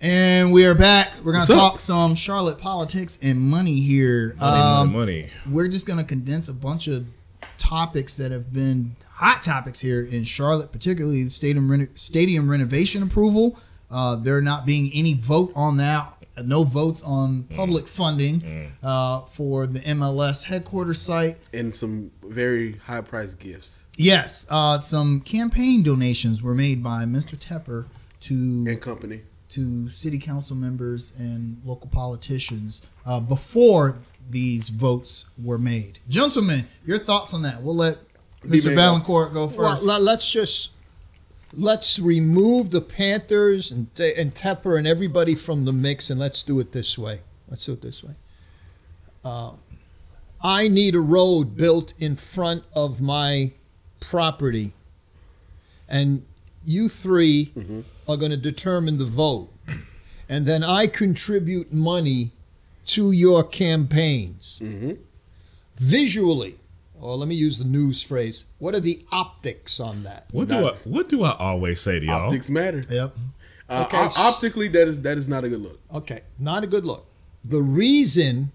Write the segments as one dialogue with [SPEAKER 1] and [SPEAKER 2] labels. [SPEAKER 1] we are back. We're gonna
[SPEAKER 2] What's up? Oh,
[SPEAKER 1] talk some Charlotte politics and money here. Um,
[SPEAKER 2] money.
[SPEAKER 1] we're just gonna condense a bunch of topics that have been hot topics here in Charlotte, particularly the stadium reno- stadium renovation approval. Uh, there not being any vote on that, no votes on
[SPEAKER 2] Mm.
[SPEAKER 1] public funding uh, for the MLS headquarters site.
[SPEAKER 3] and some very high priced gifts
[SPEAKER 1] Yes, uh, some campaign donations were made by Mr. Tepper to
[SPEAKER 3] and company.
[SPEAKER 1] to city council members and local politicians uh, before these votes were made. Gentlemen, your thoughts on that? We'll let Mr.
[SPEAKER 3] Mango.
[SPEAKER 1] Valancourt go first.
[SPEAKER 4] Well, let, us just let's remove the Panthers and Te- and Tepper and everybody from the mix, and let's do it this way. Let's do it this way. Uh, I need a road built in front of my property, and you 3 are going to determine the vote, and then I contribute money to your campaigns
[SPEAKER 3] Mm-hmm.
[SPEAKER 4] visually, or let me use the news phrase, what are the optics on that?
[SPEAKER 2] What do I what do I always say to y'all?
[SPEAKER 3] Optics matter.
[SPEAKER 1] yep.
[SPEAKER 3] Uh,
[SPEAKER 4] Okay.
[SPEAKER 3] op- optically, that is that is not a good look.
[SPEAKER 4] Okay, not a good look. The reason,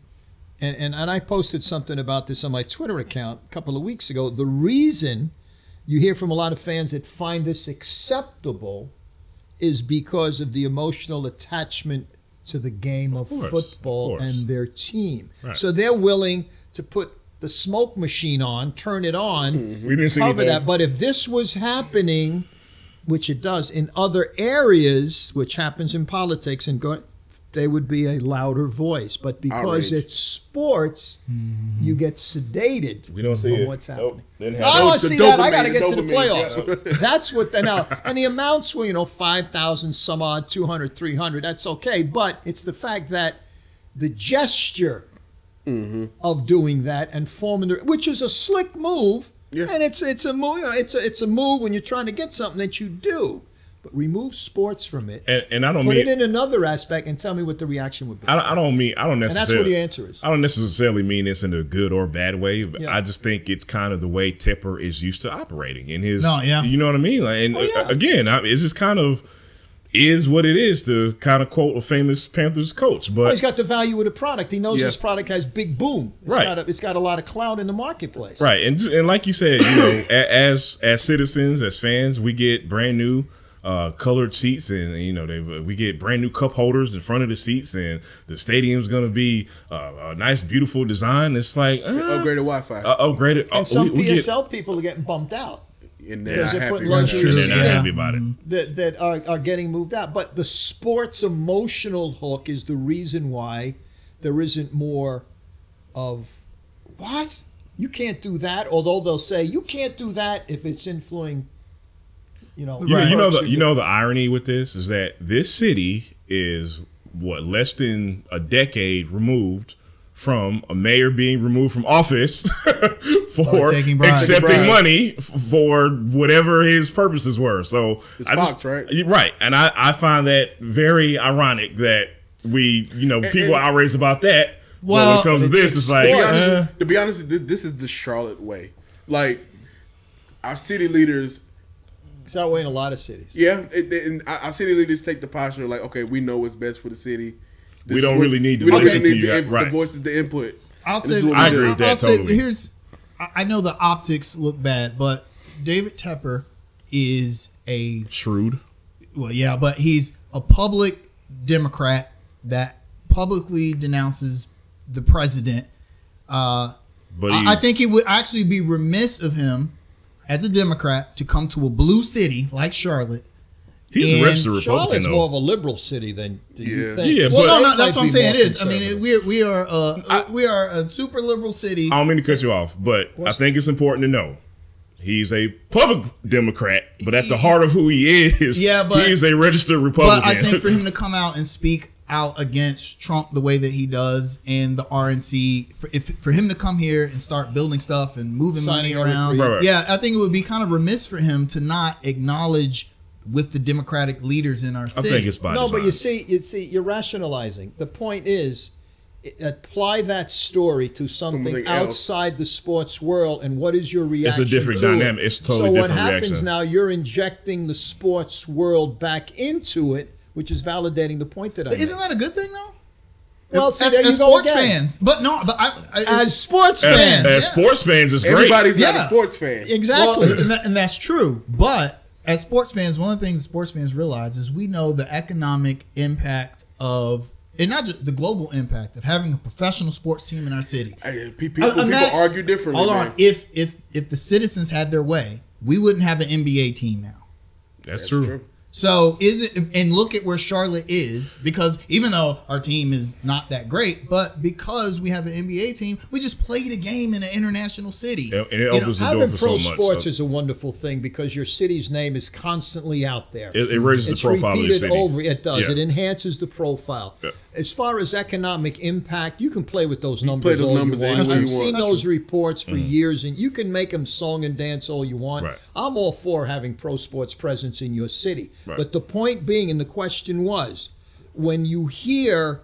[SPEAKER 4] and, and, and I posted something about this on my Twitter account a couple of weeks ago, the reason you hear from a lot of fans that find this acceptable is because of the emotional attachment to the game of,
[SPEAKER 2] Of course, of
[SPEAKER 4] football
[SPEAKER 2] course.
[SPEAKER 4] and their team.
[SPEAKER 2] Right.
[SPEAKER 4] So they're willing to put the smoke machine on, turn it on,
[SPEAKER 2] We didn't see
[SPEAKER 4] cover
[SPEAKER 2] anything.
[SPEAKER 4] that. But if this was happening, which it does in other areas, which happens in politics, and go, they would be a louder voice. But because
[SPEAKER 3] Outrage.
[SPEAKER 4] it's sports, you get sedated.
[SPEAKER 2] We don't see
[SPEAKER 4] from
[SPEAKER 2] it.
[SPEAKER 4] what's
[SPEAKER 2] Nope,
[SPEAKER 4] happening.
[SPEAKER 2] didn't
[SPEAKER 4] I
[SPEAKER 2] happen.
[SPEAKER 4] don't want
[SPEAKER 3] The
[SPEAKER 4] to see that. I
[SPEAKER 3] dopamine,
[SPEAKER 4] got to
[SPEAKER 3] the
[SPEAKER 4] get to the
[SPEAKER 3] dopamine,
[SPEAKER 4] playoffs. That's what they now. And the amounts were, you know, 5,000, some odd, 200, 300. That's okay. But it's the fact that the gesture
[SPEAKER 3] Mm-hmm.
[SPEAKER 4] of doing that and forming the, which is a slick move.
[SPEAKER 3] Yeah.
[SPEAKER 4] And it's it's a move. It's a, it's a move when you're trying to get something that you do. But remove sports from it.
[SPEAKER 2] And, and I don't
[SPEAKER 4] Put it
[SPEAKER 2] mean
[SPEAKER 4] in another aspect and tell me what the reaction would be.
[SPEAKER 2] I don't, I don't mean I don't
[SPEAKER 4] And that's what the
[SPEAKER 2] necessarily
[SPEAKER 4] answer is.
[SPEAKER 2] I don't necessarily mean this in a good or bad way. but
[SPEAKER 4] Yeah.
[SPEAKER 2] I just think it's kind of the way Tipper is used to operating in his.
[SPEAKER 1] No, yeah.
[SPEAKER 2] You know what I mean? Like, and
[SPEAKER 4] Oh, yeah.
[SPEAKER 2] uh, again, I, it's just kind of is what it is to kind of quote a famous Panthers coach.
[SPEAKER 4] Oh,
[SPEAKER 2] But
[SPEAKER 4] he's got the value of the product. He knows
[SPEAKER 3] Yeah.
[SPEAKER 4] his product has big boom. It's
[SPEAKER 2] Right.
[SPEAKER 4] Got a, it's got a lot of clout in the marketplace.
[SPEAKER 2] Right, and and like you said, you know, a- as as citizens, as fans, we get brand new uh, colored seats, and you know, they we get brand new cup holders in front of the seats, and the stadium's gonna be uh, a nice, beautiful design. It's like uh,
[SPEAKER 3] Upgraded Wi-Fi.
[SPEAKER 2] uh, upgraded. uh,
[SPEAKER 4] And some
[SPEAKER 2] we- we get-
[SPEAKER 4] PSL people are getting bumped out
[SPEAKER 3] and they're
[SPEAKER 4] because
[SPEAKER 3] not
[SPEAKER 4] they're
[SPEAKER 3] happy.
[SPEAKER 4] putting
[SPEAKER 1] true.
[SPEAKER 2] and
[SPEAKER 4] luxury
[SPEAKER 2] they're not
[SPEAKER 1] Yeah.
[SPEAKER 2] happy about it.
[SPEAKER 4] that, that are, are getting moved out. But the sports emotional hook is the reason why there isn't more of what? You can't do that. Although they'll say you can't do that if it's influencing, you know.
[SPEAKER 2] You, you know
[SPEAKER 4] hurts
[SPEAKER 2] the you know the irony with this is that this city is what less than a decade removed from a mayor being removed from office
[SPEAKER 1] Or
[SPEAKER 2] for
[SPEAKER 1] taking bribes.
[SPEAKER 2] accepting
[SPEAKER 3] Bribes.
[SPEAKER 2] money f- for whatever his purposes were. So
[SPEAKER 3] It's
[SPEAKER 2] I just,
[SPEAKER 3] fucked, right?
[SPEAKER 2] Y- Right, and I I find that very ironic that we you know people
[SPEAKER 3] and-
[SPEAKER 2] are outraged about that.
[SPEAKER 1] Well,
[SPEAKER 2] but when it comes to this, it's like
[SPEAKER 3] to, be honest,
[SPEAKER 2] eh.
[SPEAKER 3] to be honest, thi- this is the Charlotte way. Like our city leaders,
[SPEAKER 4] It's that way in a lot of cities.
[SPEAKER 3] yeah, it, it- and our our city leaders take the posture like, okay, we know what's best for the city.
[SPEAKER 2] We
[SPEAKER 3] This is
[SPEAKER 2] don't really need to
[SPEAKER 3] we don't
[SPEAKER 2] listen
[SPEAKER 3] really
[SPEAKER 2] to
[SPEAKER 3] need
[SPEAKER 2] you
[SPEAKER 3] the,
[SPEAKER 2] guys,
[SPEAKER 3] inf-
[SPEAKER 2] right.
[SPEAKER 3] the voices, the input.
[SPEAKER 1] I'll
[SPEAKER 3] This
[SPEAKER 1] say
[SPEAKER 3] is what
[SPEAKER 2] I
[SPEAKER 3] we
[SPEAKER 2] agree
[SPEAKER 3] do.
[SPEAKER 2] with that
[SPEAKER 1] I'll
[SPEAKER 2] totally.
[SPEAKER 1] say here's I I know the optics look bad, but David Tepper is a
[SPEAKER 2] shrewd.
[SPEAKER 1] well, yeah, but he's a public Democrat that publicly denounces the president. Uh,
[SPEAKER 2] But
[SPEAKER 1] I, I
[SPEAKER 2] he's-
[SPEAKER 1] think it would actually be remiss of him as a Democrat to come to a blue city like Charlotte.
[SPEAKER 2] he's
[SPEAKER 1] and
[SPEAKER 2] registered Republican
[SPEAKER 4] Charlotte's
[SPEAKER 2] though.
[SPEAKER 4] more of a liberal city than do you
[SPEAKER 3] Yeah.
[SPEAKER 4] think.
[SPEAKER 2] Yeah,
[SPEAKER 4] The
[SPEAKER 2] but-
[SPEAKER 1] Well,
[SPEAKER 4] state
[SPEAKER 1] no, no, that's
[SPEAKER 4] might
[SPEAKER 1] what I'm
[SPEAKER 4] be
[SPEAKER 1] saying. It
[SPEAKER 4] more
[SPEAKER 1] is. I mean,
[SPEAKER 4] conservative.
[SPEAKER 1] it, we are we are uh, we are a super liberal city.
[SPEAKER 2] I don't mean to cut you off, but I think it's important to know he's a public Democrat, but at the heart of who he is,
[SPEAKER 1] Yeah, but-
[SPEAKER 2] he is a registered Republican.
[SPEAKER 1] But I think for him to come out and speak out against Trump the way that he does and the RNC, for, if, for him to come here and start building stuff and moving
[SPEAKER 4] Signing
[SPEAKER 1] money around,
[SPEAKER 4] every-
[SPEAKER 2] Right, right.
[SPEAKER 1] yeah, I think it would be kind of remiss for him to not acknowledge with the Democratic leaders in our
[SPEAKER 2] I
[SPEAKER 1] city.
[SPEAKER 2] think it's by
[SPEAKER 4] no, but
[SPEAKER 2] design.
[SPEAKER 4] you see, you see, you're rationalizing. The point is, i- apply that story to something,
[SPEAKER 3] Something else.
[SPEAKER 4] outside the sports world, and what is your reaction?
[SPEAKER 2] different
[SPEAKER 4] to it?
[SPEAKER 2] dynamic. It's totally
[SPEAKER 4] so
[SPEAKER 2] different
[SPEAKER 4] what happens
[SPEAKER 2] reaction.
[SPEAKER 4] now? You're injecting the sports world back into it, which is validating the point that I
[SPEAKER 1] But
[SPEAKER 4] made.
[SPEAKER 1] isn't that a good thing though?
[SPEAKER 4] Well,
[SPEAKER 1] as,
[SPEAKER 4] see, there
[SPEAKER 1] as
[SPEAKER 4] you go
[SPEAKER 1] sports
[SPEAKER 4] again.
[SPEAKER 1] fans, but no, but I, I,
[SPEAKER 4] As sports
[SPEAKER 2] As,
[SPEAKER 4] fans,
[SPEAKER 2] as
[SPEAKER 1] yeah.
[SPEAKER 2] sports fans, it's great.
[SPEAKER 3] Everybody's not
[SPEAKER 1] Yeah.
[SPEAKER 3] a sports fan.
[SPEAKER 4] exactly.
[SPEAKER 1] Well, and, that, and that's true. But as sports fans, one of the things sports fans realize is we know the economic impact of, and not just the global impact of having a professional sports team in our city.
[SPEAKER 3] Hey, pe- people,
[SPEAKER 1] I'm
[SPEAKER 3] people
[SPEAKER 1] not-
[SPEAKER 3] argue differently.
[SPEAKER 1] Hold
[SPEAKER 3] man.
[SPEAKER 1] on, if if if the citizens had their way, we wouldn't have an NBA team now.
[SPEAKER 2] That's,
[SPEAKER 3] That's
[SPEAKER 2] true.
[SPEAKER 3] true.
[SPEAKER 1] So is it? And look at where Charlotte is because even though our team is not that great, but because we have an NBA team, we just played a game in an international city.
[SPEAKER 2] And and it
[SPEAKER 1] You know,
[SPEAKER 2] opens the door
[SPEAKER 4] Having
[SPEAKER 2] for so
[SPEAKER 4] pro
[SPEAKER 2] much.
[SPEAKER 4] sports
[SPEAKER 2] so
[SPEAKER 4] is a wonderful thing because your city's name is constantly out there.
[SPEAKER 2] it, it raises
[SPEAKER 4] it's
[SPEAKER 2] the profile of the
[SPEAKER 4] repeated
[SPEAKER 2] city.
[SPEAKER 4] over. It does.
[SPEAKER 2] Yeah.
[SPEAKER 4] It enhances the profile.
[SPEAKER 2] Yeah.
[SPEAKER 4] As far as economic impact, you can play with those numbers.
[SPEAKER 3] play those
[SPEAKER 4] all
[SPEAKER 3] numbers
[SPEAKER 4] you want.
[SPEAKER 3] any way
[SPEAKER 4] I've
[SPEAKER 3] you
[SPEAKER 4] seen
[SPEAKER 3] want. That's
[SPEAKER 4] those reports for years, and you can make them song and dance all you want.
[SPEAKER 2] Right.
[SPEAKER 4] I'm all for having pro sports presence in your city,
[SPEAKER 2] Right.
[SPEAKER 4] but the point being, and the question was, when you hear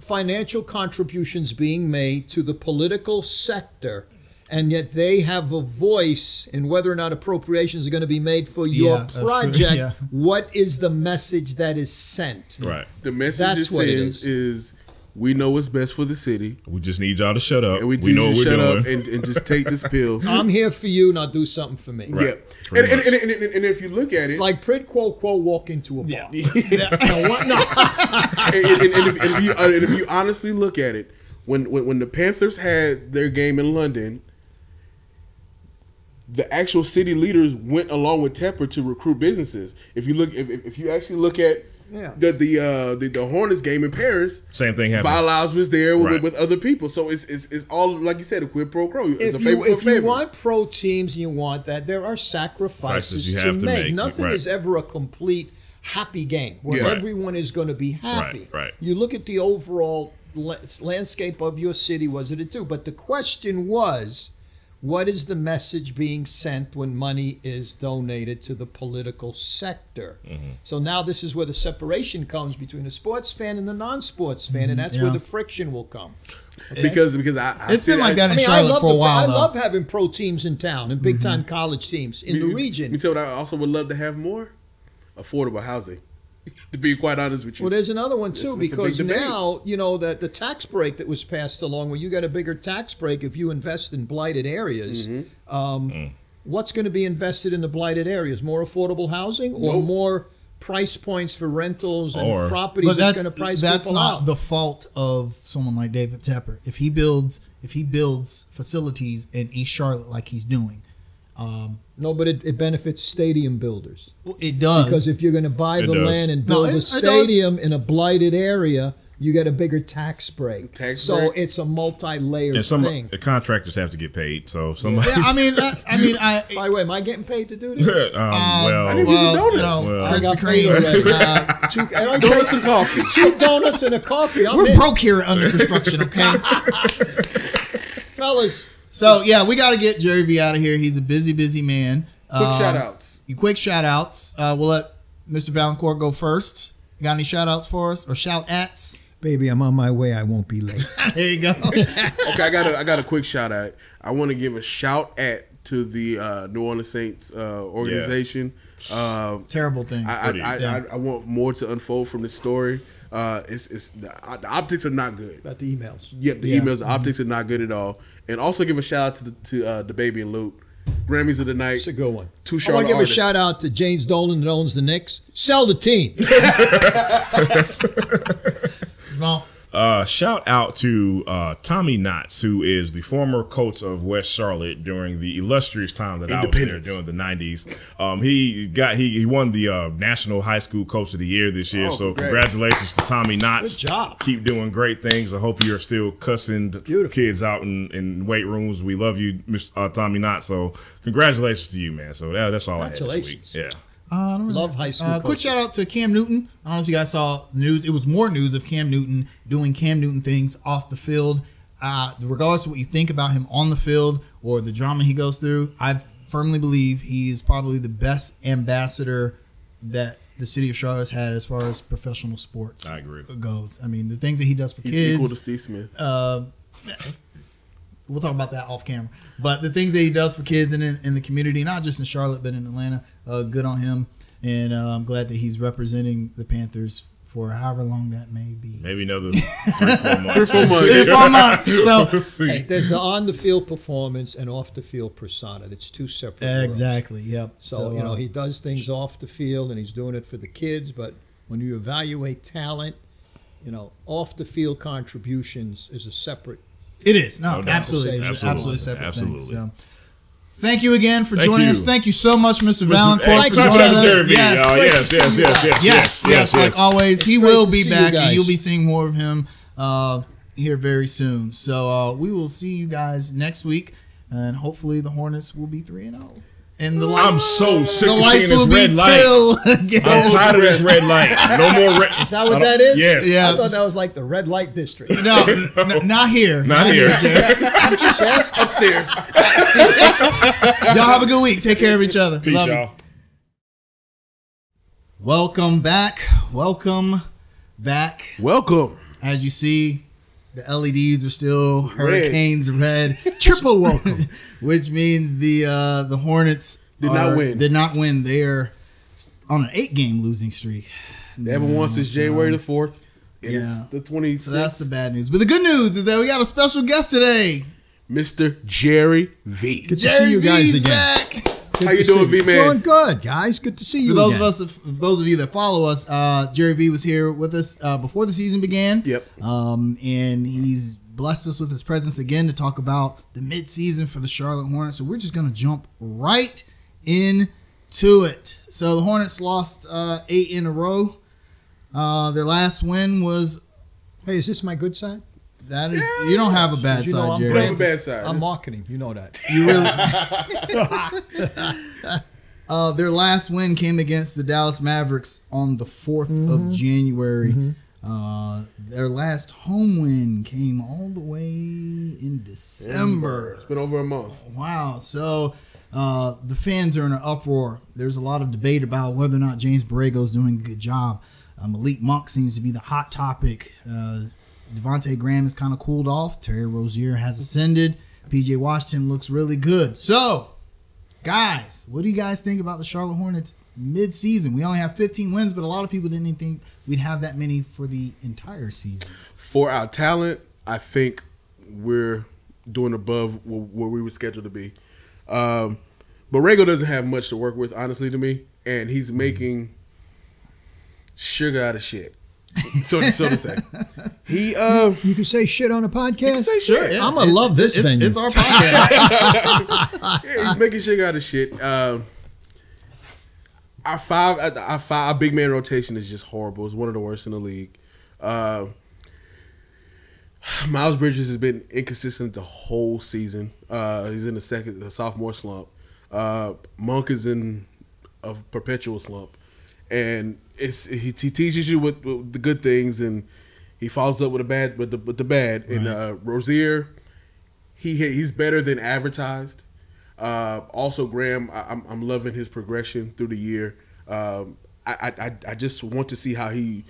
[SPEAKER 4] financial contributions being made to the political sector. And yet they have a voice in whether or not appropriations are going to be made for
[SPEAKER 1] Yeah,
[SPEAKER 4] your
[SPEAKER 1] that's true.
[SPEAKER 4] project.
[SPEAKER 1] Yeah.
[SPEAKER 4] What is the message that is sent?
[SPEAKER 2] Right.
[SPEAKER 3] The message
[SPEAKER 4] That's
[SPEAKER 3] it
[SPEAKER 4] what it
[SPEAKER 3] sends
[SPEAKER 4] is.
[SPEAKER 3] is. we know what's best for the city,
[SPEAKER 2] We just need y'all to shut up.
[SPEAKER 3] and
[SPEAKER 2] We,
[SPEAKER 3] we, we
[SPEAKER 2] know what we're
[SPEAKER 3] shut
[SPEAKER 2] doing.
[SPEAKER 3] up and, and just take this pill.
[SPEAKER 4] I'm here for you, now do something for me.
[SPEAKER 2] Right.
[SPEAKER 3] Yeah, and,
[SPEAKER 2] Pretty
[SPEAKER 3] and,
[SPEAKER 2] much.
[SPEAKER 3] and, and, and, and if you look at it,
[SPEAKER 4] Like prid quo quo walk into a bar.
[SPEAKER 1] No, what- no.
[SPEAKER 3] and, and- and if, and if you, uh, and if you honestly look at it, when, when when the Panthers had their game in London, the actual city leaders went along with Tepper to recruit businesses. If you look, if, if if you actually look at
[SPEAKER 4] Yeah.
[SPEAKER 3] the the, uh, the the Hornets game in Paris,
[SPEAKER 2] Same thing happened.
[SPEAKER 3] Villas was there with,
[SPEAKER 2] Right.
[SPEAKER 3] with other people, so it's, it's it's all like you said, a quid pro quo. It's a
[SPEAKER 4] If
[SPEAKER 3] favor
[SPEAKER 4] you,
[SPEAKER 3] for a
[SPEAKER 4] if you
[SPEAKER 3] favor.
[SPEAKER 4] want pro teams and you want that, there are sacrifices
[SPEAKER 2] Sacrifices you
[SPEAKER 4] to,
[SPEAKER 2] have to
[SPEAKER 4] make.
[SPEAKER 2] make,
[SPEAKER 4] Nothing
[SPEAKER 2] right.
[SPEAKER 4] is ever a complete happy game where
[SPEAKER 2] Yeah. Right.
[SPEAKER 4] everyone is going to be happy.
[SPEAKER 2] Right, right.
[SPEAKER 4] You look at the overall la- landscape of your city, was it a do? But the question was, what is the message being sent when money is donated to the political sector?
[SPEAKER 2] Mm-hmm.
[SPEAKER 4] So now this is where the separation comes between a sports fan and the non-sports fan, and that's where
[SPEAKER 1] yeah.
[SPEAKER 4] the friction will come.
[SPEAKER 3] because because I, I
[SPEAKER 1] It's been
[SPEAKER 3] said-
[SPEAKER 1] like that
[SPEAKER 4] I
[SPEAKER 1] in
[SPEAKER 4] mean, I
[SPEAKER 1] Charlotte
[SPEAKER 4] love
[SPEAKER 1] for a
[SPEAKER 4] the- I
[SPEAKER 1] while. though. Mm-hmm.
[SPEAKER 4] love having pro teams in town and big time college teams in the region.
[SPEAKER 3] Me tell you what I also would love to have more affordable housing. to be quite honest with you,
[SPEAKER 4] Well, there's another one too
[SPEAKER 3] It's- it's a big
[SPEAKER 4] because
[SPEAKER 3] debate.
[SPEAKER 4] now you know that the tax break that was passed along, where you got a bigger tax break if you invest in blighted areas.
[SPEAKER 3] Mm-hmm.
[SPEAKER 4] Um,
[SPEAKER 1] Mm.
[SPEAKER 4] What's going to be invested in the blighted areas? More affordable housing or
[SPEAKER 3] Nope.
[SPEAKER 4] more price points for rentals and
[SPEAKER 2] Or-
[SPEAKER 4] properties that's, going to price
[SPEAKER 1] that's
[SPEAKER 4] people
[SPEAKER 1] not
[SPEAKER 4] out?
[SPEAKER 1] the fault of someone like David Tepper. If he builds if he builds facilities in East Charlotte like he's doing, um,
[SPEAKER 4] no, but it, it benefits stadium builders.
[SPEAKER 1] it does.
[SPEAKER 4] Because if you're going to buy
[SPEAKER 2] It
[SPEAKER 4] the
[SPEAKER 2] does.
[SPEAKER 4] land and
[SPEAKER 1] No, it-
[SPEAKER 4] build
[SPEAKER 1] it
[SPEAKER 4] a
[SPEAKER 1] does.
[SPEAKER 4] stadium in a blighted area, you get a bigger tax break.
[SPEAKER 3] Tax
[SPEAKER 4] so
[SPEAKER 3] break.
[SPEAKER 4] it's a multi-layered
[SPEAKER 2] And some
[SPEAKER 4] thing.
[SPEAKER 2] the contractors have to get paid. So somebody.
[SPEAKER 1] yeah, I mean, I, I mean, I.
[SPEAKER 4] By the way, am I getting paid to do
[SPEAKER 2] um,
[SPEAKER 4] this?
[SPEAKER 3] I
[SPEAKER 2] well,
[SPEAKER 3] didn't even
[SPEAKER 1] Well,
[SPEAKER 3] know
[SPEAKER 1] you
[SPEAKER 3] that.
[SPEAKER 1] know,
[SPEAKER 2] Well.
[SPEAKER 4] I got
[SPEAKER 1] Krispy
[SPEAKER 4] paid
[SPEAKER 1] Kreme.
[SPEAKER 4] already.
[SPEAKER 1] uh,
[SPEAKER 4] two, and I
[SPEAKER 3] Go
[SPEAKER 4] take
[SPEAKER 3] with some coffee.
[SPEAKER 4] two donuts and a coffee. I'm
[SPEAKER 1] we're
[SPEAKER 4] in.
[SPEAKER 1] broke here under construction, okay?
[SPEAKER 4] fellas.
[SPEAKER 1] so yeah, we got to get Jerry V out of here. He's a busy, busy man.
[SPEAKER 3] Quick
[SPEAKER 1] Um,
[SPEAKER 3] shout outs.
[SPEAKER 1] You quick shout outs. Uh, we'll let Mr. Valancourt go first. You got any shout outs for us or shout ats?
[SPEAKER 4] Baby, I'm on my way. I won't be late.
[SPEAKER 1] There you go.
[SPEAKER 3] Okay, I got a, I got a quick shout out. I want to give a shout at to the uh, New Orleans Saints uh, organization. Um,
[SPEAKER 1] Terrible thing.
[SPEAKER 3] I, I, I, I,
[SPEAKER 1] Yeah.
[SPEAKER 3] I want more to unfold from this story. Uh, it's it's the, the optics are not good.
[SPEAKER 4] About the emails.
[SPEAKER 3] Yep, the
[SPEAKER 1] Yeah.
[SPEAKER 3] emails, the optics are not good at all. And also give a shout out to the, to uh, the baby and Luke. Grammys of the night.
[SPEAKER 4] It's a good one.
[SPEAKER 3] Two
[SPEAKER 4] I want
[SPEAKER 3] Charlotte
[SPEAKER 4] to give
[SPEAKER 3] artists.
[SPEAKER 4] a shout out to James Dolan that owns the Knicks. Sell the team.
[SPEAKER 1] Well,
[SPEAKER 2] uh, shout out to uh, Tommy Knotts, who is the former coach of West Charlotte during the illustrious time that I was there
[SPEAKER 3] Independence.
[SPEAKER 2] during the '90s. Um, he got he, he won the uh, National High School Coach of the Year this year.
[SPEAKER 3] Oh,
[SPEAKER 2] so
[SPEAKER 3] congrats.
[SPEAKER 2] congratulations to Tommy Knotts.
[SPEAKER 4] Good job.
[SPEAKER 2] Keep doing great things. I hope you're still cussing the
[SPEAKER 4] Beautiful.
[SPEAKER 2] kids out in, in weight rooms. We love you, Mr. Uh, Tommy Knotts. So congratulations to you, man. So that, that's all I had this week.
[SPEAKER 4] Congratulations.
[SPEAKER 2] Yeah.
[SPEAKER 1] Uh, I don't
[SPEAKER 4] Love high school
[SPEAKER 1] Uh, quick
[SPEAKER 4] coaches.
[SPEAKER 1] shout out to Cam Newton. I don't know if you guys saw news. It was more news of Cam Newton doing Cam Newton things off the field. Uh, regardless of what you think about him on the field or the drama he goes through, I firmly believe he is probably the best ambassador that the city of Charlotte's had as far as professional sports
[SPEAKER 2] I agree.
[SPEAKER 1] goes. I mean, the things that he does for
[SPEAKER 3] He's equal to
[SPEAKER 1] kids.
[SPEAKER 3] Steve Smith.
[SPEAKER 1] Uh, we'll talk about that off camera. But the things that he does for kids and in, in the community, not just in Charlotte, but in Atlanta, uh, good on him. and uh, I'm glad that he's representing the Panthers for however long that may be.
[SPEAKER 2] Maybe another three, four months.
[SPEAKER 3] four months. Three,
[SPEAKER 1] four months. So-
[SPEAKER 2] We'll see.
[SPEAKER 4] Hey, there's an on the field performance and off the field persona. That's two separate. worlds.
[SPEAKER 1] Exactly. Yep.
[SPEAKER 4] So, you know
[SPEAKER 1] uh,
[SPEAKER 4] he does things off the field and he's doing it for the kids, but when you evaluate talent, you know off the field contributions is a separate.
[SPEAKER 1] It is. No,
[SPEAKER 2] No doubt.
[SPEAKER 1] absolutely.
[SPEAKER 4] Absolutely.
[SPEAKER 1] Absolutely. Absolutely separate
[SPEAKER 2] Absolutely.
[SPEAKER 1] things. So, Thank you again for
[SPEAKER 2] Thank
[SPEAKER 1] joining us.
[SPEAKER 2] you.
[SPEAKER 1] Thank you so much, Mr. Valancourt,
[SPEAKER 2] Hey,
[SPEAKER 1] for
[SPEAKER 2] talk about
[SPEAKER 1] joining
[SPEAKER 2] the
[SPEAKER 1] us.
[SPEAKER 2] therapy, y'all.
[SPEAKER 1] yes.
[SPEAKER 2] Yes, yes, yes, yes,
[SPEAKER 1] yes, yes, like always. he
[SPEAKER 4] great
[SPEAKER 1] will
[SPEAKER 4] to
[SPEAKER 1] be
[SPEAKER 4] see you
[SPEAKER 1] back, and
[SPEAKER 4] guys.
[SPEAKER 1] you'll be seeing more of him uh, here very soon. So uh, we will see you guys next week, and hopefully the Hornets will be three and zero. And the
[SPEAKER 2] I'm
[SPEAKER 1] lights,
[SPEAKER 2] so sick
[SPEAKER 1] the
[SPEAKER 2] of
[SPEAKER 1] lights
[SPEAKER 2] seeing
[SPEAKER 1] will
[SPEAKER 2] this
[SPEAKER 1] be
[SPEAKER 2] red light.
[SPEAKER 1] till again.
[SPEAKER 2] I'm tired of this red light. No more red.
[SPEAKER 4] Is that what
[SPEAKER 2] I don't-
[SPEAKER 4] that is?
[SPEAKER 2] Yes.
[SPEAKER 1] Yeah.
[SPEAKER 4] I thought that was like the red light district.
[SPEAKER 1] No, n- not here.
[SPEAKER 2] Not here.
[SPEAKER 1] Jared.
[SPEAKER 4] I'm just asking.
[SPEAKER 3] upstairs.
[SPEAKER 1] y'all have a good week. Take care of each other.
[SPEAKER 2] Peace,
[SPEAKER 1] Love you.
[SPEAKER 2] y'all.
[SPEAKER 1] Welcome back. Welcome back.
[SPEAKER 3] Welcome.
[SPEAKER 1] As you see, the LEDs are still hurricanes red. Triple welcome, which means the uh, the Hornets
[SPEAKER 3] Did not
[SPEAKER 1] are-
[SPEAKER 3] win.
[SPEAKER 1] Did not win. They're on an eight game losing streak.
[SPEAKER 3] They haven't won since January the fourth. And
[SPEAKER 1] yeah.
[SPEAKER 3] it's the twenty
[SPEAKER 1] So that's the
[SPEAKER 3] sixth.
[SPEAKER 1] bad news. But the good news is that we got a special guest today.
[SPEAKER 3] Mr. Jerry V.
[SPEAKER 4] Good to
[SPEAKER 1] Jerry
[SPEAKER 4] see you guys
[SPEAKER 1] V's
[SPEAKER 4] again.
[SPEAKER 1] back.
[SPEAKER 4] Good
[SPEAKER 3] How
[SPEAKER 4] to
[SPEAKER 3] you
[SPEAKER 4] see
[SPEAKER 3] doing, V
[SPEAKER 4] Doing
[SPEAKER 3] man?
[SPEAKER 4] good, guys. Good to see you.
[SPEAKER 1] For those
[SPEAKER 4] again.
[SPEAKER 1] of us, for those of you that follow us, uh, Jerry V was here with us uh, before the season began.
[SPEAKER 3] Yep.
[SPEAKER 1] Um, and he's blessed us with his presence again to talk about the midseason for the Charlotte Hornets. So we're just gonna jump right into it. So the Hornets lost uh, eight in a row. Uh, their last win was
[SPEAKER 4] hey, is this my good side?
[SPEAKER 1] that is you don't have a bad
[SPEAKER 4] You know
[SPEAKER 1] side,
[SPEAKER 4] I'm
[SPEAKER 1] Jerry.
[SPEAKER 3] You don't
[SPEAKER 4] brand-
[SPEAKER 3] have a bad side.
[SPEAKER 4] I'm marketing. You know that.
[SPEAKER 1] You really. uh, their last win came against the Dallas Mavericks on the 4th of January. Uh, their last home win came all the way in December.
[SPEAKER 3] It's been over a month.
[SPEAKER 1] Wow. So uh, the fans are in an uproar. There's a lot of debate about whether or not James Borrego is doing a good job. Uh, Malik Monk seems to be the hot topic. Uh, Devontae Graham has kind of cooled off. Terry Rozier has ascended. PJ Washington looks really good. So, guys, what do you guys think about the Charlotte Hornets mid-season? We only have 15 wins, but a lot of people didn't even think we'd have that many for the entire season.
[SPEAKER 3] for our talent, I think we're doing above wh- where we were scheduled to be. Um, Borrego doesn't have much to work with, honestly, to me, and
[SPEAKER 1] Mm.
[SPEAKER 3] he's making sugar out of shit. So, so to say, he uh,
[SPEAKER 4] You can say shit on a podcast.
[SPEAKER 3] say Sure, shit. yeah.
[SPEAKER 4] I'm gonna love this
[SPEAKER 1] It's,
[SPEAKER 4] thing.
[SPEAKER 1] it's our podcast.
[SPEAKER 3] yeah, he's making sugar out of shit. Um, our five, uh, our five, our big man rotation is just horrible. It's one of the worst in the league. Uh, Miles Bridges has been inconsistent the whole season. Uh, he's in the second, the sophomore slump. Uh, Monk is in a perpetual slump, and it's he, he teaches you with, with the good things, and he follows up with the bad, with the with the bad. And uh, Rozier, he he's better than advertised. Uh, also, Graham, I, I'm I'm loving his progression through the year. Um, I, I- I I just want to see how he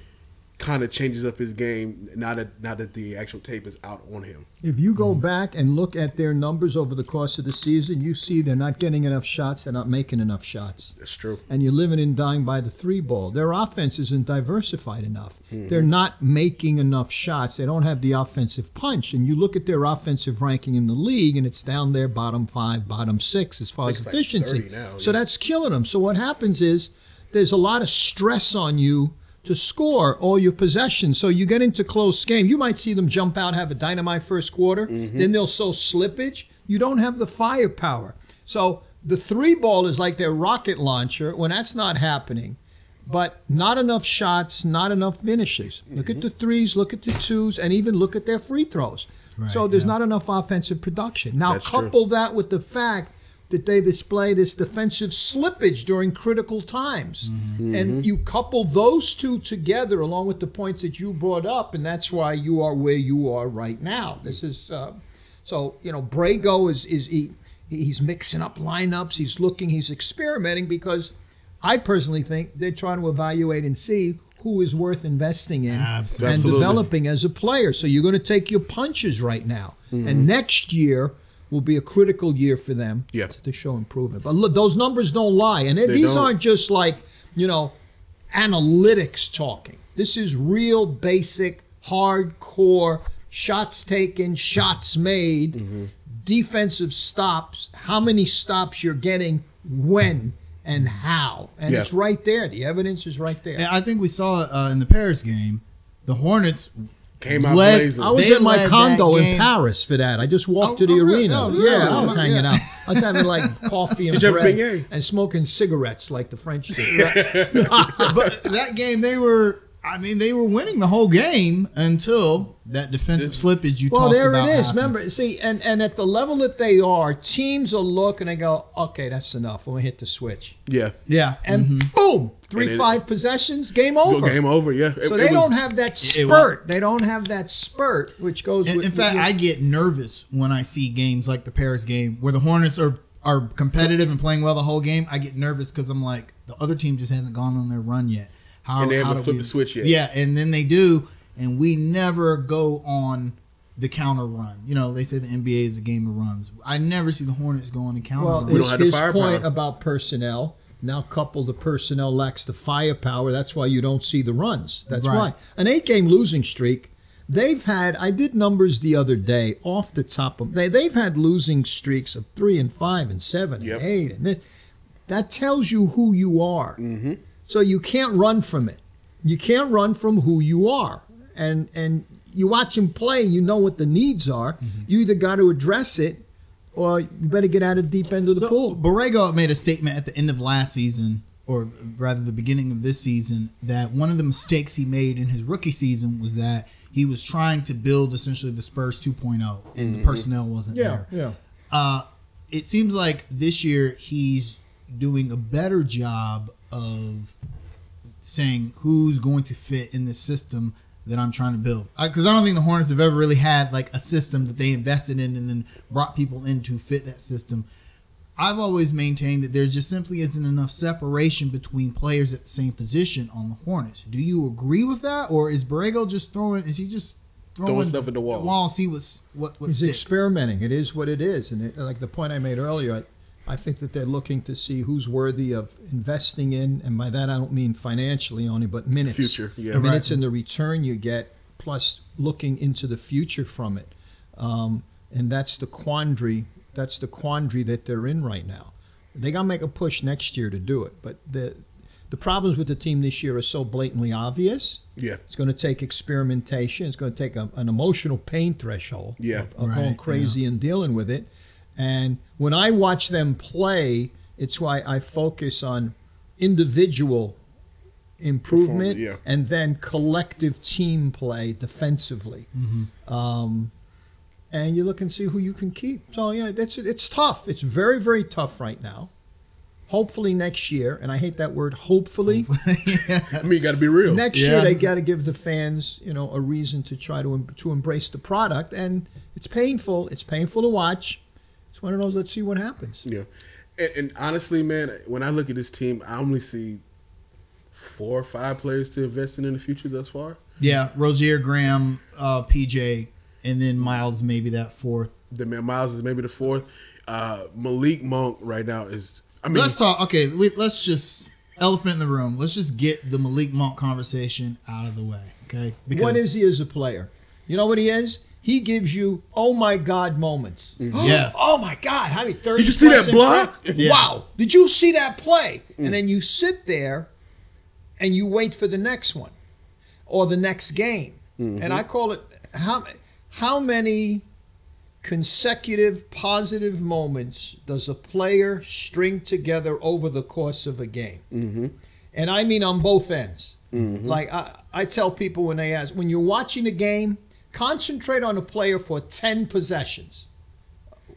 [SPEAKER 3] kind of changes up his game now that now that the actual tape is out on him.
[SPEAKER 4] If you go back and look at their numbers over the course of the season, you see they're not getting enough shots. They're not making enough shots.
[SPEAKER 3] That's true.
[SPEAKER 4] And you're living and dying by the three ball. Their offense isn't diversified enough.
[SPEAKER 3] Mm-hmm.
[SPEAKER 4] They're not making enough shots. They don't have the offensive punch. And you look at their offensive ranking in the league, and it's down there, bottom five, bottom six, as far as
[SPEAKER 3] It's like
[SPEAKER 4] efficiency.
[SPEAKER 3] 30 now,
[SPEAKER 4] so
[SPEAKER 3] yeah.
[SPEAKER 4] that's killing them. So what happens is there's a lot of stress on you to score all your possessions. So you get into close game. You might see them jump out, have a dynamite first quarter,
[SPEAKER 3] Mm-hmm.
[SPEAKER 4] then they'll sow slippage. You don't have the firepower. So the three ball is like their rocket launcher when that's not happening. But not enough shots, not enough finishes. Look at the threes, look at the twos, and even look at their free throws. so
[SPEAKER 1] Right,
[SPEAKER 4] there's
[SPEAKER 1] yeah.
[SPEAKER 4] not enough offensive production. Now
[SPEAKER 3] That's true.
[SPEAKER 4] couple that with the fact that they display this defensive slippage during critical times. And you couple those two together along with the points that you brought up, and that's why you are where you are right now. This is uh, so, you know, Brago is, is he, he's mixing up lineups, he's looking, he's experimenting because I personally think they're trying to evaluate and see who is worth investing in
[SPEAKER 1] Absolutely.
[SPEAKER 4] and developing as a player. So you're going to take your punches right now,
[SPEAKER 3] Mm-hmm.
[SPEAKER 4] and next year will be a critical year for them
[SPEAKER 3] Yeah.
[SPEAKER 4] to show improvement. But look, those numbers don't lie, and
[SPEAKER 3] They
[SPEAKER 4] these
[SPEAKER 3] don't.
[SPEAKER 4] aren't just like you know, analytics talking. This is real basic, hardcore shots taken, shots made,
[SPEAKER 1] Mm-hmm.
[SPEAKER 4] defensive stops, how many stops you're getting, when, and how. And
[SPEAKER 3] Yeah.
[SPEAKER 4] it's right there. The evidence is right there.
[SPEAKER 1] And I think we saw uh, in the Paris game, the Hornets
[SPEAKER 3] Came out
[SPEAKER 1] Leg-
[SPEAKER 3] blazing.
[SPEAKER 4] I was
[SPEAKER 1] They
[SPEAKER 4] in my
[SPEAKER 1] led that
[SPEAKER 4] condo in
[SPEAKER 1] game.
[SPEAKER 4] Paris for that. I just walked
[SPEAKER 1] Oh,
[SPEAKER 4] to the
[SPEAKER 1] oh, really?
[SPEAKER 4] arena.
[SPEAKER 1] Oh,
[SPEAKER 4] yeah,
[SPEAKER 1] really?
[SPEAKER 4] I was
[SPEAKER 1] Yeah.
[SPEAKER 4] hanging out. I was having like coffee and
[SPEAKER 3] Did you have a
[SPEAKER 4] bread
[SPEAKER 3] beignet?
[SPEAKER 4] and smoking cigarettes like the French do.
[SPEAKER 1] but that game they were I mean they were winning the whole game until that defensive slippage you
[SPEAKER 4] well,
[SPEAKER 1] talked
[SPEAKER 4] there
[SPEAKER 1] about.
[SPEAKER 4] it is.
[SPEAKER 1] happened.
[SPEAKER 4] Remember, see, and and at the level that they are, teams will look and they go, okay, that's enough. I'm gonna hit the switch,
[SPEAKER 3] yeah.
[SPEAKER 1] Yeah.
[SPEAKER 4] and
[SPEAKER 1] Mm-hmm.
[SPEAKER 4] boom, three
[SPEAKER 3] And it-
[SPEAKER 4] five possessions, game over.
[SPEAKER 3] Go game over. Yeah.
[SPEAKER 4] so they don't have that
[SPEAKER 1] It- it
[SPEAKER 4] spurt. They don't have that spurt, which goes.
[SPEAKER 1] In,
[SPEAKER 4] with, uh,
[SPEAKER 1] in fact,
[SPEAKER 3] uh,
[SPEAKER 4] with-
[SPEAKER 1] I get nervous when I see games like the Paris game where the Hornets are are competitive and playing well the whole game. I get nervous because I'm like the other team just hasn't gone on their run yet. How
[SPEAKER 3] And they
[SPEAKER 1] how
[SPEAKER 3] haven't
[SPEAKER 1] do
[SPEAKER 3] flipped
[SPEAKER 1] we-
[SPEAKER 3] the switch yet.
[SPEAKER 1] Yeah, and then they do, and we never go on the counter run. You know, they say the NBA is a game of runs. I never see the Hornets go on the counter
[SPEAKER 4] Well,
[SPEAKER 1] run.
[SPEAKER 3] We don't
[SPEAKER 4] his,
[SPEAKER 3] have the
[SPEAKER 4] his
[SPEAKER 3] firepower.
[SPEAKER 4] point about personnel now coupled the personnel lacks the firepower. That's why you don't see the runs. That's
[SPEAKER 1] Right.
[SPEAKER 4] why an eight-game losing streak. They've had. I did numbers the other day off the top of. They they've had losing streaks of three and five and seven
[SPEAKER 3] Yep.
[SPEAKER 4] and eight and this. That tells you who you are.
[SPEAKER 3] Mm-hmm.
[SPEAKER 4] So you can't run from it. You can't run from who you are. And and you watch him play, you know what the needs are. You either got to address it or you better get out of the deep end of the
[SPEAKER 1] So,
[SPEAKER 4] pool.
[SPEAKER 1] Borrego made a statement at the end of last season, or rather the beginning of this season, that one of the mistakes he made in his rookie season was that he was trying to build essentially the Spurs 2.0, and the personnel wasn't there.
[SPEAKER 4] yeah.
[SPEAKER 1] Uh, it seems like this year he's doing a better job of saying who's going to fit in this system that I'm trying to build. Because I, don't think the Hornets have ever really had like a system that they invested in and then brought people in to fit that system. I've always maintained that there just simply isn't enough separation between players at the same position on the Hornets. Do you agree with that, or is Borrego just throwing? Is he just throwing,
[SPEAKER 3] stuff at the wall.
[SPEAKER 1] see what's what what
[SPEAKER 4] He's
[SPEAKER 1] sticks?
[SPEAKER 4] experimenting. It is what it is. And it, like the point I made earlier, I, I think that they're looking to see who's worthy of investing in. And by that, I don't mean financially only, but minutes.
[SPEAKER 3] Future, yeah.
[SPEAKER 4] The Minutes and the return you get, plus looking into the future from it. Um, and that's the quandary. That's the quandary that they're in right now. They got to make a push next year to do it. But the, the problems with the team this year are so blatantly obvious.
[SPEAKER 3] Yeah.
[SPEAKER 4] It's going to take experimentation. It's going to take a, an emotional pain threshold
[SPEAKER 3] Yeah.
[SPEAKER 4] of, of
[SPEAKER 1] Right,
[SPEAKER 4] going crazy and dealing with it. And when I watch them play, it's why I focus on individual improvement
[SPEAKER 3] Perform- yeah.
[SPEAKER 4] and then collective team play defensively. Um, and you look and see who you can keep. So yeah, that's it's tough. It's very very tough right now. Hopefully next year, and I hate that word hopefully.
[SPEAKER 3] I mean, you got to be real.
[SPEAKER 4] Next
[SPEAKER 1] Yeah.
[SPEAKER 4] year, they got to give the fans, you know, a reason to try to to embrace the product, and it's painful. It's painful to watch. It's one of those. Let's see what happens.
[SPEAKER 3] Yeah, and, and honestly, man, when I look at this team, I only see four or five players to invest in in the future thus far.
[SPEAKER 1] Yeah, Rozier, Graham, uh, PJ, and then Miles, maybe that fourth.
[SPEAKER 3] The man Miles is maybe the fourth. Uh, Malik Monk right now is. I mean,
[SPEAKER 1] let's talk. Okay, we, let's just elephant in the room. Let's just get the Malik Monk conversation out of the way. Okay,
[SPEAKER 4] what is he as a player? You know what he is? He gives you oh my god moments.
[SPEAKER 1] Mm-hmm. Yes.
[SPEAKER 4] Oh my god! How many thirty?
[SPEAKER 3] Did you see that block?
[SPEAKER 1] Yeah. Mm.
[SPEAKER 4] Wow! Did you see that play? And then you sit there, and you wait for the next one, or the next game.
[SPEAKER 1] Mm-hmm.
[SPEAKER 4] And I call it how how many consecutive positive moments does a player string together over the course of a game? Mm-hmm. And I mean on both ends. Like I, I tell people when they ask, when you're watching a game, concentrate on a player for 10 possessions.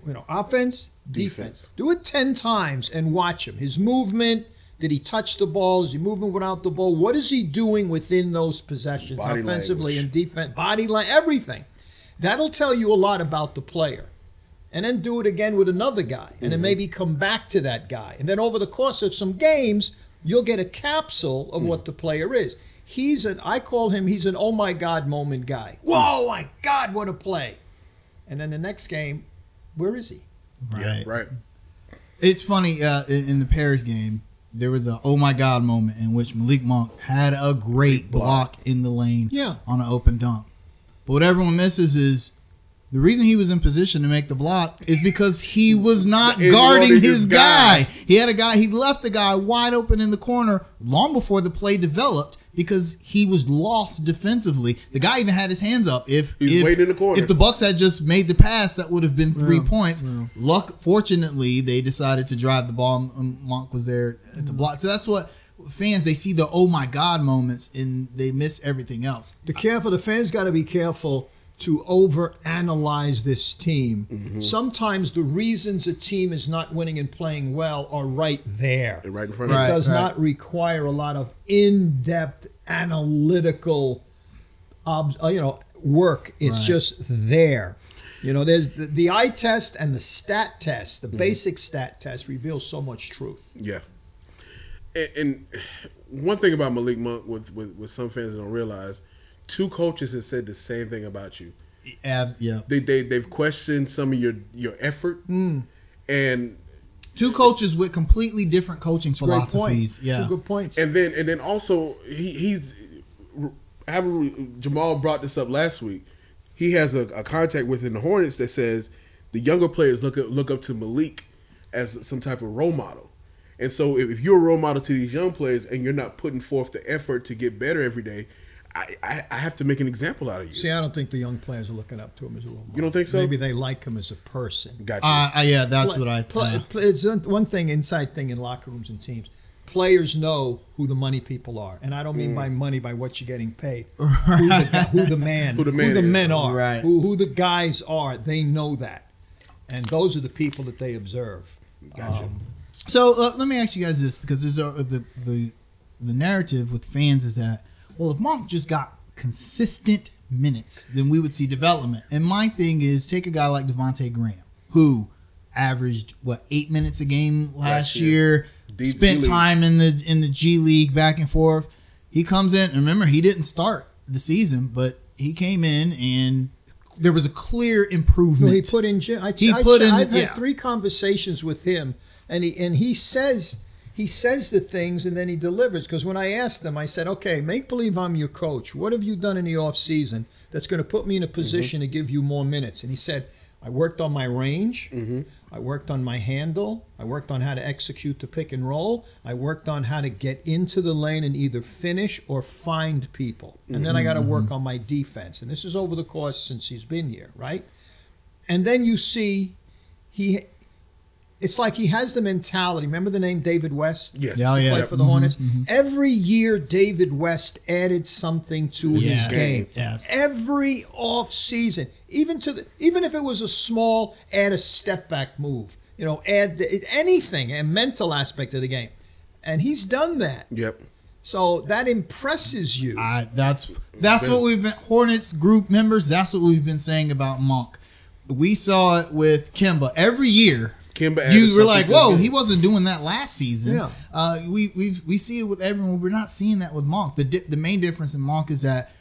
[SPEAKER 4] You know, offense,
[SPEAKER 3] Defense.
[SPEAKER 4] defense. Do it 10 times and watch him. His movement, did he touch the ball? Is he moving without the ball? What is he doing within those possessions
[SPEAKER 3] Body
[SPEAKER 4] offensively
[SPEAKER 3] language.
[SPEAKER 4] and defense, body line, everything? That'll tell you a lot about the player and then do it again with another guy, and
[SPEAKER 3] Mm-hmm.
[SPEAKER 4] then maybe come back to that guy. And then over the course of some games, you'll get a capsule
[SPEAKER 3] Mm.
[SPEAKER 4] of what the player is. He's an, I call him, he's an oh my God moment guy.
[SPEAKER 3] Mm.
[SPEAKER 4] Whoa, my God, what a play. And then the next game, where is he?
[SPEAKER 1] right?
[SPEAKER 3] right.
[SPEAKER 1] It's funny uh, in, in the Paris game. there was a oh my god moment in which Malik Monk had a great block in the lane
[SPEAKER 4] Yeah.
[SPEAKER 1] on an open dunk. But what everyone misses is the reason he was in position to make the block is because he was not
[SPEAKER 3] He
[SPEAKER 1] guarding
[SPEAKER 3] wanted
[SPEAKER 1] his
[SPEAKER 3] his guy.
[SPEAKER 1] guy. He had a guy, he left the guy wide open in the corner long before the play developed because he was lost defensively. The guy even had his hands up. If
[SPEAKER 3] He was
[SPEAKER 1] if,
[SPEAKER 3] waiting in the corner.
[SPEAKER 1] if the Bucks had just made the pass, that would have been three
[SPEAKER 4] Yeah,
[SPEAKER 1] points. Luck, fortunately, they decided to drive the ball. and Monk was there at the block, so that's what fans they see the oh my god moments and they miss everything else.
[SPEAKER 4] The careful the fans got to be careful to overanalyze this team.
[SPEAKER 3] Mm-hmm.
[SPEAKER 4] Sometimes the reasons a team is not winning and playing well are right there.
[SPEAKER 3] Right in
[SPEAKER 4] It
[SPEAKER 3] front of
[SPEAKER 1] Right.
[SPEAKER 3] you.
[SPEAKER 4] does not require a lot of in-depth analytical, ob- uh, you know, work. It's
[SPEAKER 1] Right.
[SPEAKER 4] just there. You know, there's the, the eye test and the stat test.
[SPEAKER 3] Mm-hmm.
[SPEAKER 4] The basic stat test reveals so much truth.
[SPEAKER 3] Yeah. And, and one thing about Malik Monk, with, with, with some fans don't realize, two coaches have said the same thing about you.
[SPEAKER 1] Abs- yeah,
[SPEAKER 3] They, they, they've questioned some of your, your effort. And
[SPEAKER 1] two coaches with completely different coaching
[SPEAKER 4] Great point.
[SPEAKER 1] philosophies. Yeah,
[SPEAKER 4] Two good points.
[SPEAKER 3] And then and then also he, he's having Jamal brought this up last week. He has a, a contact within the Hornets that says the younger players look up, look up to Malik as some type of role model. And so if, if you're a role model to these young players and you're not putting forth the effort to get better every day, I, I, I have to make an example out of you.
[SPEAKER 4] See, I don't think the young players are looking up to him as a role model.
[SPEAKER 3] don't think so?
[SPEAKER 4] Maybe they like him as a person.
[SPEAKER 3] Gotcha.
[SPEAKER 1] I, I, yeah, that's
[SPEAKER 4] Pla-
[SPEAKER 1] what I.
[SPEAKER 4] pla-
[SPEAKER 1] yeah.
[SPEAKER 4] pla- it's one- one thing inside thing in locker rooms and teams. Players know who the money people are, and I don't mean
[SPEAKER 3] Mm.
[SPEAKER 4] by money by what you're getting paid. Who, the, guy- who the man,
[SPEAKER 3] Who the man is.
[SPEAKER 4] men are,
[SPEAKER 1] Right.
[SPEAKER 4] who, who the guys are. They know that, and those are the people that they observe. Um,
[SPEAKER 3] Gotcha.
[SPEAKER 1] So uh, let me ask you guys this because there's a, uh, the the the narrative with fans is that well if Monk just got consistent minutes then we would see development. And my thing is take a guy like Devonte Graham who averaged what eight minutes a game last
[SPEAKER 3] Last
[SPEAKER 1] year,
[SPEAKER 3] year. D- G
[SPEAKER 1] spent
[SPEAKER 3] League.
[SPEAKER 1] time in the in the G League back and forth. He comes in and remember he didn't start the season but he came in and there was a clear improvement.
[SPEAKER 4] Well, he put in. Jim- I,
[SPEAKER 1] He
[SPEAKER 4] I,
[SPEAKER 1] put in
[SPEAKER 4] I've
[SPEAKER 1] the-
[SPEAKER 4] had
[SPEAKER 1] yeah.
[SPEAKER 4] three conversations with him, and he and he says he says the things, and then he delivers. Because when I asked him, I said, "Okay, make believe I'm your coach. What have you done in the off season that's going to put me in a
[SPEAKER 1] Mm-hmm.
[SPEAKER 4] position to give you more minutes?" And he said. I worked on my range.
[SPEAKER 1] Mm-hmm.
[SPEAKER 4] I worked on my handle. I worked on how to execute the pick and roll. I worked on how to get into the lane and either finish or find people. And
[SPEAKER 1] Mm-hmm.
[SPEAKER 4] then I got to work on my defense. And this is over the course since he's been here, right? and then you see he it's like he has the mentality remember the name david west
[SPEAKER 3] yes.
[SPEAKER 1] Yeah, yeah. Mm-hmm.
[SPEAKER 4] played for the hornets every year david west added something to
[SPEAKER 1] Yes,
[SPEAKER 4] his game
[SPEAKER 1] yes.
[SPEAKER 4] every off season even to the, even if it was a small add a step back move you know add the, anything a mental aspect of the game and he's done that
[SPEAKER 3] Yep.
[SPEAKER 4] so that impresses you
[SPEAKER 1] I, that's that's what we've been Hornets group members. That's what we've been saying about Monk. We saw it with Kimba every year.
[SPEAKER 3] Kemba added
[SPEAKER 1] you were
[SPEAKER 3] something
[SPEAKER 1] like,
[SPEAKER 3] to the
[SPEAKER 1] "Whoa,
[SPEAKER 3] game."
[SPEAKER 1] he wasn't doing that last season."
[SPEAKER 4] Yeah.
[SPEAKER 1] Uh, we we we see it with everyone. We're not seeing that with Monk. The di- the main difference in Monk is that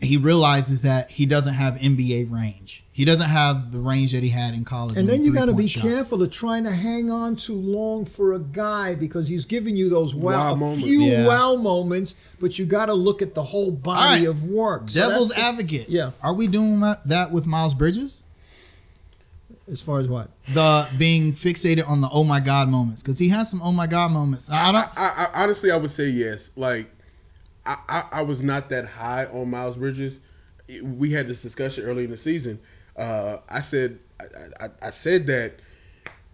[SPEAKER 1] he realizes that he doesn't have NBA range. He doesn't have the range that he had in college.
[SPEAKER 4] And
[SPEAKER 1] on
[SPEAKER 4] then
[SPEAKER 1] the
[SPEAKER 4] you got to
[SPEAKER 1] three-point
[SPEAKER 4] be
[SPEAKER 1] shot.
[SPEAKER 4] careful of trying to hang on too long for a guy because he's giving you those wow,
[SPEAKER 3] Wow
[SPEAKER 4] a
[SPEAKER 3] moments.
[SPEAKER 4] few
[SPEAKER 1] Yeah.
[SPEAKER 4] wow moments, but you got to look at the whole body
[SPEAKER 1] right.
[SPEAKER 4] of work. So
[SPEAKER 1] Devil's
[SPEAKER 4] that's the-
[SPEAKER 1] advocate.
[SPEAKER 4] Yeah.
[SPEAKER 1] Are we doing that with Miles Bridges?
[SPEAKER 4] As far as what?
[SPEAKER 1] the being fixated on the oh my god moments because he has some oh my god moments. I don't.
[SPEAKER 3] I, I honestly, I would say yes. Like, I, I, I was not that high on Miles Bridges. It- We had this discussion early in the season. Uh, I said, I, I, I said that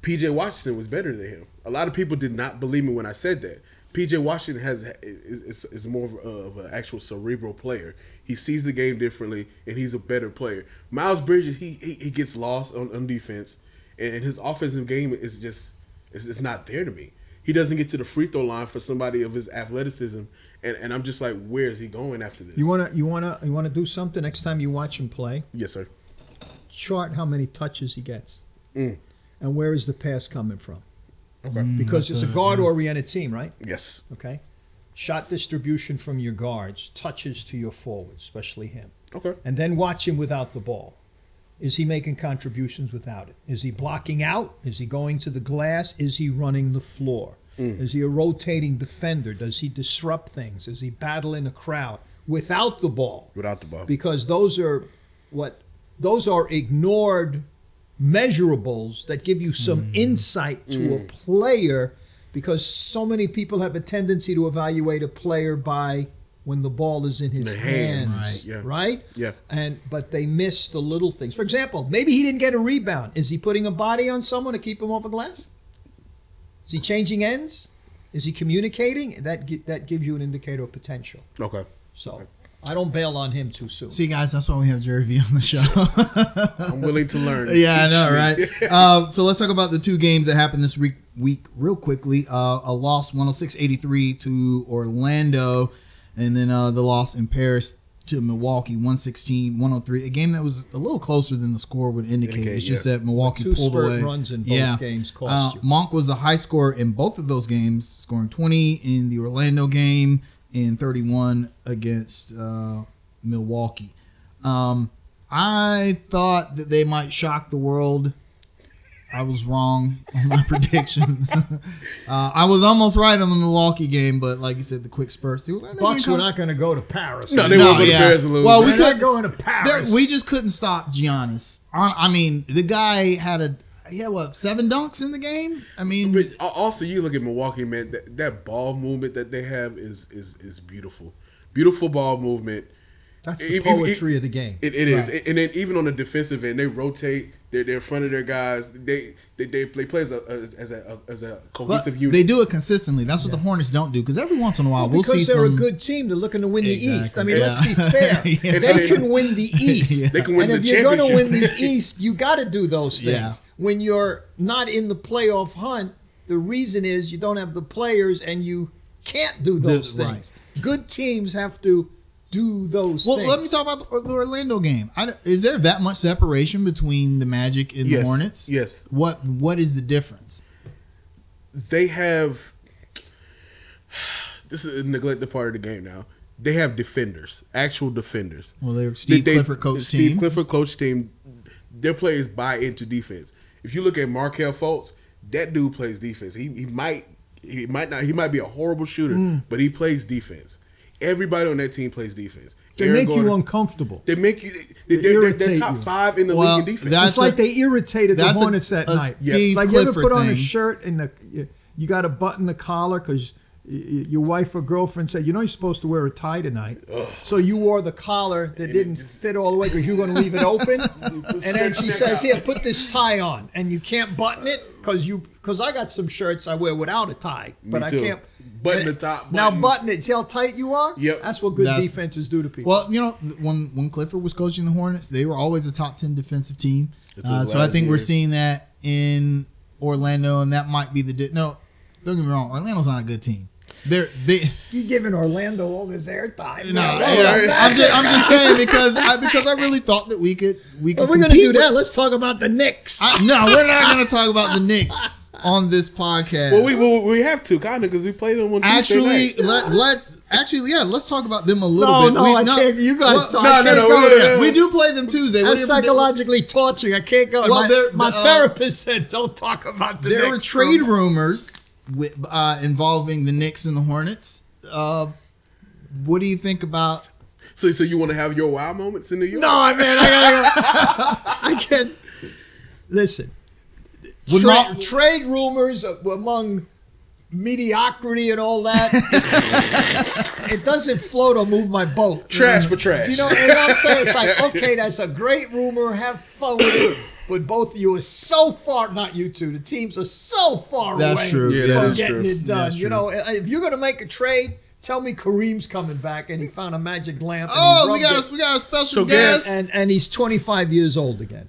[SPEAKER 3] PJ Washington was better than him. A lot of people did not believe me when I said that. PJ Washington has is, is, is more of, a, of an actual cerebral player. He sees the game differently, and he's a better player. Miles Bridges, he he, he gets lost on, on defense, and his offensive game is just it's, it's not there to me. He doesn't get to the free throw line for somebody of his athleticism, and, and I'm just like, where is he going after this?
[SPEAKER 4] You wanna you wanna you wanna do something next time you watch him play?
[SPEAKER 3] yes, sir.
[SPEAKER 4] Chart how many touches he gets,
[SPEAKER 3] Mm.
[SPEAKER 4] and where is the pass coming from?
[SPEAKER 3] Okay.
[SPEAKER 4] Because
[SPEAKER 1] that's
[SPEAKER 4] it's a
[SPEAKER 1] a-
[SPEAKER 4] guard oriented team, right?
[SPEAKER 3] Yes.
[SPEAKER 4] Okay. Shot distribution from your guards, touches to your forwards, especially him.
[SPEAKER 3] Okay.
[SPEAKER 4] and then watch him without the ball. Is he making contributions without it? Is he blocking out? Is he going to the glass? Is he running the floor?
[SPEAKER 3] Mm.
[SPEAKER 4] Is he a rotating defender? Does he disrupt things? Is he battling a crowd without the ball?
[SPEAKER 3] Without the ball.
[SPEAKER 4] Because those are what those are ignored measurables that give you some
[SPEAKER 3] Mm.
[SPEAKER 4] insight to a player because so many people have a tendency to evaluate a player by when the ball is in his
[SPEAKER 3] The hands,
[SPEAKER 4] hands,
[SPEAKER 3] right,
[SPEAKER 4] right?
[SPEAKER 3] yeah. Yeah.
[SPEAKER 4] Yeah. And but they miss the little things. For example, maybe he didn't get a rebound. Is he putting a body on someone to keep him off a glass? Is he changing ends? Is he communicating? That gi- that gives you an indicator of potential.
[SPEAKER 3] Okay.
[SPEAKER 4] So I don't bail on him too soon.
[SPEAKER 1] See, guys, that's why we have Jerry V on the show.
[SPEAKER 3] I'm willing to learn.
[SPEAKER 1] yeah, I know, right? um, so let's talk about the two games that happened this week, week real quickly. Uh, a loss 106-83 to Orlando, and then uh, the loss in Paris to Milwaukee 116-103. A game that was a little closer than the score would indicate.
[SPEAKER 3] Indicate,
[SPEAKER 1] it's just
[SPEAKER 3] yeah.
[SPEAKER 1] that Milwaukee
[SPEAKER 4] Two
[SPEAKER 1] pulled
[SPEAKER 4] spurt
[SPEAKER 1] away.
[SPEAKER 4] runs in both
[SPEAKER 1] yeah.
[SPEAKER 4] games
[SPEAKER 1] Uh,
[SPEAKER 4] cost you.
[SPEAKER 1] Monk was the high scorer in both of those games, scoring 20 in the Orlando game and 31 against uh, Milwaukee. Um, I thought that they might shock the world. I was wrong on my predictions. uh, I was almost right on the Milwaukee game, but like you said, the quick spurts. The Orlando
[SPEAKER 4] Bucks
[SPEAKER 1] didn't
[SPEAKER 4] were
[SPEAKER 1] come-
[SPEAKER 4] not going to go to Paris.
[SPEAKER 3] No, they
[SPEAKER 1] No,
[SPEAKER 3] won't go to
[SPEAKER 1] yeah.
[SPEAKER 3] Paris and lose.
[SPEAKER 1] Well, we
[SPEAKER 4] They're not
[SPEAKER 1] could-
[SPEAKER 4] going to
[SPEAKER 1] There-
[SPEAKER 4] Paris.
[SPEAKER 1] we just couldn't stop Giannis. I, I mean, the guy had a he had what seven dunks in the game. I mean,
[SPEAKER 3] But al- also, you look at Milwaukee, man. That, that ball movement that they have is is is beautiful, beautiful ball movement.
[SPEAKER 4] That's
[SPEAKER 3] If-
[SPEAKER 4] the
[SPEAKER 3] if-
[SPEAKER 4] poetry
[SPEAKER 3] if-
[SPEAKER 4] of the game.
[SPEAKER 3] It, it is,
[SPEAKER 1] Right.
[SPEAKER 3] and then even on the defensive end, they rotate. They're, they're in front of their guys. They they, they play play as a as, as a as a
[SPEAKER 1] But
[SPEAKER 3] cohesive unit.
[SPEAKER 1] they do it consistently. That's what the Hornets don't do. Because every once in a while,
[SPEAKER 4] Well,
[SPEAKER 1] Uh, we'll,
[SPEAKER 4] because
[SPEAKER 1] see
[SPEAKER 4] they're
[SPEAKER 1] some.
[SPEAKER 4] a good team, they're looking to win the East. I
[SPEAKER 1] Exactly.
[SPEAKER 4] mean, let's be
[SPEAKER 1] Yeah.
[SPEAKER 4] fair.
[SPEAKER 1] Yeah.
[SPEAKER 4] They can win the East.
[SPEAKER 1] Yeah.
[SPEAKER 3] They can win
[SPEAKER 4] and
[SPEAKER 3] the
[SPEAKER 4] if you're going to win
[SPEAKER 3] championship.
[SPEAKER 4] the East, you got to do those things.
[SPEAKER 1] Yeah.
[SPEAKER 4] When you're not in the playoff hunt, the reason is you don't have the players and you can't do those
[SPEAKER 1] right.
[SPEAKER 4] things. Good teams have to do those
[SPEAKER 1] well,
[SPEAKER 4] things.
[SPEAKER 1] let me talk about the, the Orlando game. I, don't- is there that much separation between the Magic and
[SPEAKER 3] Yes.
[SPEAKER 1] the Hornets?
[SPEAKER 3] Yes.
[SPEAKER 1] What What is the difference?
[SPEAKER 3] they have this is a neglected part of the game now. They have defenders, actual defenders.
[SPEAKER 1] Well, they're Steve
[SPEAKER 3] They- they-
[SPEAKER 1] Clifford coach
[SPEAKER 3] Steve
[SPEAKER 1] team.
[SPEAKER 3] Clifford coach team. Their players buy into defense. If you look at Markel Fultz, that dude plays defense. He he might he might not he might be a horrible shooter,
[SPEAKER 1] Mm.
[SPEAKER 3] but he plays defense. Everybody on that team plays defense.
[SPEAKER 4] they
[SPEAKER 3] Aaron
[SPEAKER 4] make you
[SPEAKER 3] Gordon-
[SPEAKER 4] uncomfortable.
[SPEAKER 3] They make you. They,
[SPEAKER 4] They
[SPEAKER 3] are
[SPEAKER 4] irritate
[SPEAKER 3] top
[SPEAKER 4] you.
[SPEAKER 3] five in the
[SPEAKER 1] Well,
[SPEAKER 3] league in defense.
[SPEAKER 1] that's
[SPEAKER 4] It's like
[SPEAKER 1] a-
[SPEAKER 4] they irritated the
[SPEAKER 1] that's a-
[SPEAKER 4] Hornets that
[SPEAKER 1] a
[SPEAKER 4] night.
[SPEAKER 1] Steve
[SPEAKER 4] Like you ever
[SPEAKER 1] Clifford
[SPEAKER 4] put on a
[SPEAKER 1] thing.
[SPEAKER 4] shirt and the you, you got to button the collar because your wife or girlfriend said you know you're supposed to wear a tie tonight, so you wore the collar that didn't fit all the way because you were going to leave it open, and then she says here put this tie on and you can't button it because you because I got some shirts I wear without a tie but I
[SPEAKER 3] too.
[SPEAKER 4] can't
[SPEAKER 3] Button the top
[SPEAKER 4] now
[SPEAKER 3] button.
[SPEAKER 4] button it see how tight you are
[SPEAKER 3] Yep.
[SPEAKER 4] that's what good
[SPEAKER 1] That's-
[SPEAKER 4] defenses do to people
[SPEAKER 1] Well, you know, th- when when Clifford was coaching the Hornets, they were always a top ten defensive team.
[SPEAKER 3] Until
[SPEAKER 1] Uh, so I
[SPEAKER 3] last
[SPEAKER 1] think we're
[SPEAKER 3] year.
[SPEAKER 1] seeing that in Orlando, and that might be the di- no. Don't get me wrong, Orlando's not a good team. They're they.
[SPEAKER 4] you giving Orlando all this airtime
[SPEAKER 1] No,
[SPEAKER 4] man.
[SPEAKER 1] yeah. I'm just I'm just saying because I because I really thought that we could we could.
[SPEAKER 4] If we're gonna
[SPEAKER 1] compete
[SPEAKER 4] do
[SPEAKER 1] with-
[SPEAKER 4] that, let's talk about the Knicks.
[SPEAKER 1] I, no, we're not gonna talk about the Knicks on this podcast.
[SPEAKER 3] well, we well, we have to kind of because we played them on Tuesday
[SPEAKER 1] actually
[SPEAKER 3] night.
[SPEAKER 1] let let's actually yeah let's talk about them a little bit.
[SPEAKER 4] no,
[SPEAKER 1] We-
[SPEAKER 4] I can't- you guys talk. I
[SPEAKER 1] No,
[SPEAKER 4] can't
[SPEAKER 1] no,
[SPEAKER 4] go
[SPEAKER 1] no.
[SPEAKER 4] there.
[SPEAKER 1] We, we do play them Tuesday. What are
[SPEAKER 4] That's
[SPEAKER 1] your
[SPEAKER 4] psychologically torturing. I can't go.
[SPEAKER 1] Well,
[SPEAKER 4] my
[SPEAKER 1] they're-
[SPEAKER 4] my
[SPEAKER 1] uh,
[SPEAKER 4] therapist said, "Don't talk about the
[SPEAKER 1] there were
[SPEAKER 4] Knicks."
[SPEAKER 1] trade rumors with, uh, involving the Knicks and the Hornets. Uh, what do you think about?
[SPEAKER 3] So, so you want to have your wow moments in New York?
[SPEAKER 4] No, I mean, I gotta go. I can't. Listen,
[SPEAKER 1] Would
[SPEAKER 4] tra-
[SPEAKER 1] not-
[SPEAKER 4] trade rumors among mediocrity and all that. it doesn't float or move my boat.
[SPEAKER 3] Trash for trash.
[SPEAKER 4] Do you know, you know what I'm saying? It's like, okay, that's a great rumor. Have fun with it. But both of you are so far, not you two, the teams are so far
[SPEAKER 1] That's
[SPEAKER 4] away
[SPEAKER 1] true.
[SPEAKER 3] Yeah,
[SPEAKER 1] Yeah,
[SPEAKER 3] that
[SPEAKER 4] from
[SPEAKER 3] is
[SPEAKER 4] getting
[SPEAKER 3] true.
[SPEAKER 4] it done.
[SPEAKER 1] That's
[SPEAKER 4] You
[SPEAKER 1] true.
[SPEAKER 4] know, if you're going to make a trade, tell me Kareem's coming back and he found a magic lamp. and he
[SPEAKER 1] Oh, we
[SPEAKER 4] rubbed
[SPEAKER 1] got
[SPEAKER 4] it
[SPEAKER 1] a, we got a special
[SPEAKER 3] So,
[SPEAKER 1] guest.
[SPEAKER 4] and and he's 25 years old again.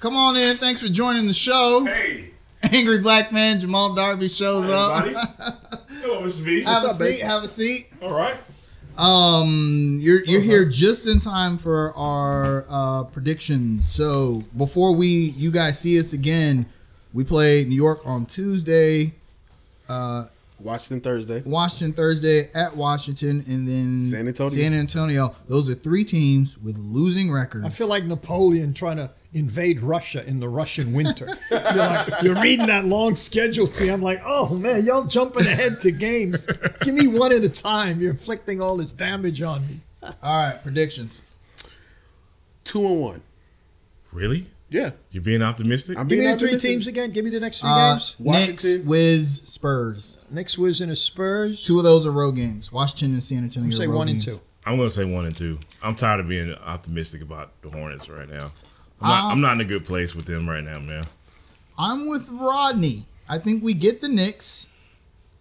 [SPEAKER 1] Come on in. Thanks for joining the show.
[SPEAKER 5] Hey,
[SPEAKER 1] Angry black man Jamal Darby shows
[SPEAKER 5] everybody.
[SPEAKER 1] up.
[SPEAKER 5] Hello, Mr. V.
[SPEAKER 1] Have a seat. Have a seat.
[SPEAKER 5] All right. Uh-huh.
[SPEAKER 1] Um, you're you're here just in time for our uh, predictions. So before we you guys see us again, we play New York on Tuesday. Uh,
[SPEAKER 3] Washington Thursday.
[SPEAKER 1] Washington Thursday at Washington, and then
[SPEAKER 3] San Antonio.
[SPEAKER 1] San Antonio. Those are three teams with losing records.
[SPEAKER 4] I feel like Napoleon trying to invade Russia in the Russian winter. you're, like, you're reading that long schedule to me. I'm like, oh man, y'all jumping ahead to games. Give me one at a time. You're inflicting all this damage on me.
[SPEAKER 1] All right, predictions.
[SPEAKER 3] Two and one.
[SPEAKER 2] Really?
[SPEAKER 3] Yeah.
[SPEAKER 2] You're being optimistic?
[SPEAKER 3] I'm
[SPEAKER 4] Give me
[SPEAKER 3] being
[SPEAKER 4] the three
[SPEAKER 3] optimistic.
[SPEAKER 4] teams again. Give me the next three
[SPEAKER 1] Uh,
[SPEAKER 4] games.
[SPEAKER 1] Knicks,
[SPEAKER 3] Washington.
[SPEAKER 1] Wiz, Spurs.
[SPEAKER 4] Knicks, Wiz, and a Spurs.
[SPEAKER 1] Two of those are road games. Washington and San Antonio.
[SPEAKER 4] You say
[SPEAKER 1] are road
[SPEAKER 4] one and
[SPEAKER 1] games.
[SPEAKER 4] two.
[SPEAKER 2] I'm going to say one and two. I'm tired of being optimistic about the Hornets right now.
[SPEAKER 1] Uh,
[SPEAKER 2] I'm not, I'm not in a good place with them right now, man.
[SPEAKER 1] I'm with Rodney. I think we get the Knicks.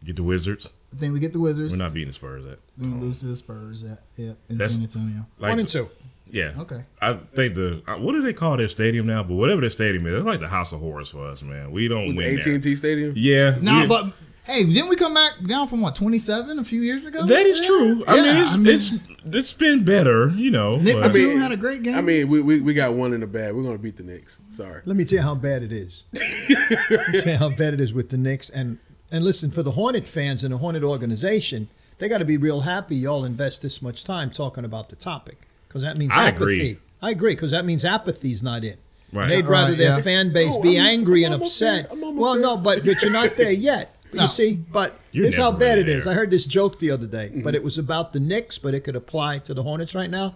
[SPEAKER 2] Get the Wizards.
[SPEAKER 1] I think we get the Wizards.
[SPEAKER 2] We're not beating the Spurs. At.
[SPEAKER 1] we lose to the Spurs at, yeah, in
[SPEAKER 2] That's-
[SPEAKER 1] San Antonio.
[SPEAKER 2] Like,
[SPEAKER 4] one and two.
[SPEAKER 2] Yeah.
[SPEAKER 1] Okay.
[SPEAKER 2] I think the uh, what do they call their stadium now? But whatever their stadium is, it's like the house of horrors for us, man. We don't
[SPEAKER 3] With
[SPEAKER 2] win
[SPEAKER 3] AT
[SPEAKER 2] there.
[SPEAKER 3] and T Stadium.
[SPEAKER 2] Yeah.
[SPEAKER 1] Nah,
[SPEAKER 2] we-
[SPEAKER 1] but hey, didn't we come back down from what 27 a few years ago?
[SPEAKER 2] that is
[SPEAKER 1] Yeah.
[SPEAKER 2] true. I
[SPEAKER 1] Yeah,
[SPEAKER 2] mean, it's, it's it's been better, you know.
[SPEAKER 1] Nick
[SPEAKER 2] but-
[SPEAKER 1] Batum had a great game.
[SPEAKER 3] I mean, we, we, we got one in the bag. We're gonna beat the Knicks. Sorry.
[SPEAKER 4] Let me tell you how bad it is. Let me tell you how bad it is with the Knicks. And and listen, for the Hornet fans and the Hornet organization, they got to be real happy y'all invest this much time talking about the topic because that means
[SPEAKER 2] I
[SPEAKER 4] apathy.
[SPEAKER 2] agree.
[SPEAKER 4] I agree because that means apathy's not in.
[SPEAKER 2] Right.
[SPEAKER 4] They'd rather
[SPEAKER 1] Right,
[SPEAKER 4] their
[SPEAKER 1] yeah.
[SPEAKER 4] fan base be
[SPEAKER 3] Oh, I'm-
[SPEAKER 4] angry
[SPEAKER 3] I'm
[SPEAKER 4] and
[SPEAKER 3] almost
[SPEAKER 4] upset.
[SPEAKER 3] there. I'm almost
[SPEAKER 4] Well,
[SPEAKER 3] there.
[SPEAKER 4] no, but but you're not there yet.
[SPEAKER 1] No.
[SPEAKER 4] You see, but
[SPEAKER 2] You're
[SPEAKER 4] here's how
[SPEAKER 2] never Mm-hmm.
[SPEAKER 4] bad it
[SPEAKER 2] really
[SPEAKER 4] is.
[SPEAKER 2] there.
[SPEAKER 4] I heard this joke the other day, but it was about the Knicks, but it could apply to the Hornets right now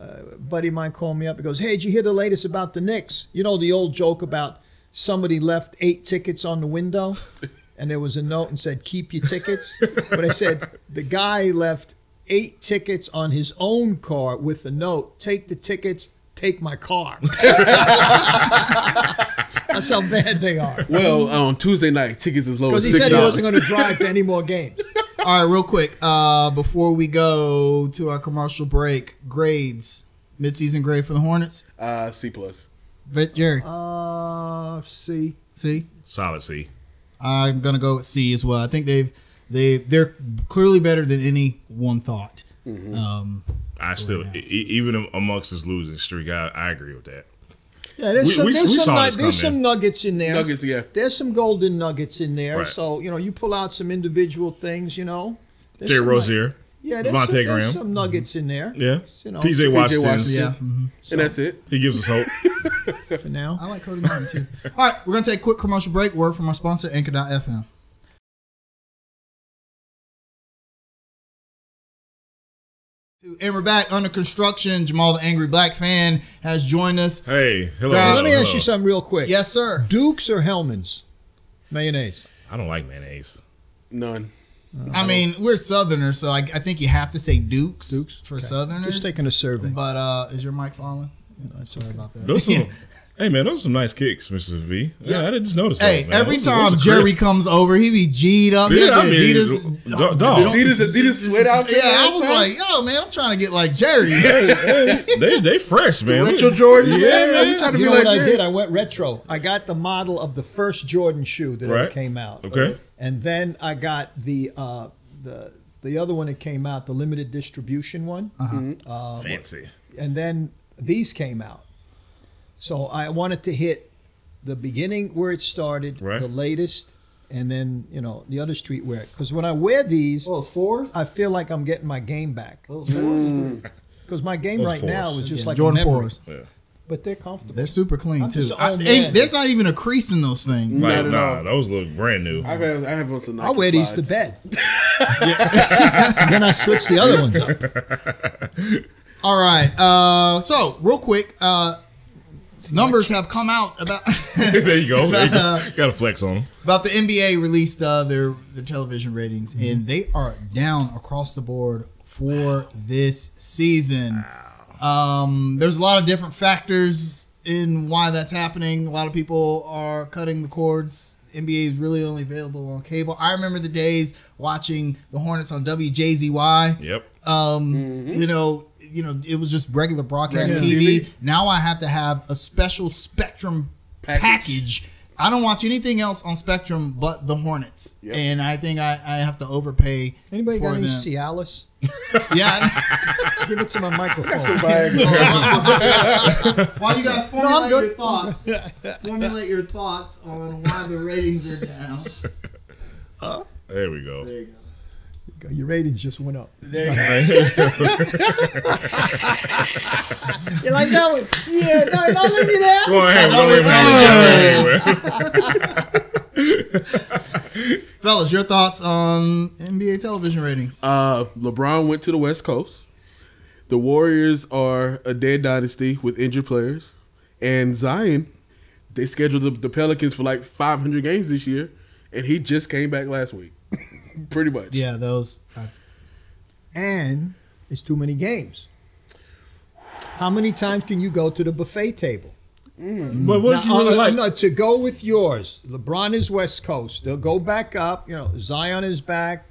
[SPEAKER 4] Uh, buddy of mine called me up. He goes, "Hey, did you hear the latest about the Knicks? You know the old joke about somebody left eight tickets on the window, and there was a note and said keep your tickets." but I said the guy left eight tickets on his own car with a note: "Take the tickets, take my car." That's how bad they are.
[SPEAKER 3] Well, on Tuesday night, tickets
[SPEAKER 2] Oh,
[SPEAKER 3] is low
[SPEAKER 4] Because
[SPEAKER 3] as
[SPEAKER 4] he
[SPEAKER 3] six
[SPEAKER 4] said he wasn't
[SPEAKER 3] dollars.
[SPEAKER 4] going to drive to any more games.
[SPEAKER 1] All right, real quick, uh, before we go to our commercial break, grades, midseason grade for the Hornets.
[SPEAKER 3] Uh, C plus.
[SPEAKER 1] Vet Jerry,
[SPEAKER 4] Uh, see,
[SPEAKER 1] see,
[SPEAKER 2] solid C.
[SPEAKER 1] I'm gonna go with C as well. I think they've they they're clearly better than any one thought.
[SPEAKER 4] Mm-hmm.
[SPEAKER 1] Um,
[SPEAKER 2] I still, e- e- even amongst this losing streak, I, I agree with that.
[SPEAKER 4] yeah, there's
[SPEAKER 2] We-
[SPEAKER 4] some,
[SPEAKER 2] we-
[SPEAKER 4] there's,
[SPEAKER 2] we
[SPEAKER 4] some,
[SPEAKER 2] saw
[SPEAKER 4] nug-
[SPEAKER 2] this
[SPEAKER 4] there's
[SPEAKER 2] come in.
[SPEAKER 4] some nuggets in there.
[SPEAKER 3] Nuggets, yeah.
[SPEAKER 4] There's some golden nuggets in there.
[SPEAKER 2] Right.
[SPEAKER 4] So, you know, you pull out some individual things, you know. There's
[SPEAKER 2] Terry
[SPEAKER 4] some,
[SPEAKER 2] Rozier,
[SPEAKER 4] Yeah, there's,
[SPEAKER 2] Devontae
[SPEAKER 4] some, there's
[SPEAKER 2] Graham.
[SPEAKER 4] some nuggets in there.
[SPEAKER 2] yeah,
[SPEAKER 4] You know,
[SPEAKER 2] PJ
[SPEAKER 4] PJ
[SPEAKER 2] Washington,
[SPEAKER 3] Washington.
[SPEAKER 1] yeah, mhm.
[SPEAKER 3] and that's it.
[SPEAKER 2] he gives us hope.
[SPEAKER 4] For now.
[SPEAKER 1] I like Cody Martin too. All right, we're gonna take a quick commercial break. Word from our sponsor, Anchor.fm. And we're back under construction. Jamal, the angry black fan, has joined us.
[SPEAKER 2] hey, hello.
[SPEAKER 1] Now,
[SPEAKER 2] hello,
[SPEAKER 4] Let me ask
[SPEAKER 2] hello.
[SPEAKER 4] you something real quick.
[SPEAKER 1] Yes, sir.
[SPEAKER 4] Dukes or Hellman's? Mayonnaise.
[SPEAKER 2] I don't like mayonnaise.
[SPEAKER 3] None.
[SPEAKER 1] I mean, we're Southerners, so I, I think you have to say Dukes,
[SPEAKER 4] Dukes?
[SPEAKER 1] for
[SPEAKER 4] Okay.
[SPEAKER 1] Southerners.
[SPEAKER 4] Just taking a survey.
[SPEAKER 1] But uh, is your mic falling? Sorry about that.
[SPEAKER 2] Those some, hey man, those are some nice kicks, Mr. V. Yeah, I didn't just notice.
[SPEAKER 1] Hey,
[SPEAKER 2] those, man.
[SPEAKER 1] every
[SPEAKER 2] Those are-
[SPEAKER 1] time
[SPEAKER 2] those are
[SPEAKER 1] Jerry
[SPEAKER 2] crisp.
[SPEAKER 1] comes over, he be G'd up. He
[SPEAKER 2] Yeah,
[SPEAKER 1] had
[SPEAKER 2] I
[SPEAKER 1] the
[SPEAKER 2] mean,
[SPEAKER 1] Adidas.
[SPEAKER 2] d- dog.
[SPEAKER 3] Adidas, Adidas sweat outfit.
[SPEAKER 1] Yeah, I
[SPEAKER 3] last
[SPEAKER 1] was
[SPEAKER 3] time?
[SPEAKER 1] like, yo, man, I'm trying to get like Jerry.
[SPEAKER 2] they they fresh, man.
[SPEAKER 3] Retro Jordan,
[SPEAKER 2] yeah,
[SPEAKER 3] man.
[SPEAKER 2] man.
[SPEAKER 3] You trying to
[SPEAKER 4] You
[SPEAKER 3] be
[SPEAKER 4] know
[SPEAKER 3] like
[SPEAKER 4] what I
[SPEAKER 3] that?
[SPEAKER 4] did? I went retro. I got the model of the first Jordan shoe that ever
[SPEAKER 2] Right.
[SPEAKER 4] came out.
[SPEAKER 2] Okay.
[SPEAKER 4] And then I got the uh, the the other one that came out, the limited distribution one.
[SPEAKER 1] Uh-huh.
[SPEAKER 4] Uh,
[SPEAKER 2] Fancy.
[SPEAKER 4] and then these came out. So I wanted to hit the beginning where it started,
[SPEAKER 2] Right.
[SPEAKER 4] the latest, and then you know the other streetwear. Because when I wear these,
[SPEAKER 1] Those fours?
[SPEAKER 4] I feel like I'm getting my game back.
[SPEAKER 1] Those fours?
[SPEAKER 4] Because my game
[SPEAKER 2] Those
[SPEAKER 4] right now
[SPEAKER 2] fours.
[SPEAKER 4] is just
[SPEAKER 1] Yeah,
[SPEAKER 4] like
[SPEAKER 1] Jordan
[SPEAKER 4] Jordan a memory.
[SPEAKER 1] fours.
[SPEAKER 2] Yeah.
[SPEAKER 4] But they're comfortable.
[SPEAKER 1] They're super clean,
[SPEAKER 4] I'm
[SPEAKER 1] too.
[SPEAKER 4] just an old
[SPEAKER 1] I-
[SPEAKER 4] man.
[SPEAKER 1] and there's not even a crease in those things.
[SPEAKER 3] Not
[SPEAKER 2] Like,
[SPEAKER 3] at
[SPEAKER 2] nah,
[SPEAKER 3] all.
[SPEAKER 2] those look brand new.
[SPEAKER 3] I've had, I have on some. Nike
[SPEAKER 4] I wear these to
[SPEAKER 3] slides.
[SPEAKER 4] bed. and then I switch the other ones up.
[SPEAKER 1] All right. Uh, so, real quick, uh, numbers have come out about.
[SPEAKER 2] there you go. There you go. Got to flex on them.
[SPEAKER 1] about the NBA released uh, their their television ratings, and they are down across the board for this season. Um, there's a lot of different factors in why that's happening. A lot of people are cutting the cords. NBA is really only available on cable. I remember the days watching the Hornets on WJZY.
[SPEAKER 2] Yep.
[SPEAKER 1] Um, you know, you know, it was just regular broadcast
[SPEAKER 3] Regular
[SPEAKER 1] TV.
[SPEAKER 3] TV.
[SPEAKER 1] Now I have to have a special Spectrum package.
[SPEAKER 3] Package.
[SPEAKER 1] I don't watch anything else on Spectrum but the Hornets,
[SPEAKER 3] Yep.
[SPEAKER 1] and I think I, I have to overpay.
[SPEAKER 4] Anybody
[SPEAKER 1] for
[SPEAKER 4] got any
[SPEAKER 1] them.
[SPEAKER 4] Cialis?
[SPEAKER 1] Yeah.
[SPEAKER 4] Give it to my microphone.
[SPEAKER 1] While you guys
[SPEAKER 4] I'm
[SPEAKER 1] formulate
[SPEAKER 4] good.
[SPEAKER 1] your thoughts, formulate your thoughts on why the ratings are down.
[SPEAKER 2] There we go.
[SPEAKER 1] There you go.
[SPEAKER 4] Your ratings just went up.
[SPEAKER 1] There you go.
[SPEAKER 4] You like that one? Yeah, no, don't leave me
[SPEAKER 2] Go
[SPEAKER 4] there.
[SPEAKER 2] ahead.
[SPEAKER 1] Don't leave
[SPEAKER 2] Don't leave
[SPEAKER 1] me
[SPEAKER 2] me alone.
[SPEAKER 1] Fellas, your thoughts on NBA television ratings?
[SPEAKER 3] Uh, LeBron went to the West Coast. The Warriors are a dead dynasty with injured players, and Zion, they scheduled the, the Pelicans for like 500 games this year, and he just came back last week, pretty much.
[SPEAKER 1] yeah, those. That's,
[SPEAKER 4] And it's too many games. How many times can you go to the buffet table?
[SPEAKER 2] But what did you
[SPEAKER 4] Now,
[SPEAKER 2] really
[SPEAKER 4] uh,
[SPEAKER 2] like?
[SPEAKER 4] no, to go with yours. LeBron is West Coast. They'll go back up. You know, Zion is back.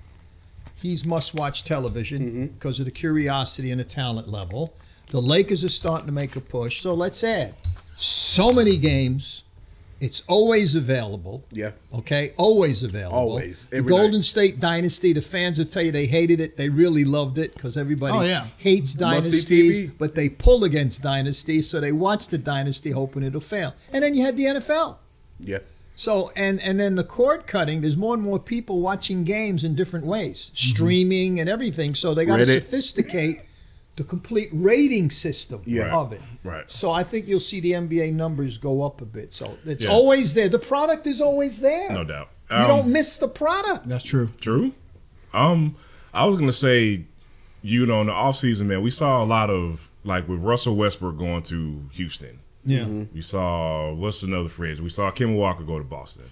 [SPEAKER 4] He's must-watch television because of the curiosity and the talent level. The Lakers are starting to make a push. So let's add so many games. It's always available.
[SPEAKER 3] Yeah.
[SPEAKER 4] Okay, always available.
[SPEAKER 3] Always.
[SPEAKER 4] The
[SPEAKER 3] Every
[SPEAKER 4] Golden
[SPEAKER 3] night.
[SPEAKER 4] State Dynasty. The fans will tell you they hated it. They really loved it because everybody
[SPEAKER 1] Oh, yeah.
[SPEAKER 4] hates
[SPEAKER 3] Must-see
[SPEAKER 4] dynasties
[SPEAKER 3] TV.
[SPEAKER 4] but they pull against dynasty, so they watch the dynasty hoping it'll fail. And then you had the NFL.
[SPEAKER 3] Yeah.
[SPEAKER 4] So and and then the cord cutting. There's more and more people watching games in different ways, streaming and everything. So they got to
[SPEAKER 3] Reddit.
[SPEAKER 4] sophisticate the complete rating system
[SPEAKER 3] Yeah.
[SPEAKER 4] of it.
[SPEAKER 2] Right.
[SPEAKER 4] So I think you'll see the NBA numbers go up a bit. So it's
[SPEAKER 2] Yeah.
[SPEAKER 4] always there. The product is always there.
[SPEAKER 2] No doubt.
[SPEAKER 4] You
[SPEAKER 2] Um,
[SPEAKER 4] don't miss the product.
[SPEAKER 1] that's true.
[SPEAKER 2] True. Um, I was gonna say, you know, in the offseason, man, we saw a lot of like with Russell Westbrook going to Houston.
[SPEAKER 1] Yeah.
[SPEAKER 4] Mm-hmm.
[SPEAKER 2] We saw what's another phrase? We saw Kim Walker go to Boston.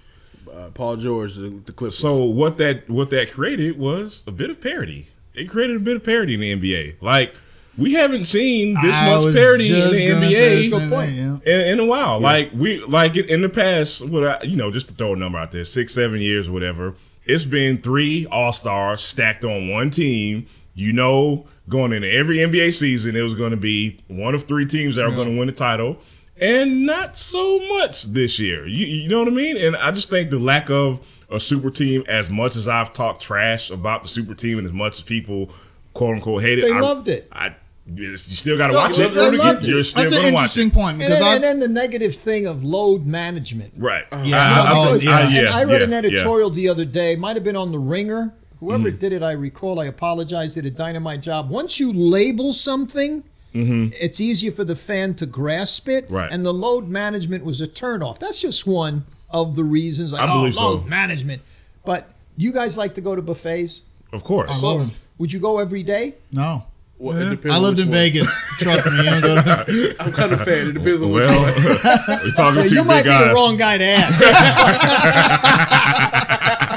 [SPEAKER 3] Uh, Paul George, the, the Clippers.
[SPEAKER 2] So what that what that created was a bit of parody. It created a bit of parody in the NBA. Like we haven't seen this
[SPEAKER 1] I
[SPEAKER 2] much
[SPEAKER 1] was
[SPEAKER 2] parody in
[SPEAKER 1] just
[SPEAKER 2] the
[SPEAKER 1] gonna say
[SPEAKER 2] NBA.
[SPEAKER 1] the
[SPEAKER 2] Good
[SPEAKER 1] same
[SPEAKER 2] point.
[SPEAKER 1] thing, yeah.
[SPEAKER 2] in, in a while. Like we like in- in the past, what I, you know, just to throw a number out there, six, seven years, or whatever. It's been three All Stars stacked on one team. You know, going into every NBA season, it was going to be one of three teams that were going to win the title, and not so much this year. You, you know what I mean? And I just think the lack of a super team, as much as I've talked trash about the super team, and as much as people quote unquote hate it,
[SPEAKER 4] They
[SPEAKER 2] I,
[SPEAKER 4] loved it.
[SPEAKER 2] I, you still got to
[SPEAKER 1] So,
[SPEAKER 2] watch it.
[SPEAKER 1] they loved it.
[SPEAKER 2] You're still
[SPEAKER 1] That's an
[SPEAKER 2] going to watch it.
[SPEAKER 1] interesting point
[SPEAKER 4] And
[SPEAKER 1] because
[SPEAKER 4] then,
[SPEAKER 1] I
[SPEAKER 4] and then the negative thing of load management.
[SPEAKER 2] Right.
[SPEAKER 1] Yeah.
[SPEAKER 2] I, I,
[SPEAKER 1] Oh,
[SPEAKER 2] I,
[SPEAKER 1] yeah.
[SPEAKER 2] I,
[SPEAKER 4] and
[SPEAKER 2] yeah,
[SPEAKER 4] I read
[SPEAKER 2] yeah,
[SPEAKER 4] an
[SPEAKER 2] yeah. Mm-hmm.
[SPEAKER 4] editorial the other day, might have been on The Ringer. Whoever did it, I recall, I apologize, did a dynamite job. Once you label something, it's easier for the fan to grasp it.
[SPEAKER 2] Mm-hmm. Right.
[SPEAKER 4] And the load management was a turnoff. That's just one of the reasons. Like,
[SPEAKER 2] I
[SPEAKER 4] oh,
[SPEAKER 2] believe so.
[SPEAKER 4] load management. But you guys like to go to buffets?
[SPEAKER 2] Of course.
[SPEAKER 1] love 'em.
[SPEAKER 4] Would you go every day?
[SPEAKER 1] no.
[SPEAKER 3] Well, it depends
[SPEAKER 1] I
[SPEAKER 3] on
[SPEAKER 1] lived
[SPEAKER 3] which
[SPEAKER 1] in
[SPEAKER 3] one.
[SPEAKER 1] Vegas. Trust me, you don't go to
[SPEAKER 3] I'm kind of fan. It depends on which one.
[SPEAKER 2] Well, we're talking
[SPEAKER 4] Well,
[SPEAKER 2] to
[SPEAKER 4] you
[SPEAKER 2] big
[SPEAKER 4] might be the
[SPEAKER 2] guys.
[SPEAKER 4] wrong guy to ask.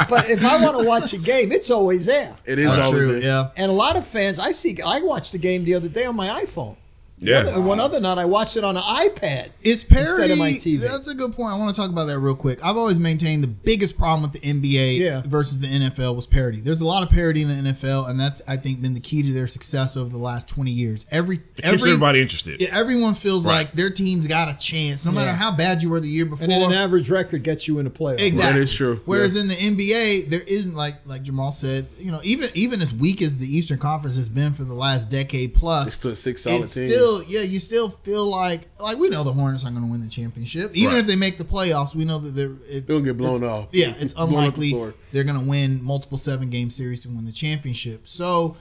[SPEAKER 4] but if I want to watch a game, it's always there.
[SPEAKER 3] It is all
[SPEAKER 1] true.
[SPEAKER 3] true.
[SPEAKER 1] Yeah.
[SPEAKER 4] And a lot of fans, I see. I watched the game the other day on my iPhone. Other-
[SPEAKER 2] Yeah.
[SPEAKER 4] One other night, I watched it on an iPad.
[SPEAKER 1] It's
[SPEAKER 4] Instead
[SPEAKER 1] parody.
[SPEAKER 4] of my TV.
[SPEAKER 1] That's a good point. I want to talk about that real quick. I've always maintained the biggest problem with the NBA
[SPEAKER 4] Yeah.
[SPEAKER 1] versus the NFL was parody. There's a lot of parody in the NFL, and that's I think been the key to their success over the last 20 years. Every
[SPEAKER 2] It keeps
[SPEAKER 1] every
[SPEAKER 2] everybody interested.
[SPEAKER 1] yeah, everyone feels
[SPEAKER 2] Right.
[SPEAKER 1] like their team's got a chance, no matter
[SPEAKER 4] Yeah.
[SPEAKER 1] how bad you were the year before.
[SPEAKER 4] And then an average record gets you in the playoffs.
[SPEAKER 1] Exactly.
[SPEAKER 3] That is true.
[SPEAKER 1] Whereas in the NBA, there isn't like like Jamal said, you know, even even as weak as the Eastern Conference has been for the last decade plus,
[SPEAKER 3] It's still six solid
[SPEAKER 1] it's
[SPEAKER 3] teams.
[SPEAKER 1] still yeah, you still feel like like we know the Hornets aren't going to win the championship, even
[SPEAKER 2] Right.
[SPEAKER 1] if they make the playoffs. We know that they're it,
[SPEAKER 3] They'll get blown
[SPEAKER 1] it's-
[SPEAKER 3] off.
[SPEAKER 1] Yeah, it's
[SPEAKER 3] Blown up the
[SPEAKER 1] unlikely
[SPEAKER 3] floor.
[SPEAKER 1] they're going to win multiple seven game series to win the championship. So.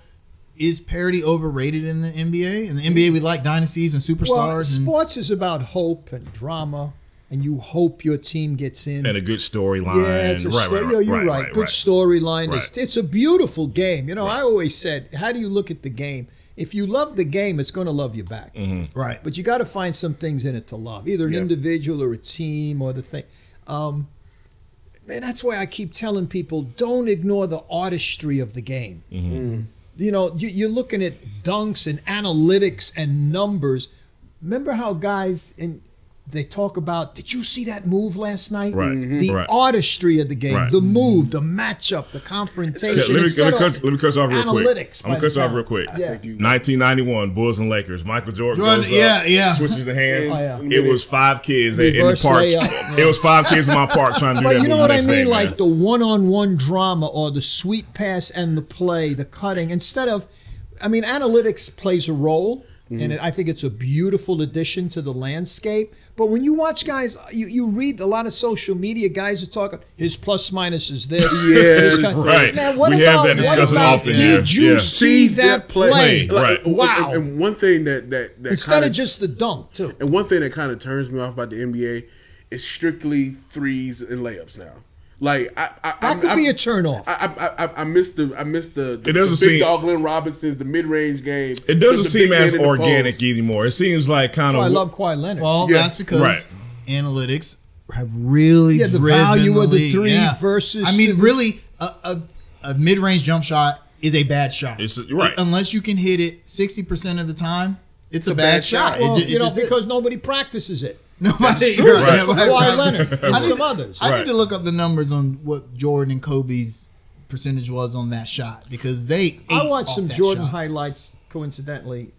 [SPEAKER 1] Is parody overrated in the NBA? In the NBA, we like dynasties and
[SPEAKER 4] Well,
[SPEAKER 1] superstars. and,
[SPEAKER 4] sports is about hope and drama, and you hope your team gets in.
[SPEAKER 2] And a good storyline.
[SPEAKER 4] yeah, it's a
[SPEAKER 2] right,
[SPEAKER 4] sto-
[SPEAKER 2] right,
[SPEAKER 4] no, you're
[SPEAKER 2] right,
[SPEAKER 4] right.
[SPEAKER 2] right,
[SPEAKER 4] Good
[SPEAKER 2] right.
[SPEAKER 4] storyline.
[SPEAKER 2] Right.
[SPEAKER 4] It's, it's a beautiful game. You know, I always said, how do you look at the game? If you love the game, it's going to love you back.
[SPEAKER 2] Mm-hmm.
[SPEAKER 1] right.
[SPEAKER 4] But you got to find some things in it to love, either an
[SPEAKER 3] Yeah.
[SPEAKER 4] individual or a team or the thing. Um, man, that's why I keep telling people don't ignore the artistry of the game.
[SPEAKER 2] Mm-hmm.
[SPEAKER 4] You know, you, you're looking at dunks and analytics and numbers. Remember how guys and they talk about? Did you see that move last night?
[SPEAKER 2] Right. Mhm.
[SPEAKER 4] The
[SPEAKER 2] Right.
[SPEAKER 4] artistry of the game,
[SPEAKER 2] Right.
[SPEAKER 4] the move, the matchup, the
[SPEAKER 2] Yeah,
[SPEAKER 4] confrontation.
[SPEAKER 2] let, me,
[SPEAKER 4] instead
[SPEAKER 2] let, me
[SPEAKER 4] of
[SPEAKER 2] cut, let me cut you off real quick.
[SPEAKER 4] analytics
[SPEAKER 2] I'm gonna cut
[SPEAKER 4] by the
[SPEAKER 2] you off
[SPEAKER 4] time.
[SPEAKER 2] real quick.
[SPEAKER 4] Yeah.
[SPEAKER 3] Thank you.
[SPEAKER 2] 1991, Bulls and Lakers. Michael Jordan,
[SPEAKER 1] Jordan,
[SPEAKER 2] goes
[SPEAKER 1] yeah,
[SPEAKER 2] up,
[SPEAKER 1] yeah.
[SPEAKER 2] switches the hands.
[SPEAKER 4] Oh, yeah.
[SPEAKER 2] It was five kids in- in the
[SPEAKER 4] Reverse
[SPEAKER 2] park.
[SPEAKER 4] layup.
[SPEAKER 2] It was five kids in my park trying to do
[SPEAKER 4] But
[SPEAKER 2] that.
[SPEAKER 4] you know
[SPEAKER 2] move
[SPEAKER 4] what
[SPEAKER 2] the
[SPEAKER 4] I
[SPEAKER 2] next
[SPEAKER 4] mean?
[SPEAKER 2] day, man.
[SPEAKER 4] like the one on one drama or the sweet pass and the play, the cutting, instead of, I mean, analytics plays a role.
[SPEAKER 2] Mm-hmm.
[SPEAKER 4] And I think it's a beautiful addition to the landscape. But when you watch guys, you, you read a lot of social media, guys are talking, his plus minus is this.
[SPEAKER 3] Yes,
[SPEAKER 4] his con-
[SPEAKER 2] right.
[SPEAKER 4] Man, what
[SPEAKER 2] We have
[SPEAKER 4] about,
[SPEAKER 2] that
[SPEAKER 4] what
[SPEAKER 2] discussion
[SPEAKER 4] about
[SPEAKER 2] often here.
[SPEAKER 4] did you
[SPEAKER 2] Yeah.
[SPEAKER 4] see that
[SPEAKER 2] Play,
[SPEAKER 4] play?
[SPEAKER 2] right.
[SPEAKER 4] Wow.
[SPEAKER 3] And, and one thing that that, that
[SPEAKER 4] Instead
[SPEAKER 3] kinda-
[SPEAKER 4] of just the dunk, too.
[SPEAKER 3] and one thing that kind of turns me off about the NBA is strictly threes and layups now. Like I, I
[SPEAKER 4] That
[SPEAKER 3] I,
[SPEAKER 4] could
[SPEAKER 3] I,
[SPEAKER 4] be a turnoff.
[SPEAKER 3] I, I, I, I missed the I missed the, the,
[SPEAKER 2] It doesn't
[SPEAKER 3] the big
[SPEAKER 2] seem-
[SPEAKER 3] dog Glenn Robinson's the mid range game.
[SPEAKER 2] It
[SPEAKER 3] The
[SPEAKER 2] doesn't
[SPEAKER 3] big
[SPEAKER 2] seem
[SPEAKER 3] man
[SPEAKER 2] as
[SPEAKER 3] in the
[SPEAKER 2] organic
[SPEAKER 3] post.
[SPEAKER 2] anymore. It seems like kind
[SPEAKER 4] Oh, I
[SPEAKER 2] of
[SPEAKER 4] love Kawhi Leonard.
[SPEAKER 1] Well,
[SPEAKER 3] Yeah.
[SPEAKER 1] that's because
[SPEAKER 2] Right.
[SPEAKER 1] analytics have really
[SPEAKER 4] Yeah, the
[SPEAKER 1] driven
[SPEAKER 4] value
[SPEAKER 1] the
[SPEAKER 4] of the
[SPEAKER 1] league.
[SPEAKER 4] three
[SPEAKER 1] Yeah.
[SPEAKER 4] versus
[SPEAKER 1] I
[SPEAKER 4] the-
[SPEAKER 1] mean, really, a, a, a mid-range jump shot is a bad shot.
[SPEAKER 2] It's- right.
[SPEAKER 1] unless you can hit it sixty percent of the time, it's, a, bad, shot.
[SPEAKER 4] Well,
[SPEAKER 1] It ju- it
[SPEAKER 4] you know,
[SPEAKER 1] just-
[SPEAKER 4] because nobody practices it.
[SPEAKER 1] nobody.
[SPEAKER 4] True,
[SPEAKER 1] Right.
[SPEAKER 4] except for Kawhi Leonard and some others.
[SPEAKER 1] I
[SPEAKER 2] Right.
[SPEAKER 1] need to look up the numbers on what Jordan and Kobe's percentage was on that shot because they. Ate
[SPEAKER 4] I watched
[SPEAKER 1] off
[SPEAKER 4] some
[SPEAKER 1] that
[SPEAKER 4] Jordan
[SPEAKER 1] shot.
[SPEAKER 4] highlights coincidentally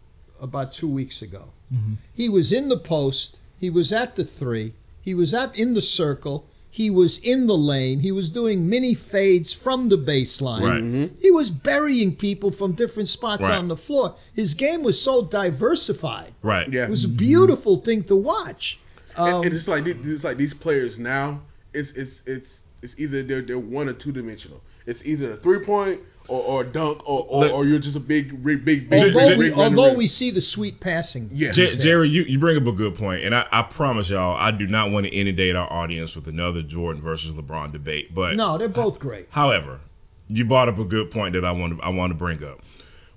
[SPEAKER 4] about two weeks ago.
[SPEAKER 2] Mm-hmm.
[SPEAKER 4] He was in the post. He was at the three. He was at in the circle. He was in the lane. He was doing mini fades from the baseline.
[SPEAKER 2] Right.
[SPEAKER 1] Mm-hmm.
[SPEAKER 4] He was burying people from different spots
[SPEAKER 2] Right.
[SPEAKER 4] on the floor. His game was so diversified.
[SPEAKER 2] right.
[SPEAKER 3] Yeah,
[SPEAKER 4] It was a beautiful thing to watch. Um,
[SPEAKER 3] and, and it's like the- it's like these players now. It's it's it's it's either they're they're one or two dimensional. It's either a three point or, or a dunk or, or,
[SPEAKER 2] Look-
[SPEAKER 3] or you're just a big big big big.
[SPEAKER 2] J-
[SPEAKER 4] Although
[SPEAKER 2] J-
[SPEAKER 4] we,
[SPEAKER 3] big running
[SPEAKER 4] although
[SPEAKER 3] rim.
[SPEAKER 4] we see the sweet passing.
[SPEAKER 3] yeah.
[SPEAKER 2] Jer- Jerry, you, you bring up a good point, and I, I promise y'all, I do not want to inundate our audience with another Jordan versus LeBron debate. But
[SPEAKER 4] No, they're both great.
[SPEAKER 2] However, you brought up a good point that I want to I want to bring up.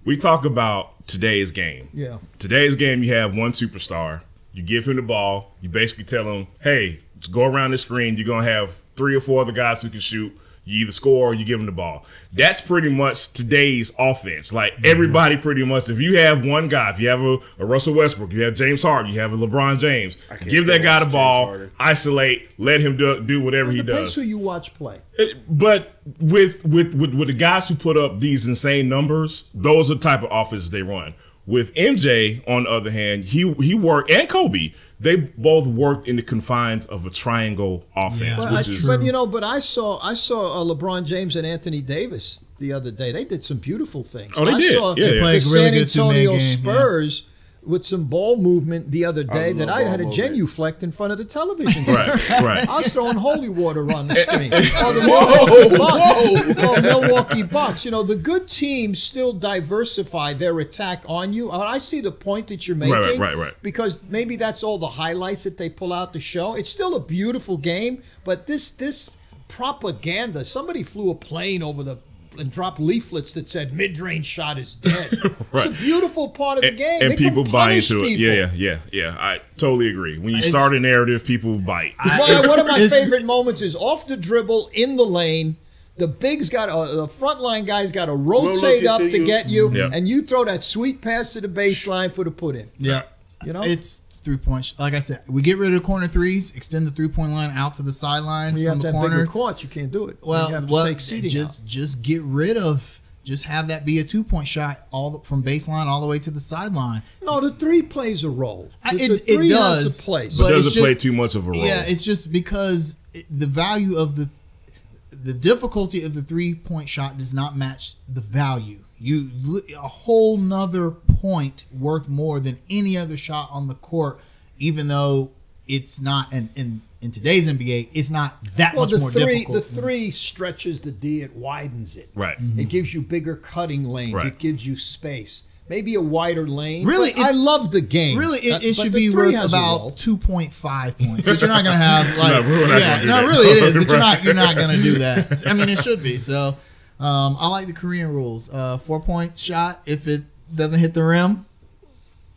[SPEAKER 2] We talk about today's game.
[SPEAKER 4] Yeah.
[SPEAKER 2] Today's game, you have one superstar. You give him the ball. You basically tell him, "Hey, just go around the screen. You're gonna have three or four other guys who can shoot. You either score or you give him the ball." That's pretty much today's offense. Like everybody, pretty much. If you have one guy, if you have a, a Russell Westbrook, you have James Harden, you have a LeBron James.
[SPEAKER 3] can't
[SPEAKER 2] Give that
[SPEAKER 3] stand
[SPEAKER 2] guy the
[SPEAKER 3] James
[SPEAKER 2] ball.
[SPEAKER 3] Harden.
[SPEAKER 2] Isolate. Let him do, do whatever he
[SPEAKER 4] It
[SPEAKER 2] does.
[SPEAKER 4] depends who you watch play.
[SPEAKER 2] It- but with, with with with the guys who put up these insane numbers, those are the type of offenses they run. With MJ, on the other hand, he he worked and Kobe, they both worked in the confines of a triangle offense,
[SPEAKER 4] But, I,
[SPEAKER 2] which is
[SPEAKER 4] but you know, but I saw I saw uh, LeBron James and Anthony Davis the other day. They did some beautiful things.
[SPEAKER 2] Oh, they
[SPEAKER 4] I
[SPEAKER 2] did.
[SPEAKER 4] Saw
[SPEAKER 2] Yeah, They yeah.
[SPEAKER 1] played
[SPEAKER 4] the
[SPEAKER 1] really
[SPEAKER 4] San
[SPEAKER 1] good two-man
[SPEAKER 4] Antonio
[SPEAKER 1] game, yeah.
[SPEAKER 4] Spurs with some ball movement the other day
[SPEAKER 3] love
[SPEAKER 4] that I had to
[SPEAKER 3] ball movement.
[SPEAKER 4] genuflect in front of the television.
[SPEAKER 2] right, right. Eh,
[SPEAKER 4] I was throwing holy water on the screen. or the Milwaukee Bucks. Or Milwaukee Bucks. You know, the good teams still diversify their attack on you. Uh, I see the point that you're making.
[SPEAKER 2] Right, right, right, right.
[SPEAKER 4] Because maybe that's all the highlights that they pull out to show. It's still a beautiful game, but this this propaganda. Somebody flew a plane over the and dropped leaflets that said mid-range shot is dead. It's a
[SPEAKER 2] Right.
[SPEAKER 4] beautiful part of the
[SPEAKER 2] And,
[SPEAKER 4] game.
[SPEAKER 2] and
[SPEAKER 4] They can
[SPEAKER 2] people buy
[SPEAKER 4] punish
[SPEAKER 2] into it.
[SPEAKER 4] people.
[SPEAKER 2] Yeah, yeah, yeah, yeah. I totally agree. When you
[SPEAKER 1] It's-
[SPEAKER 2] start a narrative, people bite.
[SPEAKER 4] Well,
[SPEAKER 1] It's-
[SPEAKER 4] one of my
[SPEAKER 1] it's-
[SPEAKER 4] favorite moments is off the dribble in the lane. The big's got uh, the front line guy's got to rotate
[SPEAKER 3] rotate
[SPEAKER 4] up
[SPEAKER 3] to
[SPEAKER 4] to
[SPEAKER 3] you.
[SPEAKER 4] get you,
[SPEAKER 2] Yeah.
[SPEAKER 4] and you throw that sweet pass to the baseline for the put in.
[SPEAKER 1] Yeah.
[SPEAKER 4] You know?
[SPEAKER 1] It's three point. Sh- like I said, we get rid of the corner threes, extend the three point line out to the sidelines
[SPEAKER 4] You
[SPEAKER 1] from
[SPEAKER 4] have
[SPEAKER 1] the
[SPEAKER 4] that
[SPEAKER 1] corner.
[SPEAKER 4] bigger court, you can't do it.
[SPEAKER 1] Well,
[SPEAKER 4] you have to
[SPEAKER 1] well,
[SPEAKER 4] take seating
[SPEAKER 1] just just get rid of. Just have that be a two point shot all the, from baseline all the way to the sideline.
[SPEAKER 4] out. No, the three plays a role.
[SPEAKER 1] I-
[SPEAKER 4] The,
[SPEAKER 1] it-
[SPEAKER 4] the
[SPEAKER 1] it
[SPEAKER 4] three has
[SPEAKER 1] does,
[SPEAKER 4] a place.
[SPEAKER 1] but
[SPEAKER 2] But
[SPEAKER 1] it's
[SPEAKER 2] doesn't play
[SPEAKER 1] just-
[SPEAKER 2] too much of a role.
[SPEAKER 1] Yeah, it's just because it, the value of the the difficulty of the three point shot does not match the value. You li- a whole nother point worth more than any other shot on the court, even though it's not. And in in today's NBA, it's not that
[SPEAKER 4] well,
[SPEAKER 1] much
[SPEAKER 4] the
[SPEAKER 1] more
[SPEAKER 4] three
[SPEAKER 1] difficult. Mm-hmm.
[SPEAKER 4] the three stretches the D, it widens it.
[SPEAKER 2] right.
[SPEAKER 4] It gives you bigger cutting lanes.
[SPEAKER 2] Right.
[SPEAKER 4] It gives you space. Maybe a wider lane.
[SPEAKER 1] Really,
[SPEAKER 4] but I
[SPEAKER 1] it's-
[SPEAKER 4] love the game.
[SPEAKER 1] Really,
[SPEAKER 4] Uh,
[SPEAKER 1] it, it
[SPEAKER 4] but
[SPEAKER 1] should
[SPEAKER 4] the
[SPEAKER 1] be
[SPEAKER 4] three
[SPEAKER 1] worth
[SPEAKER 4] has a
[SPEAKER 1] about
[SPEAKER 4] role.
[SPEAKER 1] two point five points, but you're not gonna have like
[SPEAKER 2] we're not
[SPEAKER 1] yeah,
[SPEAKER 2] gonna do
[SPEAKER 1] no,
[SPEAKER 2] that.
[SPEAKER 1] really it is, but you're
[SPEAKER 2] Right.
[SPEAKER 1] not you're not gonna do that. I mean, it should be. So, um, I like the Korean rules. Uh, four point shot if it doesn't hit the rim.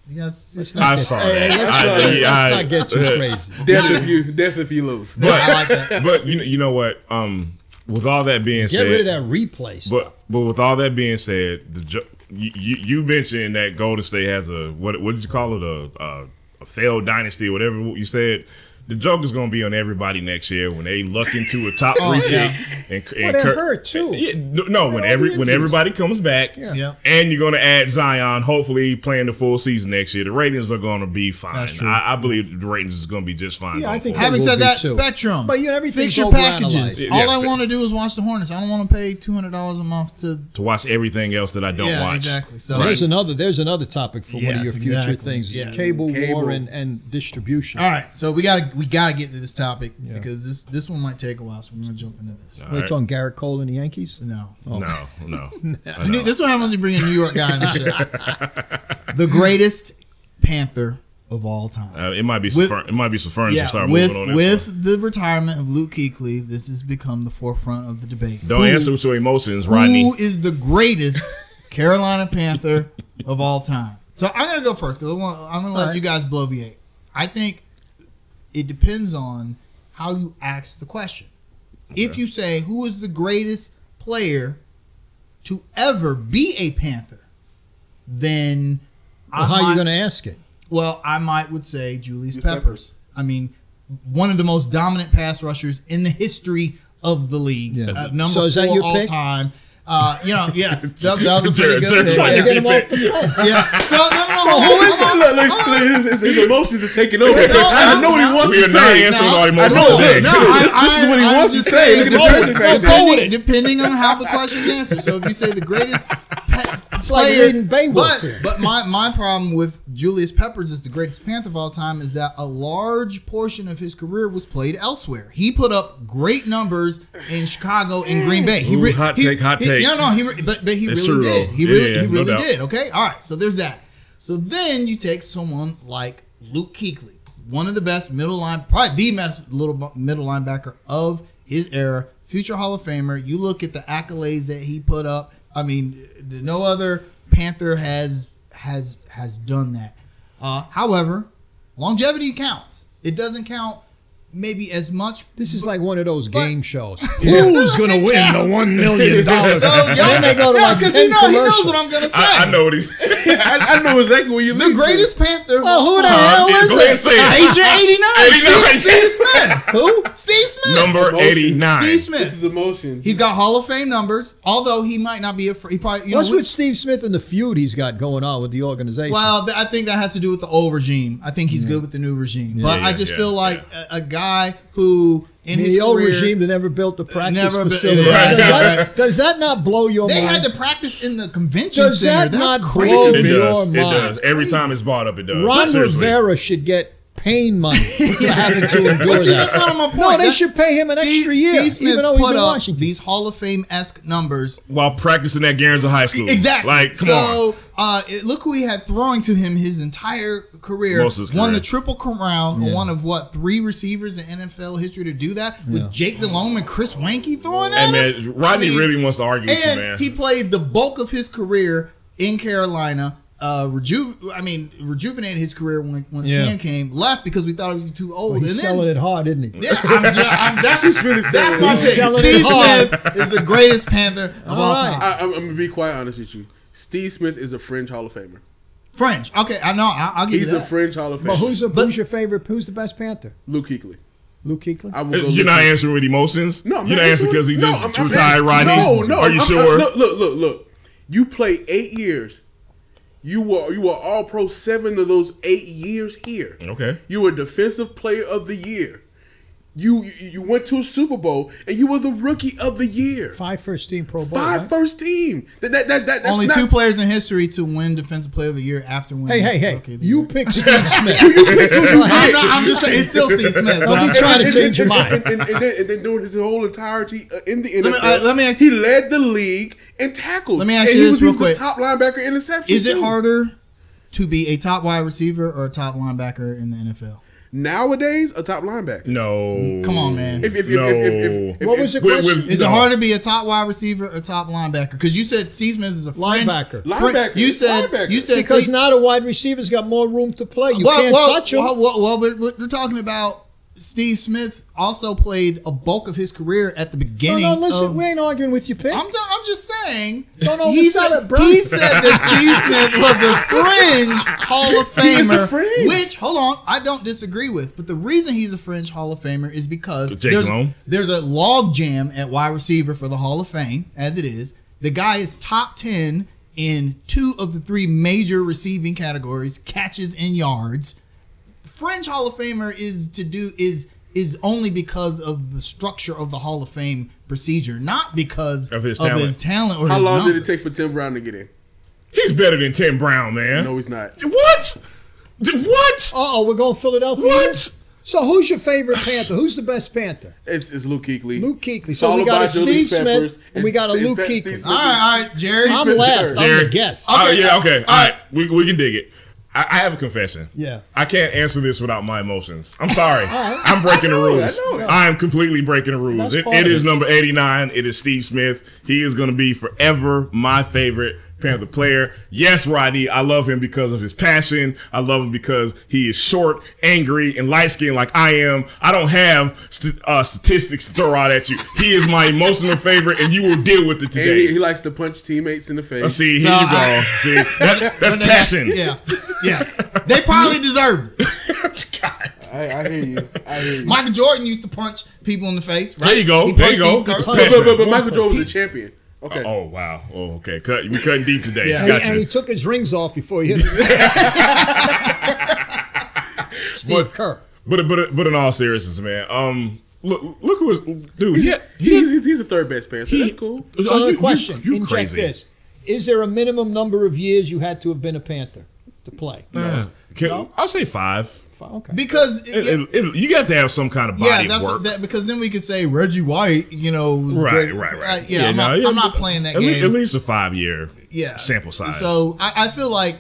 [SPEAKER 1] You guys, it's
[SPEAKER 2] I saw
[SPEAKER 4] Hey,
[SPEAKER 2] that.
[SPEAKER 4] let's,
[SPEAKER 2] I-
[SPEAKER 4] not,
[SPEAKER 2] I-
[SPEAKER 4] let's not get too
[SPEAKER 2] uh,
[SPEAKER 4] crazy.
[SPEAKER 3] Death if you death if you lose.
[SPEAKER 2] But
[SPEAKER 1] I like that.
[SPEAKER 2] But you know, you know what? Um, with all that being
[SPEAKER 4] Get
[SPEAKER 2] said,
[SPEAKER 4] rid of that replay stuff.
[SPEAKER 2] But but with all that being said, the ju- you, you you mentioned that Golden State has a what what did you call it a a, a failed dynasty or whatever you said. the Joker's gonna be on everybody next year when they luck into a top
[SPEAKER 1] Oh,
[SPEAKER 2] three
[SPEAKER 1] yeah.
[SPEAKER 2] pick. And,
[SPEAKER 4] Well,
[SPEAKER 2] and
[SPEAKER 4] that
[SPEAKER 2] Kirk-
[SPEAKER 4] hurt, too.
[SPEAKER 2] Yeah, no, no, when
[SPEAKER 4] all
[SPEAKER 2] every
[SPEAKER 4] the
[SPEAKER 2] when
[SPEAKER 4] injuries.
[SPEAKER 2] everybody comes back,
[SPEAKER 4] Yeah.
[SPEAKER 1] Yeah.
[SPEAKER 2] and you're gonna add Zion, hopefully playing the full season next year. The ratings are gonna be fine.
[SPEAKER 1] That's true.
[SPEAKER 2] I, I believe the ratings is gonna be just fine.
[SPEAKER 4] Yeah,
[SPEAKER 2] going
[SPEAKER 4] I think
[SPEAKER 2] forward.
[SPEAKER 1] Having
[SPEAKER 4] will
[SPEAKER 1] said
[SPEAKER 4] be
[SPEAKER 1] that,
[SPEAKER 4] too.
[SPEAKER 1] Spectrum.
[SPEAKER 4] But, you know, everything's
[SPEAKER 1] fix your
[SPEAKER 4] overanalyzed.
[SPEAKER 1] packages.
[SPEAKER 2] Yeah,
[SPEAKER 1] All I
[SPEAKER 2] spe-
[SPEAKER 1] want to do is watch the Hornets. I don't want to pay two hundred dollars a month to.
[SPEAKER 2] to watch everything else that I don't
[SPEAKER 1] yeah,
[SPEAKER 2] watch.
[SPEAKER 1] exactly. So
[SPEAKER 4] Now, There's another. There's another topic for one of
[SPEAKER 1] Yes,
[SPEAKER 4] your future
[SPEAKER 1] exactly.
[SPEAKER 4] things: is
[SPEAKER 1] Yes.
[SPEAKER 4] cable,
[SPEAKER 3] Cable.
[SPEAKER 4] war and, and distribution.
[SPEAKER 1] all right, so we gotta we gotta get to this topic because this this one might take a while. So we're gonna jump into this.
[SPEAKER 2] All
[SPEAKER 4] We're
[SPEAKER 2] right.
[SPEAKER 4] talking Garrett Cole and the Yankees.
[SPEAKER 1] No,
[SPEAKER 2] No, no. I
[SPEAKER 1] You
[SPEAKER 2] know.
[SPEAKER 1] knew- this is what happens when you bring a New York guy in the show. the greatest Panther of all time.
[SPEAKER 2] Uh, it might be some
[SPEAKER 1] With-
[SPEAKER 2] fur- it might be some furniture
[SPEAKER 1] yeah,
[SPEAKER 2] start
[SPEAKER 1] with
[SPEAKER 2] moving on.
[SPEAKER 1] with
[SPEAKER 2] This one.
[SPEAKER 1] the retirement of Luke Kuechly, this has become the forefront of the debate.
[SPEAKER 2] don't answer with your emotions, Rodney.
[SPEAKER 1] Who is the greatest Carolina Panther of all time? So I'm gonna go first because I'm gonna let
[SPEAKER 4] right.
[SPEAKER 1] you guys bloviate. I think it depends on how you ask the question. If you say who is the greatest player to ever be a Panther, then
[SPEAKER 4] Well, how are
[SPEAKER 1] might-
[SPEAKER 4] you going to ask it?
[SPEAKER 1] well, I might would say Julius
[SPEAKER 3] Peppers.
[SPEAKER 1] Peppers. I mean, one of the most dominant pass rushers in the history of the league.
[SPEAKER 4] Yeah.
[SPEAKER 1] Uh, number
[SPEAKER 4] So is that
[SPEAKER 1] four
[SPEAKER 4] your
[SPEAKER 1] all
[SPEAKER 4] pick?
[SPEAKER 1] time. Uh, you know, yeah, that, that was a pretty
[SPEAKER 2] Jared, Jared,
[SPEAKER 1] good pick.
[SPEAKER 2] trying to
[SPEAKER 1] Yeah.
[SPEAKER 2] get him off the
[SPEAKER 1] Yeah. So, no, no, no, who is it?
[SPEAKER 3] Look, look, look, his, his- his emotions are taking
[SPEAKER 1] No,
[SPEAKER 3] over. I know what
[SPEAKER 1] no,
[SPEAKER 3] he wants
[SPEAKER 2] We are
[SPEAKER 3] to
[SPEAKER 2] not
[SPEAKER 3] say.
[SPEAKER 2] answering
[SPEAKER 1] No,
[SPEAKER 2] all
[SPEAKER 1] I
[SPEAKER 2] emotions
[SPEAKER 3] know.
[SPEAKER 2] today.
[SPEAKER 3] No, This- this is what he wants
[SPEAKER 1] just
[SPEAKER 3] to say. Look at the
[SPEAKER 1] saying,
[SPEAKER 3] question right
[SPEAKER 1] depending-
[SPEAKER 4] there.
[SPEAKER 1] Depending on how the question's answered. So if you say the greatest pe-
[SPEAKER 4] like
[SPEAKER 1] player,
[SPEAKER 4] reading Beowulf
[SPEAKER 1] but,
[SPEAKER 4] here.
[SPEAKER 1] but my, my problem with Julius Peppers is the greatest Panther of all time is that a large portion of his career was played elsewhere. He put up great numbers in Chicago and Green Bay. He
[SPEAKER 2] Ooh,
[SPEAKER 1] re-
[SPEAKER 2] hot
[SPEAKER 1] he-
[SPEAKER 2] take, hot
[SPEAKER 1] he-
[SPEAKER 2] take.
[SPEAKER 1] No, no, he re- but, but he
[SPEAKER 2] It's
[SPEAKER 1] really
[SPEAKER 2] true,
[SPEAKER 1] did.
[SPEAKER 2] though.
[SPEAKER 1] He really,
[SPEAKER 2] Yeah,
[SPEAKER 1] he
[SPEAKER 2] no
[SPEAKER 1] really
[SPEAKER 2] doubt.
[SPEAKER 1] did. Okay, all right. So there's that. So then you take someone like Luke Kuechly, one of the best middle line, probably the best little bu- middle linebacker of his era, future Hall of Famer. You look at the accolades that he put up. I mean, no other Panther has has has done that. Uh, however, longevity counts. It doesn't count maybe as much.
[SPEAKER 4] This is like one of those game shows.
[SPEAKER 6] Who's gonna win the one million dollars?
[SPEAKER 1] So y'all
[SPEAKER 4] Then they go to, like,
[SPEAKER 1] because he,
[SPEAKER 4] 10
[SPEAKER 1] know, he knows
[SPEAKER 4] commercials.
[SPEAKER 1] what I'm gonna say.
[SPEAKER 2] I, I know what he's.
[SPEAKER 3] I, I know exactly where you live.
[SPEAKER 1] The greatest Panther. of
[SPEAKER 4] Well, who
[SPEAKER 1] all
[SPEAKER 4] the
[SPEAKER 1] time.
[SPEAKER 4] hell
[SPEAKER 2] is Go ahead it? and say it.
[SPEAKER 1] Agent 89.
[SPEAKER 2] 89.
[SPEAKER 1] Steve, Steve Smith.
[SPEAKER 4] Who?
[SPEAKER 1] Steve Smith.
[SPEAKER 2] Number
[SPEAKER 3] Emotion.
[SPEAKER 2] eighty nine.
[SPEAKER 1] Steve
[SPEAKER 3] This is
[SPEAKER 1] Smith.
[SPEAKER 3] emotion.
[SPEAKER 1] He's got Hall of Fame numbers, although he might not be a. fr- He probably. You know,
[SPEAKER 4] What's
[SPEAKER 1] we-
[SPEAKER 4] with Steve Smith and the feud he's got going on with the organization?
[SPEAKER 1] well, th- I think that has to do with the old regime. I think he's
[SPEAKER 4] Mm-hmm.
[SPEAKER 1] good with the new regime, but
[SPEAKER 2] Yeah,
[SPEAKER 1] I just
[SPEAKER 2] yeah,
[SPEAKER 1] feel like a, a guy who in his
[SPEAKER 4] the old
[SPEAKER 1] career,
[SPEAKER 4] regime that never built the practice
[SPEAKER 1] Never bu-
[SPEAKER 4] facility.
[SPEAKER 1] Right,
[SPEAKER 4] does, that,
[SPEAKER 1] right.
[SPEAKER 4] does that not blow your
[SPEAKER 1] They
[SPEAKER 4] mind?
[SPEAKER 1] had to practice in the convention
[SPEAKER 4] Does
[SPEAKER 1] center.
[SPEAKER 4] that
[SPEAKER 1] That's
[SPEAKER 4] not
[SPEAKER 1] crazy.
[SPEAKER 4] blow
[SPEAKER 2] it
[SPEAKER 4] your
[SPEAKER 2] does. It
[SPEAKER 4] mind.
[SPEAKER 2] does. Every time it's bought up, it does.
[SPEAKER 4] Ron
[SPEAKER 2] Seriously.
[SPEAKER 4] Rivera should get pain money for having to endure
[SPEAKER 1] But see, that's
[SPEAKER 4] that.
[SPEAKER 1] not my point.
[SPEAKER 4] No, they
[SPEAKER 1] That-
[SPEAKER 4] should pay him an extra year,
[SPEAKER 1] Steve Smith
[SPEAKER 4] even though he's
[SPEAKER 1] put
[SPEAKER 4] in
[SPEAKER 1] up
[SPEAKER 4] Washington.
[SPEAKER 1] these Hall of Fame esque numbers
[SPEAKER 2] while practicing at Garrison High School.
[SPEAKER 1] Exactly.
[SPEAKER 2] Like, come
[SPEAKER 1] so,
[SPEAKER 2] on.
[SPEAKER 1] uh, it, look who he had throwing to him his entire career.
[SPEAKER 2] Most of his
[SPEAKER 1] won
[SPEAKER 2] career.
[SPEAKER 1] the triple crown. One of what three receivers in NFL history to do that with Jake Delhomme and Chris Wanky throwing
[SPEAKER 2] Hey
[SPEAKER 1] at him.
[SPEAKER 2] man,
[SPEAKER 1] I
[SPEAKER 2] Rodney
[SPEAKER 1] mean,
[SPEAKER 2] really wants to argue with you, man.
[SPEAKER 1] And he played the bulk of his career in Carolina. Uh, reju- I mean, rejuvenated his career when once
[SPEAKER 4] Yeah.
[SPEAKER 1] Cam came, left because we thought he was too old. and
[SPEAKER 4] He's
[SPEAKER 1] then
[SPEAKER 4] selling it hard, isn't he?
[SPEAKER 1] yeah, I'm just, I'm, that's, that's my pick.
[SPEAKER 4] He's selling
[SPEAKER 1] Steve
[SPEAKER 4] it hard.
[SPEAKER 1] Smith is the greatest Panther of all,
[SPEAKER 4] All right.
[SPEAKER 1] time.
[SPEAKER 3] I, I'm, I'm gonna be quite honest with you. Steve Smith is a fringe Hall of Famer.
[SPEAKER 1] French. Okay, I know. I, I'll give
[SPEAKER 3] He's
[SPEAKER 1] you
[SPEAKER 3] a
[SPEAKER 1] that.
[SPEAKER 3] fringe Hall of Famer.
[SPEAKER 4] But who's, a,
[SPEAKER 1] But-
[SPEAKER 4] who's your favorite? Who's the best Panther?
[SPEAKER 3] Luke Kuechly?
[SPEAKER 4] Luke Kuechly?
[SPEAKER 3] I will go
[SPEAKER 2] Uh, You're
[SPEAKER 3] Luke
[SPEAKER 2] not
[SPEAKER 3] Kuechly.
[SPEAKER 2] answering with emotions.
[SPEAKER 3] No,
[SPEAKER 2] you're not answering because he
[SPEAKER 3] no,
[SPEAKER 2] just
[SPEAKER 3] I'm- I'm-
[SPEAKER 2] retired, Rodney.
[SPEAKER 3] No, no.
[SPEAKER 2] Are you
[SPEAKER 3] I'm- I'm-
[SPEAKER 2] sure?
[SPEAKER 3] look, look, look, look. You play eight years. You were you were All Pro seven of those eight years here.
[SPEAKER 2] Okay.
[SPEAKER 3] You were Defensive Player of the Year. You you you went to a Super Bowl and you were the Rookie of the Year.
[SPEAKER 4] Five first team Pro Bowl.
[SPEAKER 3] Five
[SPEAKER 4] right?
[SPEAKER 3] first team. That that that, that that's
[SPEAKER 1] Only
[SPEAKER 3] not,
[SPEAKER 1] two players in history to win Defensive Player of the Year after winning.
[SPEAKER 4] Hey, hey, hey.
[SPEAKER 1] Rookie of the
[SPEAKER 4] You
[SPEAKER 1] Year.
[SPEAKER 4] pick Steve Smith. you pick
[SPEAKER 1] I'm, not, I'm just saying, it's still Steve Smith. but
[SPEAKER 4] Don't
[SPEAKER 1] I'm
[SPEAKER 4] be trying to change your
[SPEAKER 3] and,
[SPEAKER 4] mind.
[SPEAKER 3] and, and then, and then during his whole entirety uh, in the NFL,
[SPEAKER 1] Let me- uh, let me ask
[SPEAKER 3] he
[SPEAKER 1] you-
[SPEAKER 3] led the leag in tackles.
[SPEAKER 1] Let me ask
[SPEAKER 3] And
[SPEAKER 1] you
[SPEAKER 3] he
[SPEAKER 1] this
[SPEAKER 3] was, he
[SPEAKER 1] real
[SPEAKER 3] was a
[SPEAKER 1] quick.
[SPEAKER 3] top linebacker interception.
[SPEAKER 1] Is it
[SPEAKER 3] too.
[SPEAKER 1] harder to be a top wide receiver or a top linebacker in the NFL?
[SPEAKER 3] nowadays? A top linebacker.
[SPEAKER 2] No.
[SPEAKER 1] Come on, man.
[SPEAKER 3] If- if- if-
[SPEAKER 2] no.
[SPEAKER 3] if- if- if-
[SPEAKER 4] What was the
[SPEAKER 2] With- with-
[SPEAKER 4] question?
[SPEAKER 1] Is
[SPEAKER 2] no.
[SPEAKER 1] it harder to be a top wide receiver or top linebacker? Because you said Steve Smith is a fringe-
[SPEAKER 4] Linebacker.
[SPEAKER 1] fringe-
[SPEAKER 3] Linebacker.
[SPEAKER 1] You said
[SPEAKER 3] Linebacker.
[SPEAKER 1] you said
[SPEAKER 4] Because
[SPEAKER 1] Steve-
[SPEAKER 4] now the wide receiver's got more room to play. You
[SPEAKER 1] well,
[SPEAKER 4] can't
[SPEAKER 1] well,
[SPEAKER 4] touch him.
[SPEAKER 1] Well, well, well, but we're- we're talking about Steve Smith also played a bulk of his career at the beginning.
[SPEAKER 4] No, no, listen,
[SPEAKER 1] of-
[SPEAKER 4] we ain't arguing with your pick.
[SPEAKER 1] um, I'm, ju- I'm just saying.
[SPEAKER 4] No, no,
[SPEAKER 1] he
[SPEAKER 4] we said
[SPEAKER 1] said,
[SPEAKER 4] it, bro.
[SPEAKER 1] he said that Steve Smith was a fringe Hall of Famer,
[SPEAKER 3] fringe.
[SPEAKER 1] which hold on, I don't disagree with. But the reason he's a fringe Hall of Famer is because
[SPEAKER 2] Jake
[SPEAKER 1] there's,
[SPEAKER 2] Long?
[SPEAKER 1] there's a log jam at wide receiver for the Hall of Fame as it is. The guy is top ten in two of the three major receiving categories: catches and yards. Fringe Hall of Famer is to do is is only because of the structure of the Hall of Fame procedure, not because
[SPEAKER 2] Of his talent.
[SPEAKER 1] talent or
[SPEAKER 3] How
[SPEAKER 1] his
[SPEAKER 3] long did it
[SPEAKER 1] numbers.
[SPEAKER 3] take for Tim Brown to get in?
[SPEAKER 2] He's better than Tim Brown, man.
[SPEAKER 3] No, he's not.
[SPEAKER 2] What? Th- What?
[SPEAKER 4] Uh oh, we're going Philadelphia.
[SPEAKER 2] What?
[SPEAKER 4] here? So who's your favorite Panther? Who's the best Panther?
[SPEAKER 3] It's, it's Luke Kuechly.
[SPEAKER 4] Luke Kuechly.
[SPEAKER 3] It's
[SPEAKER 4] So
[SPEAKER 3] all
[SPEAKER 4] we got a
[SPEAKER 3] about Julius
[SPEAKER 4] Steve
[SPEAKER 3] Peppers
[SPEAKER 4] Smith and we got a
[SPEAKER 3] and
[SPEAKER 4] Luke
[SPEAKER 3] Pat
[SPEAKER 4] Kuechly.
[SPEAKER 3] Steve Smith.
[SPEAKER 1] All right, all right, Jerry.
[SPEAKER 4] I'm
[SPEAKER 1] Smith-
[SPEAKER 4] last.
[SPEAKER 1] Jerry.
[SPEAKER 4] I'm the guest.
[SPEAKER 2] Oh
[SPEAKER 1] Okay,
[SPEAKER 2] yeah, okay.
[SPEAKER 1] all
[SPEAKER 2] All
[SPEAKER 1] right.
[SPEAKER 2] right, we, we can dig it. I, I have a confession.
[SPEAKER 4] Yeah.
[SPEAKER 2] I can't answer this without my emotions. I'm sorry. I'm breaking the rules.
[SPEAKER 3] I know it.
[SPEAKER 2] I am completely breaking the rules.
[SPEAKER 4] That's
[SPEAKER 2] It,
[SPEAKER 4] part
[SPEAKER 2] it
[SPEAKER 4] of
[SPEAKER 2] is
[SPEAKER 4] it.
[SPEAKER 2] number 89. It is Steve Smith. He is going to be forever my favorite Panther player. Yes, Rodney, I love him because of his passion. I love him because he is short, angry, and light skinned like I am. I don't have st- uh, statistics to throw out at you. He is my emotional favorite, and you will deal with it
[SPEAKER 3] And he,
[SPEAKER 2] today.
[SPEAKER 3] he likes to punch teammates in the face.
[SPEAKER 2] Uh, See, here
[SPEAKER 1] No,
[SPEAKER 2] you go.
[SPEAKER 1] I-
[SPEAKER 2] See, that, that's
[SPEAKER 1] They-
[SPEAKER 2] passion.
[SPEAKER 1] Yeah, yes. They probably deserved it.
[SPEAKER 3] I, I hear you. I hear you.
[SPEAKER 1] Michael Jordan used to punch people in the face. Right?
[SPEAKER 2] There you go.
[SPEAKER 1] He
[SPEAKER 2] There
[SPEAKER 1] punched
[SPEAKER 2] you go.
[SPEAKER 1] Steve Kerr.
[SPEAKER 2] It's
[SPEAKER 1] Punch.
[SPEAKER 2] passion.
[SPEAKER 3] but, but, but Michael Jordan was a champion. Okay.
[SPEAKER 2] Oh wow. Oh, okay. Cut. We cutting deep today.
[SPEAKER 1] Yeah.
[SPEAKER 4] And,
[SPEAKER 2] Gotcha.
[SPEAKER 4] and he took his rings off before he hit Steve
[SPEAKER 2] But-
[SPEAKER 4] Kerr.
[SPEAKER 2] But but but in all seriousness, man. Um, look look who was dude. Yeah.
[SPEAKER 3] He's, he's, he's the third best Panther. That's cool.
[SPEAKER 2] Oh,
[SPEAKER 4] So another question. Inject this. Is there a minimum number of years you had to have been a Panther to play?
[SPEAKER 2] Nah. Can- I'll say five.
[SPEAKER 4] Okay.
[SPEAKER 1] Because
[SPEAKER 2] It- it- it- you got to have some kind of body
[SPEAKER 1] yeah, that's
[SPEAKER 2] work.
[SPEAKER 1] what, that, because then we could say Reggie White. You know, was
[SPEAKER 2] right,
[SPEAKER 1] great.
[SPEAKER 2] right, right,
[SPEAKER 1] Uh, yeah, I'm,
[SPEAKER 2] no,
[SPEAKER 1] not,
[SPEAKER 2] yeah,
[SPEAKER 1] I'm not playing that
[SPEAKER 2] at
[SPEAKER 1] game.
[SPEAKER 2] least, at least a five year.
[SPEAKER 1] yeah,
[SPEAKER 2] Sample size.
[SPEAKER 1] So I, I feel like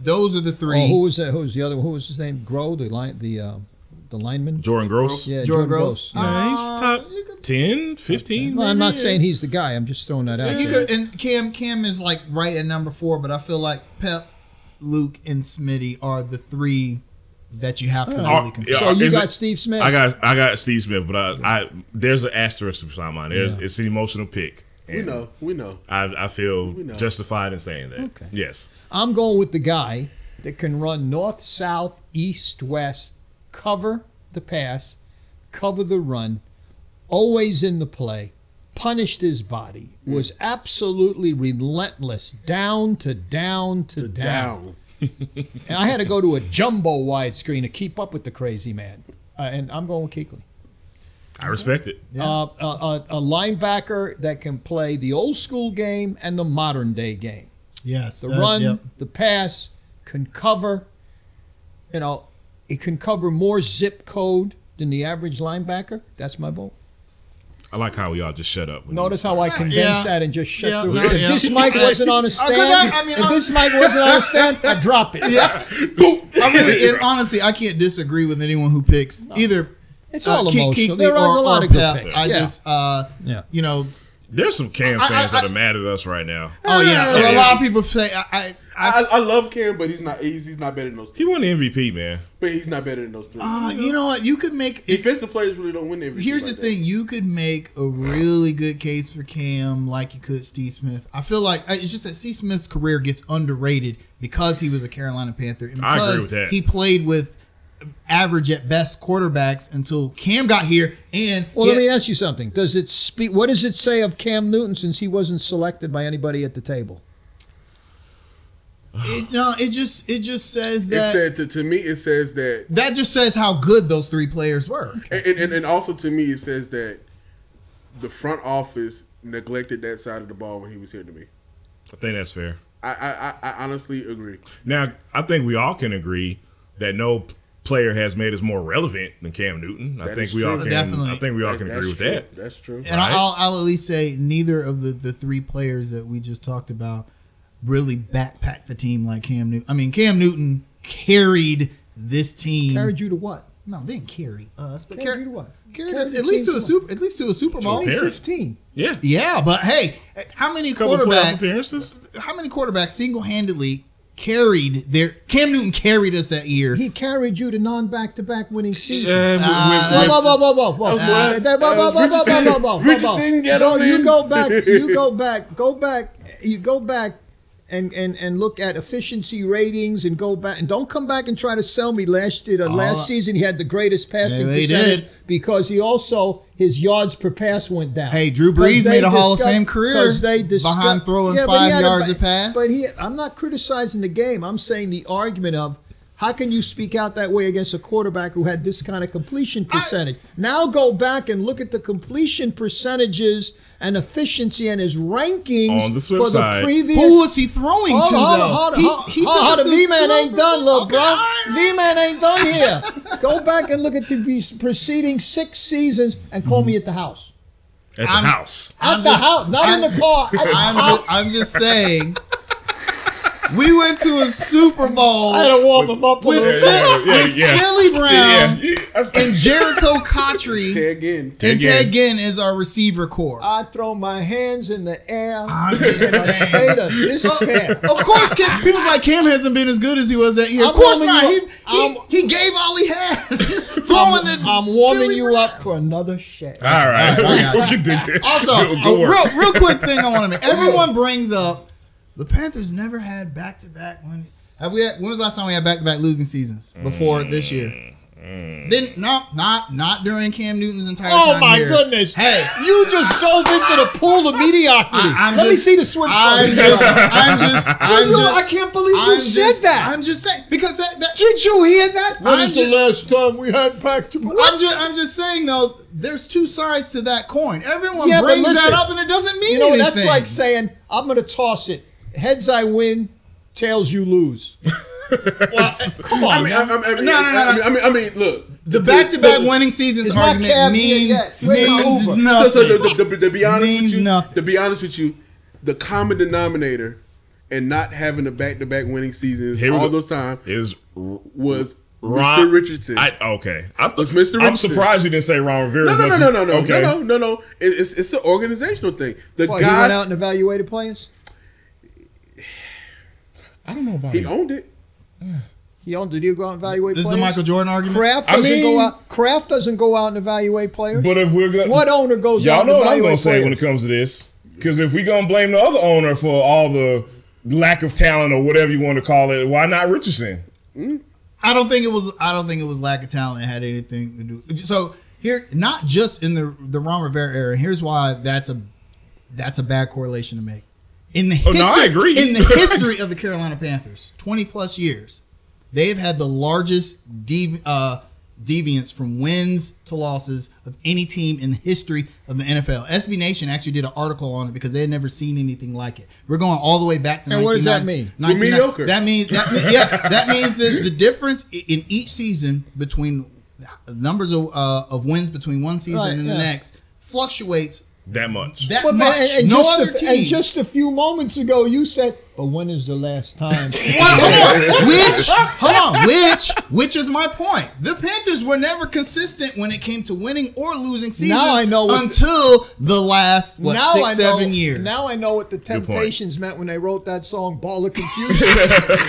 [SPEAKER 1] those are the three.
[SPEAKER 4] Oh, who was that? Who was the other? Who was his name? Groh, the line, the uh, the lineman.
[SPEAKER 2] Jordan Gross.
[SPEAKER 4] Yeah,
[SPEAKER 1] Jordan
[SPEAKER 4] Jordan
[SPEAKER 1] Gross.
[SPEAKER 4] Gross.
[SPEAKER 1] Uh,
[SPEAKER 4] Yeah.
[SPEAKER 2] Yeah, he's top 10, 15.
[SPEAKER 4] Well, I'm
[SPEAKER 2] maybe.
[SPEAKER 4] not saying he's the guy. I'm just throwing that out.
[SPEAKER 1] And you
[SPEAKER 4] there.
[SPEAKER 1] could and Cam Cam is like right at number four, but I feel like Pep, Luke, and Smitty are the three that you have to really
[SPEAKER 2] Are-
[SPEAKER 1] consider.
[SPEAKER 4] So you
[SPEAKER 2] uh, Is
[SPEAKER 4] got
[SPEAKER 2] it-
[SPEAKER 4] Steve Smith.
[SPEAKER 2] I got I got Steve Smith, but I, I there's an asterisk beside mine. There's it's an emotional pick.
[SPEAKER 3] We
[SPEAKER 2] and
[SPEAKER 3] know. We know.
[SPEAKER 2] I I feel
[SPEAKER 3] know.
[SPEAKER 2] justified in saying that.
[SPEAKER 4] Okay.
[SPEAKER 2] Yes.
[SPEAKER 4] I'm going with the guy that can run north, south, east, west, cover the pass, cover the run, always in the play, punished his body, was absolutely relentless, down to down to, down.
[SPEAKER 3] Down.
[SPEAKER 4] And I had to go to a jumbo widescreen to keep up with the crazy man. Uh, and I'm going with Keekly.
[SPEAKER 2] I respect it.
[SPEAKER 4] Uh, a, a, a linebacker that can play the old school game and the modern day game
[SPEAKER 1] yes,
[SPEAKER 4] the
[SPEAKER 1] uh,
[SPEAKER 4] run,
[SPEAKER 1] yep.
[SPEAKER 4] the pass, can cover. You know, it can cover more zip code than the average linebacker. That's my vote.
[SPEAKER 2] I like how we all just shut up. when
[SPEAKER 4] Notice
[SPEAKER 2] we-
[SPEAKER 4] how I condensed
[SPEAKER 1] Yeah.
[SPEAKER 4] that and just shut
[SPEAKER 1] Yeah,
[SPEAKER 4] through
[SPEAKER 1] no,
[SPEAKER 4] it. If
[SPEAKER 1] yeah. Uh,
[SPEAKER 4] this mic wasn't on a
[SPEAKER 1] 'cause I-
[SPEAKER 4] stand,
[SPEAKER 1] I mean,
[SPEAKER 4] if
[SPEAKER 1] I'm-
[SPEAKER 4] this mic wasn't on a stand, I'd drop it.
[SPEAKER 1] Yeah, I really and honestly, I can't disagree with anyone who picks either. uh,
[SPEAKER 4] It's all
[SPEAKER 1] Keek-
[SPEAKER 4] emotional.
[SPEAKER 1] Keekly
[SPEAKER 4] There are a lot of good picks.
[SPEAKER 1] I
[SPEAKER 4] Yeah.
[SPEAKER 1] just, uh,
[SPEAKER 4] Yeah.
[SPEAKER 1] you know,
[SPEAKER 2] There's some Cam
[SPEAKER 1] I- I-
[SPEAKER 2] fans that are mad at us right now.
[SPEAKER 1] oh yeah,
[SPEAKER 2] Yeah.
[SPEAKER 1] a lot of people say I, I,
[SPEAKER 4] Uh,
[SPEAKER 1] I
[SPEAKER 3] I, I love Cam, but he's not. He's, he's not better than those.
[SPEAKER 2] He
[SPEAKER 3] Three.
[SPEAKER 2] won the MVP, man.
[SPEAKER 3] But he's not better than those three.
[SPEAKER 1] uh, you know what, you could make if
[SPEAKER 3] Defensive players really don't win everything.
[SPEAKER 1] Here's
[SPEAKER 3] like
[SPEAKER 1] the thing: you could make a really good case for Cam, like you could Steve Smith. I feel like uh, it's just that Steve Smith's career gets underrated because he was a Carolina Panther and
[SPEAKER 2] I agree
[SPEAKER 1] because
[SPEAKER 2] with that.
[SPEAKER 1] he played with average at best quarterbacks until Cam got here. And
[SPEAKER 4] Well, let
[SPEAKER 1] yeah,
[SPEAKER 4] me ask you something. Does it speak? What does it say of Cam Newton since he wasn't selected by anybody at the table?
[SPEAKER 1] it, no, it just it just says
[SPEAKER 3] That. It
[SPEAKER 1] that
[SPEAKER 3] said to, to me. It says that,
[SPEAKER 1] that just says how good those three players were.
[SPEAKER 3] and, and and also to me, it says that the front office neglected that side of the ball when he was here. To me,
[SPEAKER 2] I think that's fair.
[SPEAKER 3] I I, I, I honestly agree.
[SPEAKER 2] Now, I think we all can agree that no player has made us more relevant than Cam Newton. I
[SPEAKER 3] That
[SPEAKER 2] think
[SPEAKER 3] is
[SPEAKER 2] we all
[SPEAKER 3] true.
[SPEAKER 2] can.
[SPEAKER 1] Definitely.
[SPEAKER 2] I think we all
[SPEAKER 3] That-
[SPEAKER 2] can
[SPEAKER 3] that's
[SPEAKER 2] agree with
[SPEAKER 3] true.
[SPEAKER 2] that.
[SPEAKER 3] That's true.
[SPEAKER 1] And
[SPEAKER 2] Right.
[SPEAKER 1] I'll, I'll at least say neither of the, the three players that we just talked about really backpacked the team like Cam Newton. I mean, Cam Newton carried this team.
[SPEAKER 4] Carried you to what?
[SPEAKER 1] no, they didn't carry us, but
[SPEAKER 4] Carried
[SPEAKER 1] carried,
[SPEAKER 4] you to what?
[SPEAKER 1] carried
[SPEAKER 4] Carried
[SPEAKER 1] us
[SPEAKER 4] the
[SPEAKER 1] at least to
[SPEAKER 4] team
[SPEAKER 1] a
[SPEAKER 4] to
[SPEAKER 1] super at least to a Super Bowl.
[SPEAKER 2] appearance.
[SPEAKER 4] Fifteen.
[SPEAKER 2] Yeah.
[SPEAKER 1] Yeah, but hey, how many
[SPEAKER 2] Couple playoff
[SPEAKER 1] quarterbacks?
[SPEAKER 2] appearances.
[SPEAKER 1] How many quarterbacks single handedly carried their Cam Newton carried us that year.
[SPEAKER 4] He carried you to non back to back winning season.
[SPEAKER 2] Yeah, with-
[SPEAKER 1] Uh,
[SPEAKER 2] with-
[SPEAKER 4] Whoa, whoa, whoa, whoa, whoa, whoa.
[SPEAKER 3] Uh,
[SPEAKER 4] That- whoa, whoa, whoa, whoa, whoa, whoa, whoa, whoa.
[SPEAKER 3] Richardson, get
[SPEAKER 4] No,
[SPEAKER 3] on
[SPEAKER 4] you
[SPEAKER 3] in.
[SPEAKER 4] go back, you go back, go back, you go back and, and, and look at efficiency ratings and go back and don't come back and try to sell me last year. The
[SPEAKER 1] Oh.
[SPEAKER 4] last season he had the greatest passing
[SPEAKER 1] Yeah, he
[SPEAKER 4] percentage
[SPEAKER 1] did.
[SPEAKER 4] because he also his yards per pass went down.
[SPEAKER 1] Hey, Drew Brees
[SPEAKER 4] 'Cause they
[SPEAKER 1] made a Hall of
[SPEAKER 4] discuss-
[SPEAKER 1] Fame career
[SPEAKER 4] 'cause they discuss-
[SPEAKER 1] behind throwing
[SPEAKER 4] but he
[SPEAKER 1] five
[SPEAKER 4] had
[SPEAKER 1] yards
[SPEAKER 4] ba-
[SPEAKER 1] a pass.
[SPEAKER 4] But he, I'm not criticizing the game. I'm saying the argument of how can you speak out that way against a quarterback who had this kind of completion percentage? now go back and look at the completion percentages and efficiency and his rankings
[SPEAKER 2] On the flip
[SPEAKER 4] for
[SPEAKER 2] side,
[SPEAKER 4] the previous.
[SPEAKER 1] Who was he throwing
[SPEAKER 4] Hold
[SPEAKER 1] to
[SPEAKER 4] on, hold
[SPEAKER 1] though?
[SPEAKER 4] on, hold on,
[SPEAKER 1] He-
[SPEAKER 4] hold on,
[SPEAKER 1] he took
[SPEAKER 4] hold
[SPEAKER 1] us
[SPEAKER 4] on.
[SPEAKER 1] to
[SPEAKER 4] V man
[SPEAKER 1] Super
[SPEAKER 4] ain't done,
[SPEAKER 1] Bowl.
[SPEAKER 4] little
[SPEAKER 1] Okay,
[SPEAKER 4] bro.
[SPEAKER 1] all right.
[SPEAKER 4] V man ain't done here. Go back and look at the be- preceding six seasons and call me at the house.
[SPEAKER 2] at the
[SPEAKER 1] I'm-
[SPEAKER 2] house.
[SPEAKER 1] Mm-hmm.
[SPEAKER 4] At
[SPEAKER 1] I'm
[SPEAKER 4] the
[SPEAKER 1] just-
[SPEAKER 4] house, not in
[SPEAKER 1] I'm-
[SPEAKER 4] the car. At the
[SPEAKER 1] I'm
[SPEAKER 4] house.
[SPEAKER 2] Oh.
[SPEAKER 1] just, I'm just saying. We went to a Super Bowl
[SPEAKER 4] I had to warm him up a
[SPEAKER 1] with,
[SPEAKER 4] little
[SPEAKER 1] Phil-
[SPEAKER 2] Yeah,
[SPEAKER 4] bit.
[SPEAKER 2] yeah, yeah,
[SPEAKER 1] with
[SPEAKER 2] yeah.
[SPEAKER 1] Philly Brown
[SPEAKER 2] yeah,
[SPEAKER 1] Um, and Jericho Cotry
[SPEAKER 3] Tag in.
[SPEAKER 1] and
[SPEAKER 2] Ted
[SPEAKER 1] Ted Ginn as our receiver core.
[SPEAKER 4] I throw my hands in the air
[SPEAKER 1] I'm just
[SPEAKER 4] in a
[SPEAKER 1] saying.
[SPEAKER 4] state of despair.
[SPEAKER 1] Of course, Cam, people's like Cam hasn't been as good as he was that year. Of
[SPEAKER 4] I'm
[SPEAKER 1] course
[SPEAKER 4] warming
[SPEAKER 1] not.
[SPEAKER 4] you
[SPEAKER 1] He,
[SPEAKER 4] up.
[SPEAKER 1] he,
[SPEAKER 4] I'm-
[SPEAKER 1] he gave all he had, throwing it.
[SPEAKER 4] I'm, I'm warming you up for another shit.
[SPEAKER 2] All right,
[SPEAKER 1] All right, all right.
[SPEAKER 2] we can do that.
[SPEAKER 1] Also,
[SPEAKER 2] Go- go
[SPEAKER 1] a
[SPEAKER 2] work.
[SPEAKER 1] real, real quick thing I want to make. Everyone brings up the Panthers never had back to back. When have we? Had, when was the last time we had back to back losing seasons before this year? Then no, not not during Cam Newton's entire.
[SPEAKER 4] Oh
[SPEAKER 1] time
[SPEAKER 4] my
[SPEAKER 1] here.
[SPEAKER 4] goodness!
[SPEAKER 1] Hey,
[SPEAKER 4] you just dove into the pool of mediocrity.
[SPEAKER 1] I- I'm
[SPEAKER 4] Let me
[SPEAKER 1] just-
[SPEAKER 4] see the switch.
[SPEAKER 1] I'm just, I'm just, I'm
[SPEAKER 4] You-
[SPEAKER 1] just.
[SPEAKER 4] I can't believe
[SPEAKER 1] I'm
[SPEAKER 4] you said
[SPEAKER 1] just-
[SPEAKER 4] that.
[SPEAKER 1] I'm just saying because that. that
[SPEAKER 4] Did you hear that?
[SPEAKER 1] When I'm is the ju-
[SPEAKER 4] last time we had back to
[SPEAKER 1] I'm just, I'm just saying though. There's two sides to that coin. Everyone
[SPEAKER 4] Yeah, but
[SPEAKER 1] brings
[SPEAKER 4] listen,
[SPEAKER 1] that up, and it doesn't mean
[SPEAKER 4] You know,
[SPEAKER 1] anything.
[SPEAKER 4] that's like saying I'm going to toss it. Heads I win, tails you lose.
[SPEAKER 3] Come on. I mean, I, I, I mean,
[SPEAKER 1] No, no, no,
[SPEAKER 3] I, mean, I mean, I mean, look.
[SPEAKER 1] The back-to-back
[SPEAKER 3] the-
[SPEAKER 1] winning seasons
[SPEAKER 4] It's my cab
[SPEAKER 1] argument
[SPEAKER 4] here
[SPEAKER 1] means
[SPEAKER 4] yet. Wait,
[SPEAKER 1] means
[SPEAKER 4] over.
[SPEAKER 1] nothing.
[SPEAKER 3] So, so, to, to, to be honest
[SPEAKER 1] Means
[SPEAKER 3] with you,
[SPEAKER 1] nothing.
[SPEAKER 3] to be honest with you, the common denominator and not having a back-to-back winning season
[SPEAKER 2] Here we
[SPEAKER 3] all
[SPEAKER 2] go.
[SPEAKER 3] those time
[SPEAKER 2] Is R-
[SPEAKER 3] was
[SPEAKER 2] Ron
[SPEAKER 3] Mr. Richardson.
[SPEAKER 2] I, okay, I thought
[SPEAKER 3] It's Mr.
[SPEAKER 2] I'm
[SPEAKER 3] Richardson.
[SPEAKER 2] surprised you didn't say Ron Rivera.
[SPEAKER 3] no, no, no,
[SPEAKER 2] but
[SPEAKER 3] no,
[SPEAKER 2] you-
[SPEAKER 3] no, no,
[SPEAKER 2] okay.
[SPEAKER 3] no, no, no, no. It- It's it's an organizational thing. The
[SPEAKER 4] What, he went
[SPEAKER 3] guy
[SPEAKER 4] out and evaluated players.
[SPEAKER 2] I don't know about
[SPEAKER 3] he,
[SPEAKER 2] that.
[SPEAKER 3] owned it.
[SPEAKER 4] He owned. Did you go out and evaluate
[SPEAKER 1] This is
[SPEAKER 4] players?
[SPEAKER 1] a Michael Jordan argument.
[SPEAKER 4] Kraft
[SPEAKER 2] I
[SPEAKER 4] doesn't go
[SPEAKER 2] mean-
[SPEAKER 4] out. Kraft doesn't go out and evaluate players.
[SPEAKER 2] But if we're gonna,
[SPEAKER 4] What owner goes out
[SPEAKER 2] y'all
[SPEAKER 4] and
[SPEAKER 2] know what I'm gonna
[SPEAKER 4] evaluates
[SPEAKER 2] say when it
[SPEAKER 4] players?
[SPEAKER 2] comes to this? Because if we're gonna blame the other owner for all the lack of talent or whatever you want to call it, why not Richardson?
[SPEAKER 1] I don't think it was. I don't think it was lack of talent had anything to do. So here, not just in the the Ron Rivera era. Here's why that's a that's a bad correlation to make. In the
[SPEAKER 2] Oh,
[SPEAKER 1] history,
[SPEAKER 2] no, I agree.
[SPEAKER 1] In the history of the Carolina Panthers, twenty plus years, they've had the largest dev, uh, deviance from wins to losses of any team in the history of the NFL. SB Nation actually did an article on it because they had never seen anything like it. We're going all the way back to
[SPEAKER 4] And what does that
[SPEAKER 1] 1990
[SPEAKER 4] mean?
[SPEAKER 1] 1990
[SPEAKER 3] Mediocre.
[SPEAKER 1] That means that mean- yeah, that means that the difference i- in each season between numbers of, uh, of wins between one season
[SPEAKER 4] Right,
[SPEAKER 1] and the
[SPEAKER 4] yeah.
[SPEAKER 1] next fluctuates
[SPEAKER 2] That much.
[SPEAKER 1] that
[SPEAKER 4] But man,
[SPEAKER 1] much.
[SPEAKER 4] and, and
[SPEAKER 1] no
[SPEAKER 4] just
[SPEAKER 1] other
[SPEAKER 4] a,
[SPEAKER 1] team.
[SPEAKER 4] and just a few moments ago, you said, "But when is the last time?"
[SPEAKER 1] Hold on, which hold on, which which is my point. The Panthers were never consistent when it came to winning or losing seasons.
[SPEAKER 4] I know what-
[SPEAKER 1] until the last what, six
[SPEAKER 4] know,
[SPEAKER 1] seven years.
[SPEAKER 4] Now I know what the
[SPEAKER 2] point.
[SPEAKER 4] Temptations meant when they wrote that song "Ball of Confusion."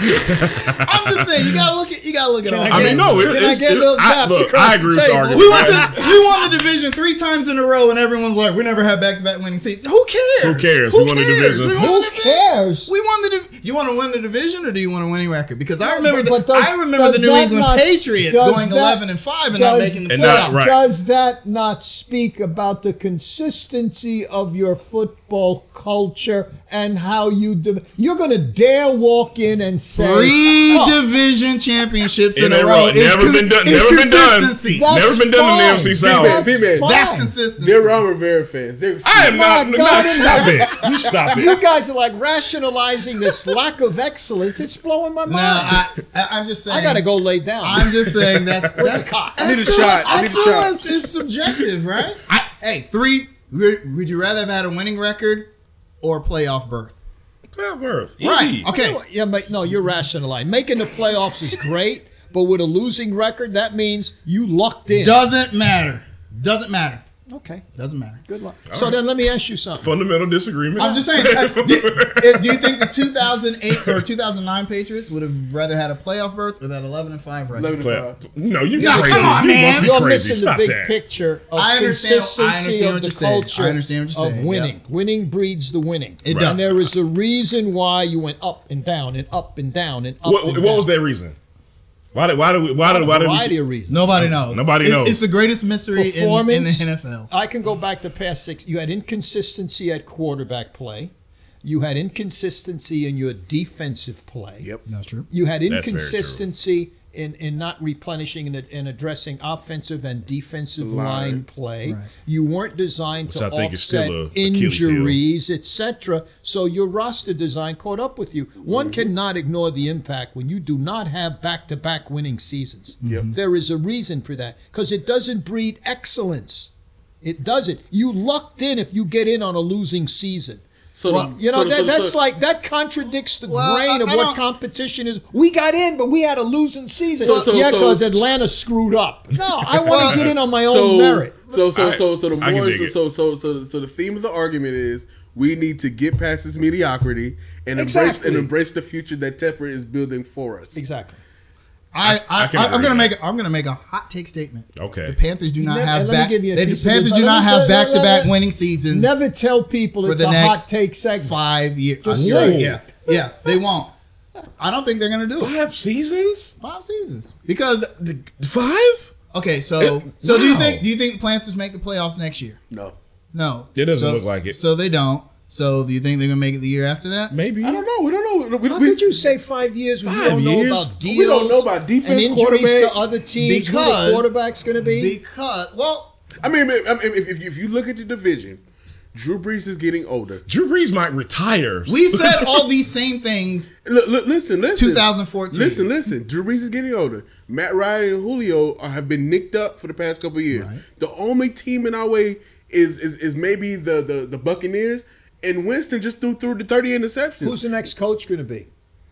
[SPEAKER 1] I'm just saying you gotta look at you gotta look at all.
[SPEAKER 4] I
[SPEAKER 1] that.
[SPEAKER 2] I mean, no, it,
[SPEAKER 4] Can I
[SPEAKER 2] it's,
[SPEAKER 4] get a
[SPEAKER 2] it-
[SPEAKER 4] little
[SPEAKER 2] I,
[SPEAKER 4] dap to
[SPEAKER 2] look,
[SPEAKER 4] cross
[SPEAKER 2] I
[SPEAKER 4] the
[SPEAKER 2] agree with
[SPEAKER 4] table?
[SPEAKER 2] the argument.
[SPEAKER 1] We went to we won the division three times in a row, and everyone's like, "We never had back to back winning season." Who cares?
[SPEAKER 2] Who cares?
[SPEAKER 1] Who
[SPEAKER 2] We won the
[SPEAKER 1] cares?
[SPEAKER 2] division.
[SPEAKER 1] We won
[SPEAKER 4] Who
[SPEAKER 1] the division.
[SPEAKER 4] cares?
[SPEAKER 1] We won the. Div- you want to win the division, or do you want a winning record? Because I remember,
[SPEAKER 4] But- but
[SPEAKER 1] the,
[SPEAKER 4] does-
[SPEAKER 1] I remember the
[SPEAKER 4] does
[SPEAKER 1] New
[SPEAKER 4] that
[SPEAKER 1] England
[SPEAKER 4] not-
[SPEAKER 1] Patriots
[SPEAKER 4] does
[SPEAKER 1] going
[SPEAKER 4] that-
[SPEAKER 1] eleven and five and not
[SPEAKER 4] does
[SPEAKER 1] making the
[SPEAKER 2] And not
[SPEAKER 1] playoffs.
[SPEAKER 2] right.
[SPEAKER 4] Does that not speak about the consistency of your football culture and how you de- you're going to dare walk in and say
[SPEAKER 1] Three
[SPEAKER 4] "Oh,
[SPEAKER 1] division championships in,
[SPEAKER 2] In
[SPEAKER 1] a
[SPEAKER 2] a
[SPEAKER 1] row.
[SPEAKER 2] row.
[SPEAKER 1] It's
[SPEAKER 2] Never been done-
[SPEAKER 1] it's
[SPEAKER 2] never been done.
[SPEAKER 1] consistency.
[SPEAKER 4] that's
[SPEAKER 2] Never been done in the
[SPEAKER 4] fine.
[SPEAKER 2] NFC South.
[SPEAKER 4] That's
[SPEAKER 3] Big man,
[SPEAKER 4] fine.
[SPEAKER 1] That's consistency.
[SPEAKER 3] They're Ron Rivera fans. They're
[SPEAKER 2] I am
[SPEAKER 4] My
[SPEAKER 2] not. no,
[SPEAKER 4] God,
[SPEAKER 2] no,
[SPEAKER 4] it's-
[SPEAKER 2] stop it. You stop
[SPEAKER 4] You
[SPEAKER 2] it.
[SPEAKER 4] guys are like rationalizing this lack of excellence. It's blowing my
[SPEAKER 1] No,
[SPEAKER 4] mind.
[SPEAKER 1] I, I, I'm just saying.
[SPEAKER 4] I gotta go lay down.
[SPEAKER 1] I'm just saying that's that's
[SPEAKER 4] cock?
[SPEAKER 1] I
[SPEAKER 3] need a shot. I need a shot.
[SPEAKER 1] Excellence is subjective, right? hey, three. Would would you rather have had a winning record or a playoff berth?
[SPEAKER 2] Playoff berth.
[SPEAKER 1] Right.
[SPEAKER 2] Easy.
[SPEAKER 1] Okay.
[SPEAKER 4] Yeah, but no, you're rationalizing. Making the playoffs is great, but with a losing record, that means you lucked in.
[SPEAKER 1] Doesn't matter. Doesn't matter.
[SPEAKER 4] Okay.
[SPEAKER 1] Doesn't matter.
[SPEAKER 4] Good luck. so then let me ask you something.
[SPEAKER 2] Fundamental disagreement.
[SPEAKER 1] I'm just saying. uh, do, if- do you think the 2008 or 2009 Patriots would have rather had a playoff berth or that 11 and five record?
[SPEAKER 3] Eleven and
[SPEAKER 2] Playoff.
[SPEAKER 3] five.
[SPEAKER 2] No, you
[SPEAKER 1] Yeah,
[SPEAKER 2] crazy.
[SPEAKER 1] come on,
[SPEAKER 2] you
[SPEAKER 1] man.
[SPEAKER 2] must be
[SPEAKER 4] You're
[SPEAKER 2] crazy.
[SPEAKER 4] missing
[SPEAKER 2] Stop
[SPEAKER 4] the big
[SPEAKER 2] that.
[SPEAKER 4] picture of
[SPEAKER 1] I understand-
[SPEAKER 4] consistency
[SPEAKER 1] I understand
[SPEAKER 4] of
[SPEAKER 1] what
[SPEAKER 4] the
[SPEAKER 1] you're saying.
[SPEAKER 4] culture
[SPEAKER 1] I understand what you're
[SPEAKER 4] of
[SPEAKER 1] saying,
[SPEAKER 4] winning.
[SPEAKER 1] yeah.
[SPEAKER 4] Winning breeds the winning.
[SPEAKER 1] It does.
[SPEAKER 4] And there is a reason why you went up and down and up and down and up
[SPEAKER 2] What,
[SPEAKER 4] and
[SPEAKER 2] what
[SPEAKER 4] down.
[SPEAKER 2] was that reason? Why did why did we, why did why did
[SPEAKER 4] variety
[SPEAKER 2] we,
[SPEAKER 4] of reasons.
[SPEAKER 1] Nobody knows.
[SPEAKER 2] Nobody
[SPEAKER 1] It-
[SPEAKER 2] knows.
[SPEAKER 1] It's the greatest mystery in, in the
[SPEAKER 4] Performance.
[SPEAKER 1] NFL.
[SPEAKER 4] I can go back to past six. You had inconsistency at quarterback play. You had inconsistency in your defensive play.
[SPEAKER 3] Yep.
[SPEAKER 1] That's true.
[SPEAKER 4] You had
[SPEAKER 2] very true.
[SPEAKER 4] inconsistency in, in not replenishing and, and addressing offensive and defensive
[SPEAKER 3] Line.
[SPEAKER 4] line, play.
[SPEAKER 1] Right.
[SPEAKER 4] You weren't designed
[SPEAKER 2] Which
[SPEAKER 4] to
[SPEAKER 2] I think is still
[SPEAKER 4] offset
[SPEAKER 2] a Achilles heel.
[SPEAKER 4] injuries, etc. So your roster design caught up with you. One cannot ignore the impact when you do not have back-to-back winning seasons. There is a reason for that because it doesn't breed excellence. It doesn't. You lucked in if you get in on a losing season.
[SPEAKER 3] So
[SPEAKER 1] Well,
[SPEAKER 3] the-
[SPEAKER 4] You know,
[SPEAKER 3] so the- so
[SPEAKER 4] that,
[SPEAKER 3] the-
[SPEAKER 4] that's
[SPEAKER 3] so-
[SPEAKER 4] like, that contradicts the
[SPEAKER 1] Well,
[SPEAKER 4] grain
[SPEAKER 1] I-
[SPEAKER 4] of
[SPEAKER 1] I
[SPEAKER 4] what
[SPEAKER 1] don't-
[SPEAKER 4] competition is. We got in, but we had a losing season.
[SPEAKER 3] So- so-
[SPEAKER 4] yeah,
[SPEAKER 3] so-
[SPEAKER 4] because Atlanta screwed up. No, I want to get in on my
[SPEAKER 3] so,
[SPEAKER 4] own merit.
[SPEAKER 3] So so so so the
[SPEAKER 2] I- I can
[SPEAKER 3] more
[SPEAKER 2] dig
[SPEAKER 3] so,
[SPEAKER 2] it.
[SPEAKER 3] so so so so the theme of the argument is we need to get past this mediocrity and embrace
[SPEAKER 4] Exactly.
[SPEAKER 3] and embrace the future that Tepper is building for us.
[SPEAKER 4] Exactly.
[SPEAKER 1] I, I,
[SPEAKER 2] I
[SPEAKER 1] I
[SPEAKER 2] can
[SPEAKER 1] am
[SPEAKER 2] agree.
[SPEAKER 1] gonna make I'm gonna make a hot take statement.
[SPEAKER 2] Okay.
[SPEAKER 1] The Panthers do not
[SPEAKER 4] Never-
[SPEAKER 1] have
[SPEAKER 4] let me
[SPEAKER 1] back.
[SPEAKER 4] give you a
[SPEAKER 1] they-
[SPEAKER 4] piece
[SPEAKER 1] the
[SPEAKER 4] of
[SPEAKER 1] Panthers
[SPEAKER 4] advice.
[SPEAKER 1] do not have
[SPEAKER 4] Let me- let-
[SPEAKER 1] back to back
[SPEAKER 4] let-
[SPEAKER 1] winning seasons
[SPEAKER 4] Never tell people
[SPEAKER 1] for
[SPEAKER 4] it's
[SPEAKER 1] the
[SPEAKER 4] a hot
[SPEAKER 1] next
[SPEAKER 4] take segment.
[SPEAKER 1] five years.
[SPEAKER 4] Just
[SPEAKER 2] say it.
[SPEAKER 1] yeah, yeah, they won't. I don't think they're gonna do it.
[SPEAKER 2] five seasons?
[SPEAKER 1] Five seasons because
[SPEAKER 2] Five?
[SPEAKER 1] okay, so so do you
[SPEAKER 2] wow.
[SPEAKER 1] think do you think Panthers make the playoffs next year?
[SPEAKER 3] No.
[SPEAKER 1] No,
[SPEAKER 2] It doesn't
[SPEAKER 1] So-
[SPEAKER 2] look like it.
[SPEAKER 1] So they don't. So do you think they're gonna make it the year after that?
[SPEAKER 2] Maybe.
[SPEAKER 3] I don't know. We don't know. We,
[SPEAKER 4] How
[SPEAKER 3] we-
[SPEAKER 4] could you say five years when
[SPEAKER 2] Five
[SPEAKER 4] you don't
[SPEAKER 2] years?
[SPEAKER 4] know about deals?
[SPEAKER 3] We don't know about defense,
[SPEAKER 4] and injuries
[SPEAKER 3] quarterback,
[SPEAKER 4] to other teams.
[SPEAKER 1] because-
[SPEAKER 4] who the quarterback's going to be?
[SPEAKER 1] Because well,
[SPEAKER 3] I mean, I mean, if, if, you, if you look at the division, Drew Brees is getting older.
[SPEAKER 2] Drew Brees might retire.
[SPEAKER 1] we said all these same things.
[SPEAKER 3] Look, look, listen, listen.
[SPEAKER 1] 2014.
[SPEAKER 3] Listen, listen. Drew Brees is getting older. Matt Ryan and Julio are, have been nicked up for the past couple of years.
[SPEAKER 1] Right.
[SPEAKER 3] The only team in our way is is, is maybe the, the the Buccaneers. And Winston just threw through the thirty interceptions.
[SPEAKER 4] Who's the next coach going to be?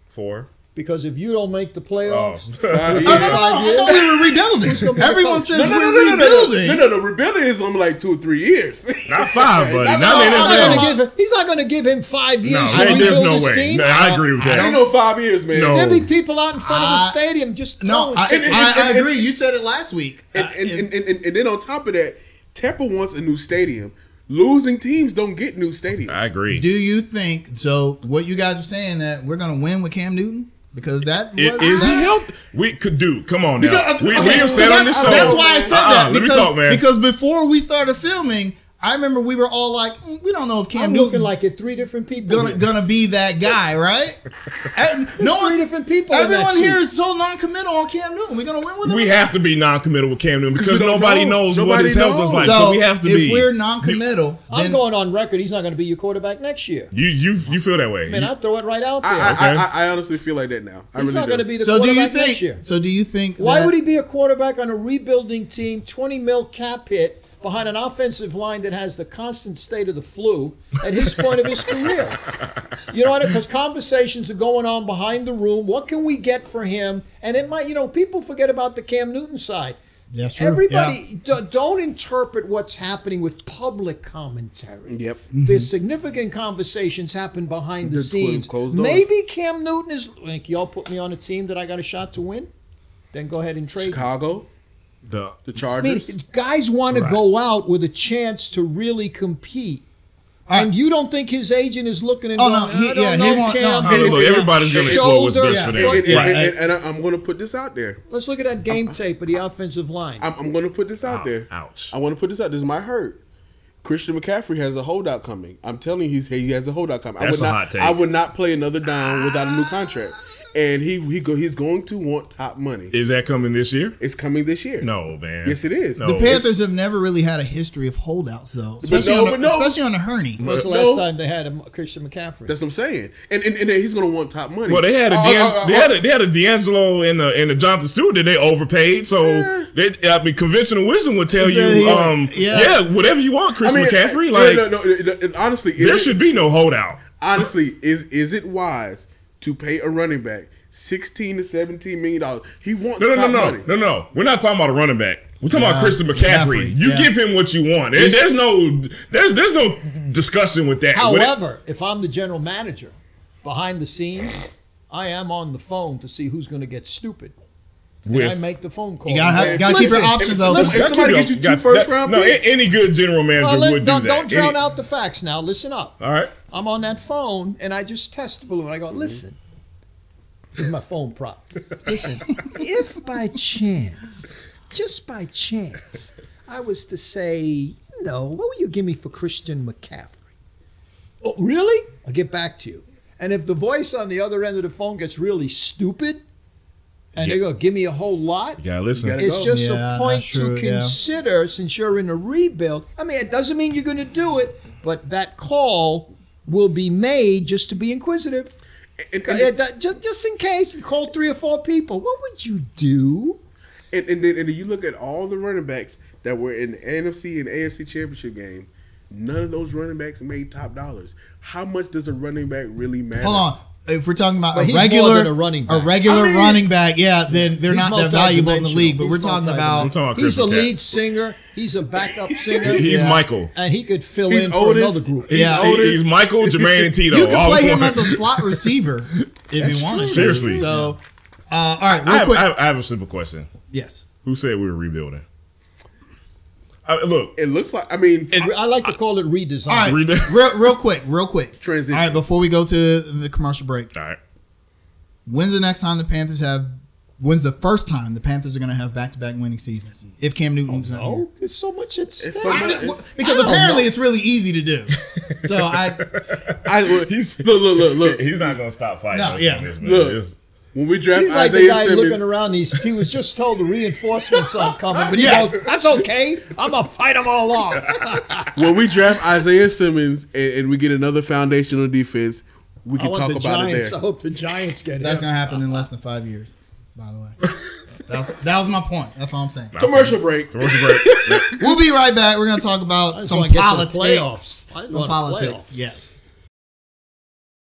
[SPEAKER 2] four.
[SPEAKER 4] Because if you don't make the playoffs,
[SPEAKER 3] Five
[SPEAKER 1] Oh,
[SPEAKER 3] years.
[SPEAKER 1] no, no, no, I thought we were rebuilding.
[SPEAKER 4] be the
[SPEAKER 1] Everyone
[SPEAKER 4] coach?
[SPEAKER 1] says
[SPEAKER 3] Uh, no, no, no,
[SPEAKER 1] we're
[SPEAKER 3] no, no,
[SPEAKER 1] rebuilding.
[SPEAKER 3] no, no, no, no. Rebuilding is only like two or three years.
[SPEAKER 2] Not five, buddy.
[SPEAKER 3] That's
[SPEAKER 2] Not
[SPEAKER 1] all-
[SPEAKER 2] in
[SPEAKER 1] I'm gonna
[SPEAKER 2] NFL.
[SPEAKER 4] He's not gonna give- he's not going to give him five
[SPEAKER 2] No,
[SPEAKER 4] years
[SPEAKER 2] there-
[SPEAKER 4] to
[SPEAKER 2] there's
[SPEAKER 4] rebuild
[SPEAKER 2] no
[SPEAKER 4] his
[SPEAKER 2] way.
[SPEAKER 4] team.
[SPEAKER 2] No, I agree with
[SPEAKER 3] Ain't
[SPEAKER 2] that.
[SPEAKER 3] no five years, man.
[SPEAKER 2] No.
[SPEAKER 4] There'd be people out in front of the
[SPEAKER 1] Oh. I-
[SPEAKER 4] stadium just
[SPEAKER 1] No,
[SPEAKER 4] throwing
[SPEAKER 1] I,
[SPEAKER 4] shit.
[SPEAKER 1] I, I agree. You said it last week.
[SPEAKER 3] And,
[SPEAKER 1] Uh,
[SPEAKER 3] and,
[SPEAKER 1] if-
[SPEAKER 3] and, and, and, then on top of that, Tampa wants a new stadium. Losing teams don't get new stadiums.
[SPEAKER 2] I agree.
[SPEAKER 1] do you think so? What you guys are saying that we're gonna win with Cam Newton because that
[SPEAKER 2] It,
[SPEAKER 1] was,
[SPEAKER 2] is he
[SPEAKER 1] that-
[SPEAKER 2] healthy? We could do. Come on now.
[SPEAKER 1] Because, uh,
[SPEAKER 2] we
[SPEAKER 1] okay,
[SPEAKER 2] we have
[SPEAKER 1] so
[SPEAKER 2] said
[SPEAKER 1] that-
[SPEAKER 2] on this show.
[SPEAKER 1] That's why I said
[SPEAKER 2] Uh-uh,
[SPEAKER 1] that
[SPEAKER 2] Let me
[SPEAKER 1] because
[SPEAKER 2] talk, man.
[SPEAKER 1] because before we started filming, I remember we were all like, "Mm, we don't know if Cam
[SPEAKER 4] I'm
[SPEAKER 1] Newton's
[SPEAKER 4] looking like at three different people.
[SPEAKER 1] gonna
[SPEAKER 4] here.
[SPEAKER 1] gonna be that guy, right? And no
[SPEAKER 4] three
[SPEAKER 1] one,
[SPEAKER 4] different people in that
[SPEAKER 1] Everyone here
[SPEAKER 4] suit.
[SPEAKER 1] is so non-committal on Cam Newton. We're gonna win with him.
[SPEAKER 2] we have to be non-committal with Cam Newton because
[SPEAKER 3] we don't
[SPEAKER 2] nobody
[SPEAKER 3] know.
[SPEAKER 2] knows what
[SPEAKER 3] Nobody
[SPEAKER 2] his health was
[SPEAKER 3] knows.
[SPEAKER 2] like.
[SPEAKER 1] so,
[SPEAKER 2] So, we have to
[SPEAKER 1] if
[SPEAKER 2] be.
[SPEAKER 1] we're non-committal,
[SPEAKER 4] I'm
[SPEAKER 1] then
[SPEAKER 4] going on record. He's not going to be your quarterback next year.
[SPEAKER 2] You you you feel that way?
[SPEAKER 4] Man,
[SPEAKER 2] You-
[SPEAKER 4] I throw it right out there.
[SPEAKER 3] I,
[SPEAKER 2] Okay.
[SPEAKER 3] I, I, I honestly feel like that now. I
[SPEAKER 4] he's
[SPEAKER 3] really
[SPEAKER 4] not
[SPEAKER 3] do.
[SPEAKER 4] going to be the
[SPEAKER 1] so do you
[SPEAKER 4] quarterback next year.
[SPEAKER 1] think? So do you think?
[SPEAKER 4] Why
[SPEAKER 1] that-
[SPEAKER 4] would he be a quarterback on a rebuilding team, 20 mil cap hit, behind an offensive line that has the constant state of the flu at his point of his career? You know what? Because conversations are going on behind the room. What can we get for him? And it might, you know, people forget about the Cam Newton side.
[SPEAKER 1] That's true.
[SPEAKER 4] Everybody, d- don't interpret what's happening with public commentary.
[SPEAKER 3] Yep.
[SPEAKER 1] Mm-hmm.
[SPEAKER 4] The significant conversations happen behind the
[SPEAKER 3] Just clo-
[SPEAKER 4] scenes.
[SPEAKER 3] closed doors.
[SPEAKER 4] Maybe Cam Newton is like, y'all put me on a team that I got a shot to win. Then go ahead and trade. me.
[SPEAKER 3] Chicago,
[SPEAKER 2] the
[SPEAKER 3] the
[SPEAKER 4] I mean,
[SPEAKER 3] Chargers.
[SPEAKER 4] guys want to go out with a chance to really compete. And you don't think his agent is looking and
[SPEAKER 1] Oh,
[SPEAKER 4] going,
[SPEAKER 1] no, he-
[SPEAKER 4] I don't
[SPEAKER 1] yeah, he
[SPEAKER 4] know,
[SPEAKER 1] won't-
[SPEAKER 4] Cam,
[SPEAKER 1] no,
[SPEAKER 2] Hey, look,
[SPEAKER 1] Yeah.
[SPEAKER 2] everybody's going to explore what's
[SPEAKER 4] Shoulder,
[SPEAKER 2] best for
[SPEAKER 3] and,
[SPEAKER 2] them.
[SPEAKER 4] yeah.
[SPEAKER 3] and, and,
[SPEAKER 1] Right.
[SPEAKER 3] and, and I- I'm going to put this out there.
[SPEAKER 4] Let's look at that game tape of the offensive line.
[SPEAKER 3] I'm, I'm going to put this out there.
[SPEAKER 2] Ouch.
[SPEAKER 3] I want to put this out. This might hurt. Christian McCaffrey has a holdout coming. I'm telling you, he's, he has a holdout coming. I
[SPEAKER 2] That's
[SPEAKER 3] would
[SPEAKER 2] a
[SPEAKER 3] not,
[SPEAKER 2] hot take. Ah.
[SPEAKER 3] I would not play another down without a new contract. And he, he go, he's going to want top money.
[SPEAKER 2] Is that coming this year?
[SPEAKER 3] It's coming this year.
[SPEAKER 2] No, man.
[SPEAKER 3] Yes, it is.
[SPEAKER 2] No.
[SPEAKER 1] The Panthers have never really had a history of holdouts, though, especially
[SPEAKER 3] no,
[SPEAKER 1] on the,
[SPEAKER 3] but no.
[SPEAKER 1] especially on the Herney.
[SPEAKER 4] When was the
[SPEAKER 3] no.
[SPEAKER 4] last time they had a M- Christian McCaffrey?
[SPEAKER 3] That's what I'm saying. And and, and he's going to want top money.
[SPEAKER 2] Well, they had a
[SPEAKER 3] Uh, uh,
[SPEAKER 2] D'Ang-
[SPEAKER 3] uh, uh,
[SPEAKER 2] they had a, they had a D'Angelo and a, and a Jonathan Stewart that they overpaid. So they, I mean, conventional wisdom would tell
[SPEAKER 1] Is that
[SPEAKER 2] you,
[SPEAKER 1] he-
[SPEAKER 2] um,
[SPEAKER 1] yeah.
[SPEAKER 2] yeah. whatever you want,
[SPEAKER 3] I
[SPEAKER 2] Chris
[SPEAKER 3] mean,
[SPEAKER 2] McCaffrey.
[SPEAKER 3] no,
[SPEAKER 2] Like
[SPEAKER 3] no, no, it- it- it- honestly, is
[SPEAKER 2] there
[SPEAKER 3] it-
[SPEAKER 2] should be no holdout.
[SPEAKER 3] honestly, is is it wise to pay a running back sixteen to seventeen million dollars? He wants
[SPEAKER 2] No, no,
[SPEAKER 3] top
[SPEAKER 2] no, no,
[SPEAKER 3] money.
[SPEAKER 2] no, no. We're not talking about a running back. We're talking about
[SPEAKER 1] Yeah.
[SPEAKER 2] Christian McCaffrey.
[SPEAKER 1] McCaffrey,
[SPEAKER 2] You
[SPEAKER 1] yeah.
[SPEAKER 2] give him what you want. There- There's no there's there's no discussing with that. With it-
[SPEAKER 4] However, if I'm the general manager behind the scenes, I am on the phone to see who's going to get stupid. And I
[SPEAKER 2] With-
[SPEAKER 4] make the phone call.
[SPEAKER 1] You gotta, have,
[SPEAKER 3] Hey,
[SPEAKER 1] gotta keep your
[SPEAKER 4] listen,
[SPEAKER 1] options
[SPEAKER 3] if-
[SPEAKER 1] open.
[SPEAKER 3] listen,
[SPEAKER 2] That
[SPEAKER 3] somebody
[SPEAKER 2] could
[SPEAKER 3] get
[SPEAKER 2] be-
[SPEAKER 3] you two first round
[SPEAKER 2] No,
[SPEAKER 3] picks.
[SPEAKER 2] a- any good general manager
[SPEAKER 4] Well, let-
[SPEAKER 2] would do
[SPEAKER 4] don't,
[SPEAKER 2] that.
[SPEAKER 4] don't drown
[SPEAKER 2] Any-
[SPEAKER 4] out the facts now. Listen up.
[SPEAKER 2] All right.
[SPEAKER 4] I'm on that phone and I just test the balloon. I go, listen, this is my phone prop. Listen, if by chance, just by chance, I was to say, you know, what will you give me for Christian McCaffrey? Oh, really? I'll get back to you. And if the voice on the other end of the phone gets really stupid and they go, give me a whole lot,
[SPEAKER 2] You gotta listen.
[SPEAKER 3] gotta-
[SPEAKER 4] it's
[SPEAKER 3] go.
[SPEAKER 4] just
[SPEAKER 1] Yeah,
[SPEAKER 4] a point
[SPEAKER 1] that's true,
[SPEAKER 4] to
[SPEAKER 1] yeah.
[SPEAKER 4] consider since you're in a rebuild. I mean, it doesn't mean you're going to do it, but that call will be made just to be inquisitive.
[SPEAKER 3] And,
[SPEAKER 4] Uh,
[SPEAKER 3] and,
[SPEAKER 4] that- ju- just in case, you call three or four people. What would you do?
[SPEAKER 3] and, and then and then you look at all the running backs that were in the NFC and AFC championship game. None of those running backs made top dollars. How much does a running back really matter?
[SPEAKER 1] Hold on. If we're talking about
[SPEAKER 4] But
[SPEAKER 1] a
[SPEAKER 4] he's more
[SPEAKER 1] regular
[SPEAKER 4] than a running back.
[SPEAKER 1] regular
[SPEAKER 3] I mean-
[SPEAKER 1] running back, yeah, then they're
[SPEAKER 4] He's
[SPEAKER 1] not that valuable in the
[SPEAKER 4] multidimensional.
[SPEAKER 1] league. But
[SPEAKER 4] He's
[SPEAKER 1] we're talking
[SPEAKER 2] I'm
[SPEAKER 1] about
[SPEAKER 2] talking about
[SPEAKER 4] He's a
[SPEAKER 2] Christian
[SPEAKER 4] lead
[SPEAKER 2] McCaffrey.
[SPEAKER 4] singer. He's a backup singer.
[SPEAKER 2] He's
[SPEAKER 1] Yeah.
[SPEAKER 2] Michael.
[SPEAKER 4] And he could fill
[SPEAKER 3] He's
[SPEAKER 4] in for
[SPEAKER 3] Otis.
[SPEAKER 4] another group.
[SPEAKER 2] He's,
[SPEAKER 1] Yeah.
[SPEAKER 2] he- he's Michael, Jermaine, and Tito.
[SPEAKER 1] you can
[SPEAKER 2] all
[SPEAKER 1] play
[SPEAKER 2] four.
[SPEAKER 1] him as a slot receiver if you want to.
[SPEAKER 2] Seriously.
[SPEAKER 1] So, uh, all right, real
[SPEAKER 2] I have,
[SPEAKER 1] quick.
[SPEAKER 2] I, have, I have a simple question.
[SPEAKER 1] yes.
[SPEAKER 2] Who said we were rebuilding? I, look,
[SPEAKER 3] It looks like I mean
[SPEAKER 4] I like to call it redesign.
[SPEAKER 1] All right,
[SPEAKER 2] Redo-
[SPEAKER 1] real, real quick, real quick.
[SPEAKER 3] Transition.
[SPEAKER 1] All right, before we go to the commercial break,
[SPEAKER 2] all right.
[SPEAKER 1] when's the next time the Panthers have? When's the first time the Panthers are going to have back-to-back winning seasons? If Cam Newton's not here.
[SPEAKER 4] Oh, No, there's so much at stake.
[SPEAKER 3] It's so much-
[SPEAKER 1] Well,
[SPEAKER 3] it's-
[SPEAKER 1] because
[SPEAKER 4] I don't
[SPEAKER 1] apparently it's really easy to do. So I
[SPEAKER 3] I, look, look, look, look, look.
[SPEAKER 2] He's not gonna stop fighting.
[SPEAKER 1] No,
[SPEAKER 2] us
[SPEAKER 1] yeah.
[SPEAKER 2] on this, man.
[SPEAKER 3] Look.
[SPEAKER 2] It's-
[SPEAKER 3] When we draft
[SPEAKER 4] He's like the
[SPEAKER 3] Isaiah
[SPEAKER 4] guy
[SPEAKER 3] Simmons,
[SPEAKER 4] looking around. He's, he was just told the reinforcements are coming, but
[SPEAKER 1] Yeah.
[SPEAKER 4] yeah, that's okay. I'm gonna fight them all off.
[SPEAKER 3] when we draft Isaiah Simmons and, and we get another foundational defense, we
[SPEAKER 4] I
[SPEAKER 3] can
[SPEAKER 4] want
[SPEAKER 3] talk
[SPEAKER 4] the
[SPEAKER 3] about it
[SPEAKER 4] Giants. I
[SPEAKER 3] there.
[SPEAKER 4] hope the Giants get
[SPEAKER 1] that's
[SPEAKER 4] him.
[SPEAKER 1] gonna happen in less than five years. By the way, that was, that was my point. That's all I'm saying.
[SPEAKER 3] Commercial break.
[SPEAKER 2] commercial break.
[SPEAKER 1] We'll be right back. We're gonna talk about
[SPEAKER 4] just
[SPEAKER 1] some
[SPEAKER 4] wanna get some
[SPEAKER 1] politics.
[SPEAKER 4] playoffs. I
[SPEAKER 1] Some,
[SPEAKER 4] just want
[SPEAKER 1] politics.
[SPEAKER 4] playoffs.
[SPEAKER 1] Yes.